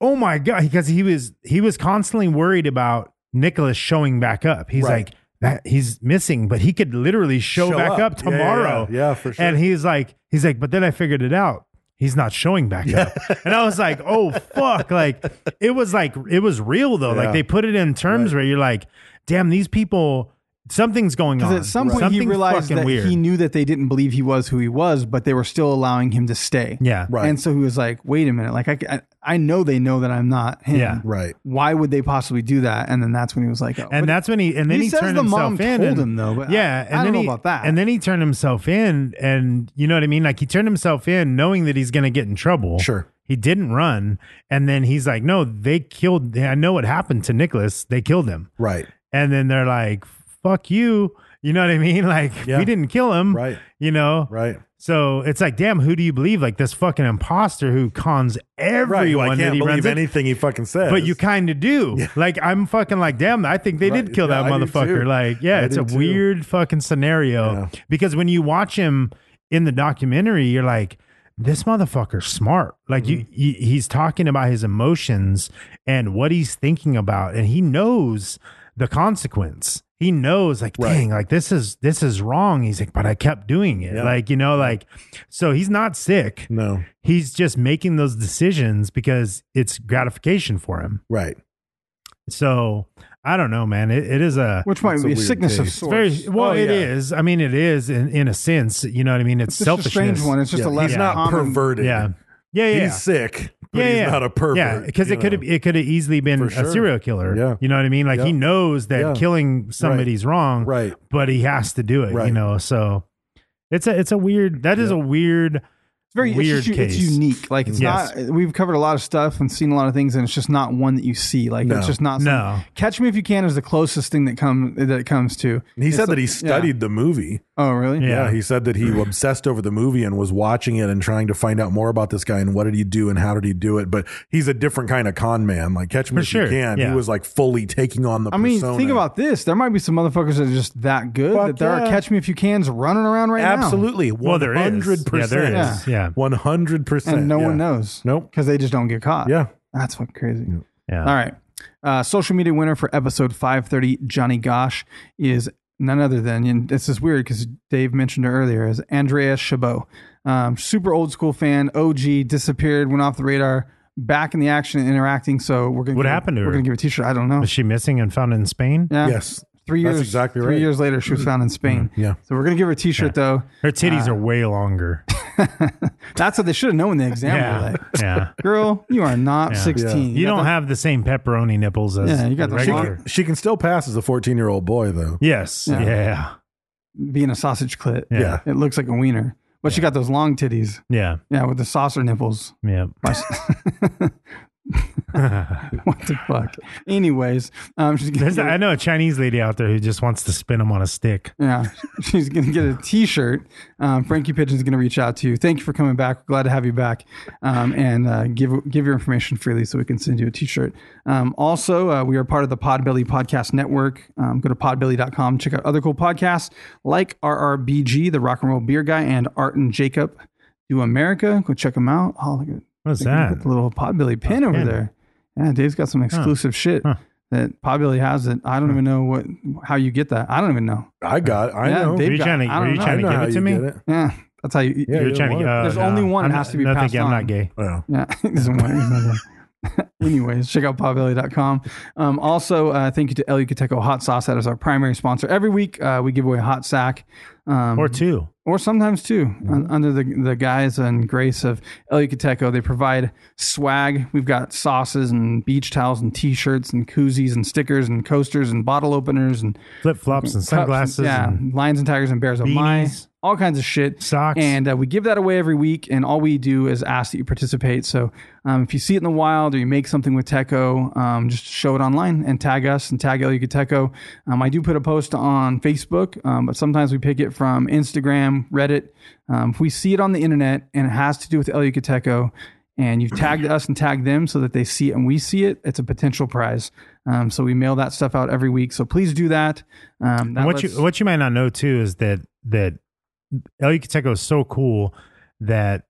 oh my god because he was he was constantly worried about nicholas showing back up he's
Right.
like that he's missing but he could literally show,
Show
back
up.
up,
Yeah, yeah, yeah.
tomorrow
Yeah, for sure.
and he's like he's like but then i figured it out he's not showing back up and i was like oh fuck like it was like it was real though
Yeah.
like they put it in terms where you're like damn these people something's going on
Because at some point he
Something's
realized
fucking
that
weird.
he knew that they didn't believe he was who he was, but they were still allowing him to stay.
Yeah.
Right.
And so he was like, "Wait a minute! Like I, I, I know they know that I'm not him.
Yeah.
Right.
Why would they possibly do that?" And then that's when he was like, oh,
and
but-
that's when he and then
He
he,
says
turned
the
himself
mom
in.
told
and-
him, though, but I-
yeah,
I
and
don't
then
know
he,
about that.
And then he turned himself in, and you know what I mean. Like he turned himself in, knowing that he's going to get in trouble.
Sure.
he didn't run, and then he's like, "No, they killed. I know what happened to Nicholas. They killed him."
Right.
And then they're like, "Fuck you." You know what I mean? Like
Yeah.
we didn't kill him,
Right.
You know,
Right.
So it's like, damn, who do you believe? Like this fucking imposter who cons everyone
Right. Well, I
that
can't
he runs
believe
into.
anything he fucking says.
But you kind of do. Like I'm fucking like, damn, I think they
Right.
did kill
Yeah,
that
I do
motherfucker.
too.
Like, yeah,
I
it's
do
a
too.
weird fucking scenario
Yeah.
because when you watch him in the documentary, you're like, this motherfucker's smart. Like
Mm-hmm.
you, you, he's talking about his emotions and what he's thinking about, and he knows the consequence. He knows, like,
Right.
dang, like this is this is wrong. He's like, but I kept doing it.
Yeah.
Like, you know, like, so he's not sick
no.
he's just making those decisions because it's gratification for him.
Right.
So I don't know, man. It, it is a
which might
It's a
be a
weird
sickness of
taste. It's
sorts.
very well.
Oh,
It is.
yeah.
I mean, it is in, in a sense. You know what I mean? It's,
It's just a
selfishness.
strange one. It's just
Yeah,
a less
he's not
common-
perverted.
yeah, yeah, yeah.
He's sick, but he's not a pervert.
Yeah, because
you
it could have
know.
it could have easily been
For
a
sure.
serial killer.
Yeah.
you know what I mean. Like
Yeah.
he knows that
Yeah.
killing somebody's wrong.
Right.
but he has to do it.
Right.
You know, so it's a it's a weird. That is a weird.
It's very
weird
it's just,
case.
It's unique. Like it's
Yes.
not. We've covered a lot of stuff and seen a lot of things, and it's just not one that you see. Like
No.
it's just not. some-
No.
Catch Me If You Can is the closest thing that come that it comes to.
And he
It's
said
like-
that he studied the movie.
Yeah. Oh, really?
Yeah.
Yeah. he said that he obsessed over the movie and was watching it and trying to find out more about this guy and what did he do and how did he do it. But he's a different kind of con man. Like Catch Me
For
If
sure,
You Can,
yeah.
he was like fully taking on the.
I mean,
persona.
think about this. There might be some motherfuckers that are just that good
Fuck
that there are
yeah.
Catch Me If You Cans running around right
absolutely
Well,
one
there is.
hundred
Yeah,
percent.
there is. Yeah.
one hundred
now,
percent.
and no one knows.
Nope.
because they just don't get caught.
Yeah.
that's fucking crazy.
Yeah.
All right, uh, social media winner for episode five thirty, Johnny Gosh is none other than, and this is weird because Dave mentioned her earlier, is Andrea Chabot, um, super old school fan, OG, disappeared, went off the radar. Back in the action, and interacting. So we're gonna.
What
give-
happened to
We're
her?
gonna give a T-shirt. I don't know.
Was she missing and found in Spain?
Yeah.
Yes.
Three years.
That's exactly
Three
right. Mm,
years later, she was found in Spain.
yeah.
So we're gonna give her a T-shirt though.
Her titties
Uh,
are way longer.
That's what they should have known when they examined her.
Yeah.
Like,
yeah.
girl, you are not sixteen.
You
got
don't
the-
have the same pepperoni nipples as
Yeah, you got the
She
regular.
can, she can still pass as a fourteen-year-old boy though.
Yes. Yeah. Yeah.
being a sausage clit.
Yeah.
It looks like a wiener, but she got those long titties.
Yeah.
Yeah, with the saucer nipples.
Yeah.
Watch- what the fuck? Anyways, um, she's gonna
There's a,
get,
I know a Chinese lady out there who just wants to spin them on a stick.
yeah, she's gonna get a T-shirt. Um, Frankie Pigeon's gonna reach out to you. Thank you for coming back. Glad to have you back. Um, and uh, give give your information freely so we can send you a T-shirt. Um, also, uh, we are part of the Podbelly Podcast Network. Um, go to podbelly.com. Check out other cool podcasts like RRBG, the Rock and Roll Beer Guy, and Art and Jacob Do America. Go check them out. Oh, look at
What's
Look at
that?
The little Podbilly pin over
pin.
there. Yeah, Dave's got some exclusive shit
Huh.
that Podbilly has. That I don't even know what how you get that. I don't even know.
I got. I
Yeah,
know.
they-
Were
They've
you
got-
trying to,
I
were
don't
you
know.
I
trying to
know
give
how
it to
you
me?
get it.
Yeah, that's how you.
Yeah,
You're
you
trying to,
want
uh,
There's only one
I'm
that
not-
has to be
No,
passed
thank you. I'm
on.
not gay.
Well,
Yeah, it doesn't work. It's not there. Anyways, check out podbelly.com. Um, also, uh, thank you to El Yucateco Hot Sauce. That is our primary sponsor. Every week, uh, we give away a hot sack. Um,
Or two.
or sometimes too,
Mm-hmm.
un- under the, the guise and grace of El Yucateco. They provide swag. We've got sauces and beach towels and t-shirts and koozies and stickers and coasters and bottle openers and
Flip flops and
Mm-hmm. cups and-
sunglasses.
yeah,
and-
lions and tigers and bears. Oh my!
Beanies.
All kinds of shit.
Socks.
And uh, we give that away every week. And all we do is ask that you participate. So um, if you see it in the wild or you make something with Teco, um, just show it online and tag us and tag El Yucateco. Um, I do put a post on Facebook, um, but sometimes we pick it from Instagram, Reddit. Um, if we see it on the internet and it has to do with El Yucateco, and you've tagged us and tagged them so that they see it and we see it, it's a potential prize. Um, so we mail that stuff out every week. So please do that. Um,
And
that
what
lets-
you what you might not know too is that that El Yucateco is so cool that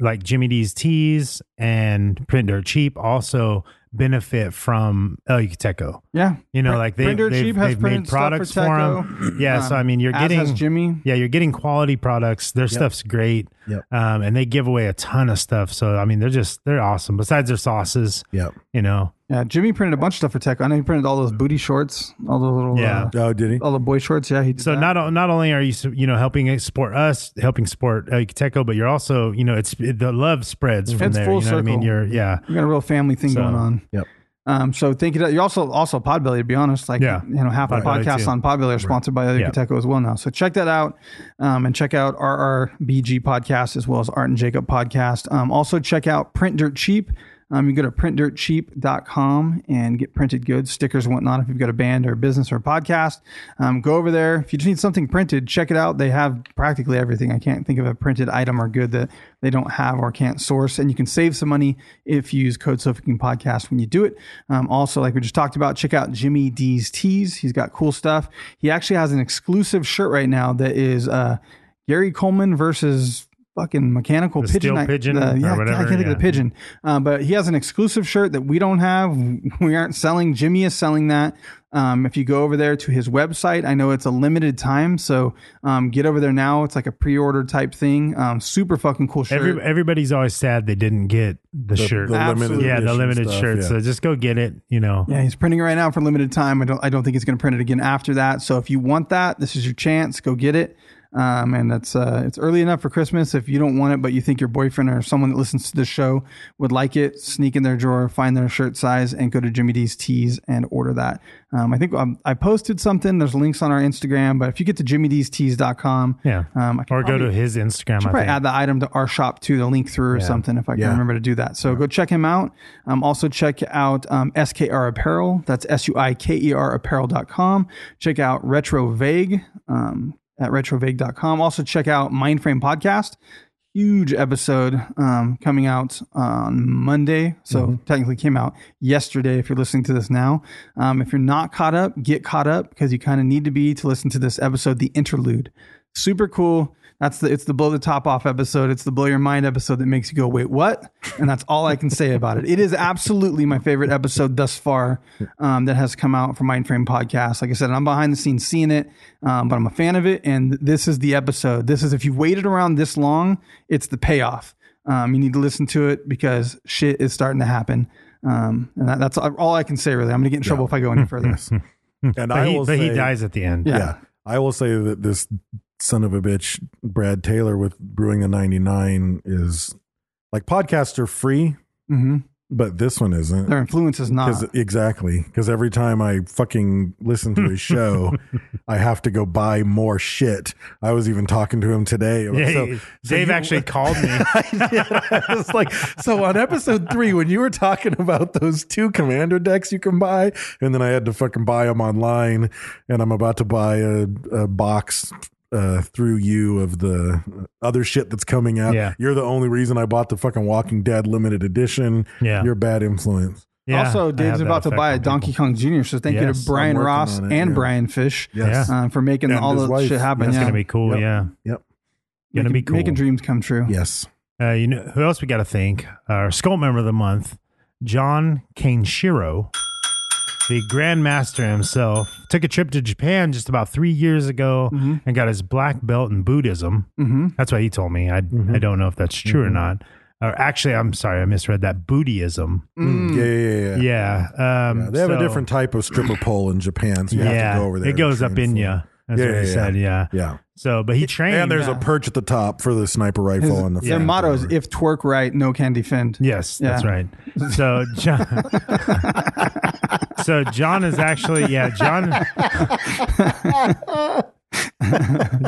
like Jimmy D's teas and print dirt cheap also benefit from E El Yucateco.
yeah,
You know,
Print-
like they,
Print Dirt
they've,
Cheap has
they've made
printed stuff
products for,
Teco.
them. Yeah, so
Um,
I mean, you're
as
getting
has Jimmy.
Yeah, you're getting quality products. Their stuff's great.
Yep.
Um, and they give away a ton of stuff. So I mean, they're just they're awesome. Besides their sauces,
Yep.
you know,
Yeah, Jimmy printed a bunch of stuff for Tech. I know he printed all those booty shorts, all the little
Yeah.
yeah,
Oh, did he?
all the boy shorts. Yeah, he did
So
that.
not o- not only are you su- you know helping support us, helping support El Yucateco, but you're also you know it's it, the love spreads from
It's
there.
full
you know what I mean?
circle.
You're yeah.
we got a real family thing
So,
going on.
yep.
Um, so thank you. To, you're also also Podbelly. To be honest, like
Yeah.
you know, half our
Podbelly
podcasts
too.
on Podbelly are sponsored by other
Yeah.
Cateco as well now. So check that out, um, and check out RRBG podcast as well as Art and Jacob podcast. Um, also check out Print Dirt Cheap. Um, you go to printdirtcheap.com and get printed goods, stickers, and whatnot. If you've got a band or a business or a podcast, um, go over there. If you just need something printed, check it out. They have practically everything. I can't think of a printed item or good that they don't have or can't source. And you can save some money if you use code Suffocating Podcast when you do it. Um, also, like we just talked about, check out Jimmy D's Tees. He's got cool stuff. He actually has an exclusive shirt right now that is uh, Gary Coleman versus fucking mechanical
The
pigeon.
steel
I-
pigeon
the-
or
yeah, I
whatever,
can't think
yeah.
of the pigeon. Um, but he has an exclusive shirt that we don't have. We aren't selling. Jimmy is selling that. Um, if you go over there to his website, I know it's a limited time, so um, get over there now. It's like a pre-order type thing. Um, super fucking cool shirt.
Every, everybody's always sad they didn't get the, shirt.
The limited
Absolutely.
yeah, the
edition
limited
stuff,
shirt.
yeah.
So just go get it. You know,
Yeah, he's printing it right now for limited time. I don't, I don't think he's going to print it again after that. So if you want that, this is your chance. Go get it. Um, and that's uh, it's early enough for Christmas. If you don't want it, but you think your boyfriend or someone that listens to the show would like it, sneak in their drawer, find their shirt size, and go to Jimmy D's Tees and order that. Um, I think um, I posted something. There's links on our Instagram, but if you get to jimmydstees.com,
yeah.
um, I can
or go to
probably-
his Instagram. I
should probably
think.
add the item to our shop too, the link through or something if I can
Yeah.
remember to do that. So go check him out. Um, also check out um, SKR Apparel. That's S U I K E R Apparel.com. Check out Retro Vague um, at retrovague.com. Also check out Mindframe Podcast. Huge episode um, coming out on Monday. So technically came out yesterday if you're listening to this now. Um, if you're not caught up, get caught up because you kind of need to be to listen to this episode, the interlude super cool. That's the it's the blow the top off episode. It's the blow your mind episode that makes you go, wait, what? And that's all I can say about it. It is absolutely my favorite episode thus far um, that has come out from Mindframe Podcast. Like I said, I'm behind the scenes seeing it, um, but I'm a fan of it. And this is the episode. This is if you waited around this long, it's the payoff. Um, you need to listen to it because shit is starting to happen. Um, and that, that's all I can say really. I'm gonna get in trouble if I go any further.
And
But,
I
he,
will
but
say,
he dies at the end.
Yeah.
Yeah. I will say that this son of a bitch, Brad Taylor with Brewing the 99 is like podcasts are free.
Mm-hmm.
hmm
but this one isn't.
Their influence is not.
Cause,
Uh-huh.
exactly. Because every time I fucking listen to his show, I have to go buy more shit. I was even talking to him today.
Yeah,
So-
Dave
so you-
actually called me.
I was like, so on episode three, when you were talking about those two commander decks you can buy, and then I had to fucking buy them online, and I'm about to buy a, a box uh, through you of the other shit that's coming out.
Yeah.
You're the only reason I bought the fucking Walking Dead limited edition.
Yeah.
You're a bad influence.
Yeah, I
also,
have
Dave's about
that
to buy a
effect on
Donkey
people.
Kong Jr. So thank you
Yes,
to Brian
I'm working
Ross
on it,
and
yeah.
Brian Fish
Yes.
um, for making
And
all
his
the
wife.
shit happen.
That's
yeah.
Gonna be cool.
Yep.
Yeah,
Yep.
gonna
making,
be cool.
Making dreams come true.
Yes.
Uh, you know who else we got to thank? Our skull member of the month, John Kaneshiro, the Grandmaster himself, took a trip to Japan just about three years ago
Mm-hmm.
and got his black belt in Buddhism. Mm-hmm. That's what he told me. I
Mm-hmm.
I don't know if that's true or not. Or actually, I'm sorry, I misread that. Buddhism.
Mm, Yeah, yeah, yeah, yeah.
Yeah. Um,
Yeah, they have a
so-
different type of stripper pole in Japan, so you
yeah.
have to go over there.
It
and
goes
train
up in
for it.
you. That's
Yeah,
what he
yeah,
said. Yeah.
Yeah.
So, but he trained.
And there's a perch at the top for the sniper rifle
His-
on the
their
front
motto
or
is
whatever.
"If twerk right, no can defend."
Yes, that's
Yeah.
right. So John, so John is actually yeah John.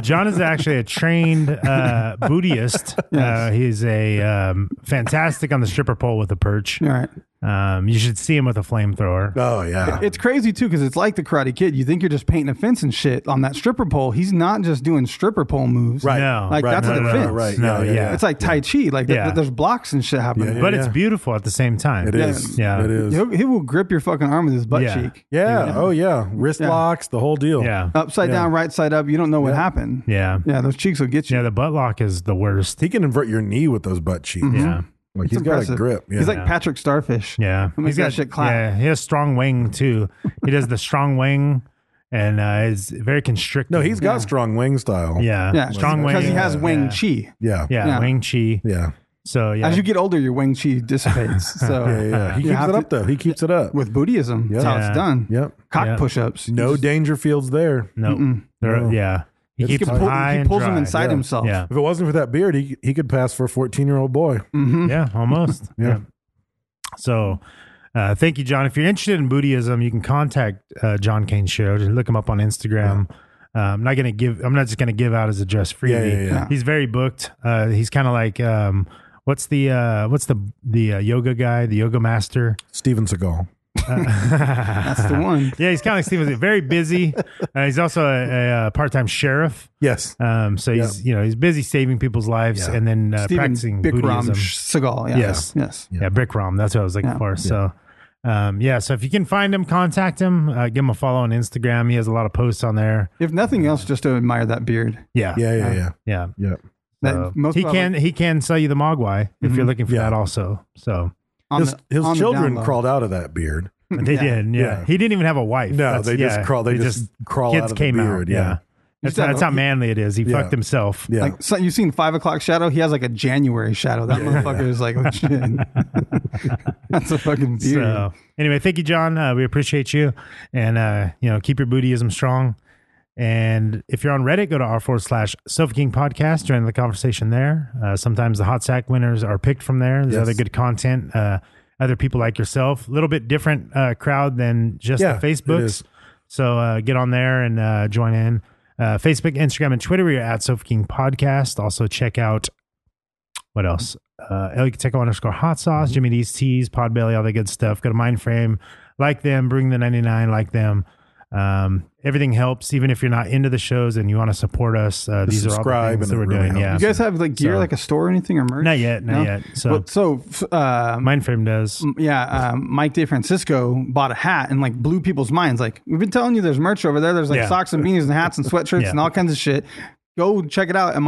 John is actually a trained uh, Buddhist. Uh, he's a um, fantastic on the stripper pole with a perch.
All right.
Um, you should see him with a flamethrower.
Oh yeah.
It's crazy too because it's like the Karate Kid. You think you're just painting a fence and shit on that stripper pole. He's not just doing stripper pole moves.
Right.
No,
Like, that's
no,
a
no, no,
defense.
Right.
No,
Yeah,
yeah,
yeah, yeah.
It's like Tai Chi. Like th-
Yeah.
th- there's blocks and shit happening.
Yeah,
but it's
yeah.
beautiful at the same time.
It is.
Yeah.
It is.
He'll- He will grip your fucking arm with his butt
Yeah.
cheek.
Yeah. Oh yeah. Wrist
Yeah.
locks, the whole deal.
Yeah,
Upside
Yeah.
down, right side up. You don't know what happened.
yeah,
Yeah, those cheeks will get you.
yeah. The butt lock is the worst.
He can invert your knee with those butt cheeks.
Yeah.
Like
Mm-hmm. It's
he's got
impressive.
a grip. Yeah.
He's like Patrick Starfish.
Yeah,
Who makes that shit clap?
Yeah, he has strong wing too. He does the strong wing, and uh, is very constricted.
no, he's got strong wing style.
yeah,
Yeah,
strong wing uh,
because he has Wing
yeah.
Chi.
Yeah.
Yeah,
Yeah.
wing chi.
Yeah.
So yeah,
As you get older, your Wing Chi dissipates. So
Yeah. yeah. He
You
keeps
have
it
to-
up though. He keeps it up.
with Buddhism, that's how
Yeah.
it's done.
Yep.
Cock
Yeah.
push-ups.
No
You just-
Dangerfields there.
no, there-
No.
yeah, he
It's
keeps
good.
them
pull-
high
he
and
pulls them
dry.
inside
yeah.
himself.
Yeah,
If it wasn't for that beard, he he could pass for a 14 year old boy.
Mm-hmm.
yeah, almost.
Yeah.
So. Uh, thank you, John. If you're interested in Buddhism, you can contact uh, John Kane Show. Just look him up on Instagram. Uh, I'm not gonna give. I'm not just gonna give out his address freely.
Yeah, yeah, yeah.
He's very booked. Uh, he's kind of like um, what's the uh, what's the the uh, yoga guy, the yoga master.
Steven Seagal.
That's the one.
Yeah, he's kind of like Steve. He's Very busy. Uh, he's also a, a, uh part time sheriff.
Yes.
Ah,
Um, so he's you know he's busy saving people's lives
Yeah.
and then uh,
Steven
practicing Buddhism.
Bikram Seagal. Yeah.
Yes.
Yes.
Yeah, Brick Rom. That's what I was looking
Yeah.
for. So, um, yeah. So if you can find him, contact him. Uh, give him a follow on Instagram. He has a lot of posts on there.
If nothing else, just to admire that beard.
Yeah.
Yeah.
ah.
Yeah. Yeah.
Yeah.
Yeah.
That
So
most
he
probably
can he can sell you the Mogwai if you're looking for
Yeah.
that also. So
on
His,
the-
his
on the down
children
low. Hmm.
crawled out of that beard.
they did. Yeah.
Yeah.
He didn't even have a wife.
No, they just crawl- they just crawl
kids
out of the
came
beard,
Out.
yeah.
Yeah.
You
That's,
said
that's
that-
how manly it is. He
Yeah.
fucked himself.
Yeah.
Like so you've seen Five O'Clock Shadow, he has like a January shadow. That motherfucker is like legit. That's a fucking beard.
So uh, anyway, thank you, John. Uh, we appreciate you, and uh, you know, keep your Buddhism strong. And if you're on Reddit, go to r forward slash Sofa King Podcast. Join the conversation there. Uh, sometimes the hot sack winners are picked from there. There's
Yes.
other good content. Uh, other people like yourself, a little bit different uh, crowd than just
Yeah,
the
it
Facebooks.
is.
So uh, get on there and uh, join in. Uh, Facebook, Instagram, and Twitter. We are at Sofa King Podcast. Also check out what else? Uh, El Yucateco underscore hot sauce,
Mm-hmm.
Jimmy D's teas, Podbelly, all that good stuff. Go to Mindframe, like them, bring the 99, like them. Um, everything helps, even if you're not into the shows and you want to support us. Uh, these are all the
subscribe
things that
and
we're
it really
doing. Yeah.
you guys have like gear,
So-
like a store or anything or merch?
Not yet, not
No?
yet. So-
But- so f- uh,
Mindframe does.
Mm.
yeah, um, Mike DeFrancisco bought a hat and like blew people's minds. Like we've been telling you, there's merch over there. There's like
Yeah.
socks and beanies and hats and sweatshirts
Yeah.
and all kinds of shit. Go check it out at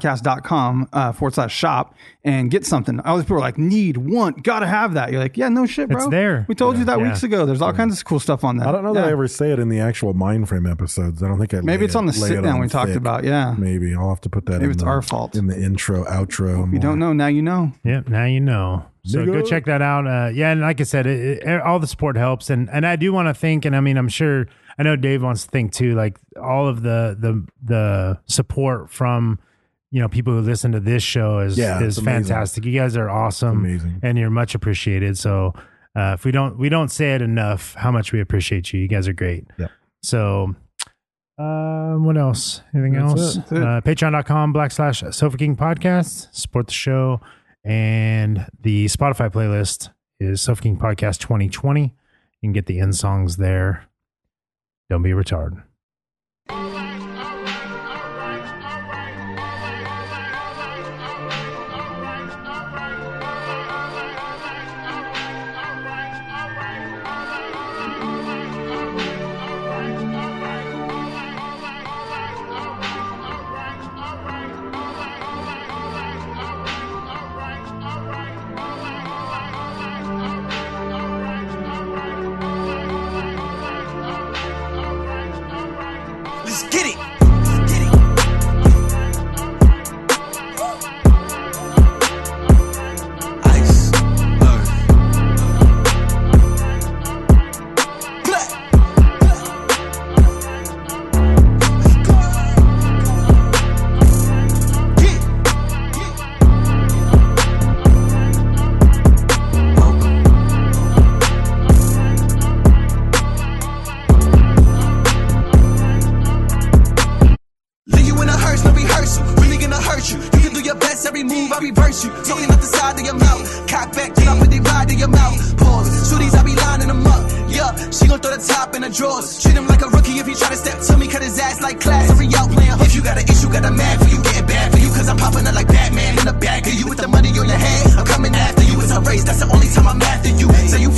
mindframepodcast.com uh, forward slash shop and get something. All these people are like, need, want, gotta have that. You're like, yeah, no shit, bro.
It's there.
We told you that
Yeah.
weeks ago. There's all kinds of cool stuff on that.
I don't know that
Yeah.
I ever say it in the actual mind frame episodes. I don't think I
Maybe
lay
it's on the
it- lay it
sit-down
on
we talked
thick.
about, yeah.
maybe I'll have to put that.
Maybe
in
it's
the-
our fault.
in the intro, outro.
You don't know, now you know.
Yep, now you know. So
Nigga.
go check that out. Uh, yeah, and like I said, it, it, all the support helps, and and I do want to think, and I mean, I'm sure I know Dave wants to think too. Like all of the the the support from you know people who listen to this show is
Yeah, it's
is
amazing.
fantastic. You guys are awesome,
amazing.
and you're much appreciated. So uh, if we don't we don't say it enough, how much we appreciate you. You guys are great.
Yep.
So. Um, what else? Anything
That's
else?
it, that's it.
Uh, Patreon.com black slash Sofa King Podcast. Support the show. And the Spotify playlist is Sofa King Podcast 2020. You can get the end songs there. Don't be a retard.
Let's get it. Ice, earth. Black. Let's go. Get, get. Welcome. Leave you in a hearse, no rehearsal. Really gonna hurt you. You can do your best, every move I reverse you. Talking out the side of your mouth. Cock back, then I put the ride to your mouth. Pause. Shooties, I be lining them up. Yeah, she gon' throw the top in the drawers. Treat him like a rookie if he try to step to me. Cut his ass like class. Hurry out, playing hook. If you got an issue, got a mad for you. Getting bad for you. Cause I'm popping up like Batman in the back of you. With the money on your head, I'm coming after you. It's a race, that's the only time I'm after you. Say you uh. uh.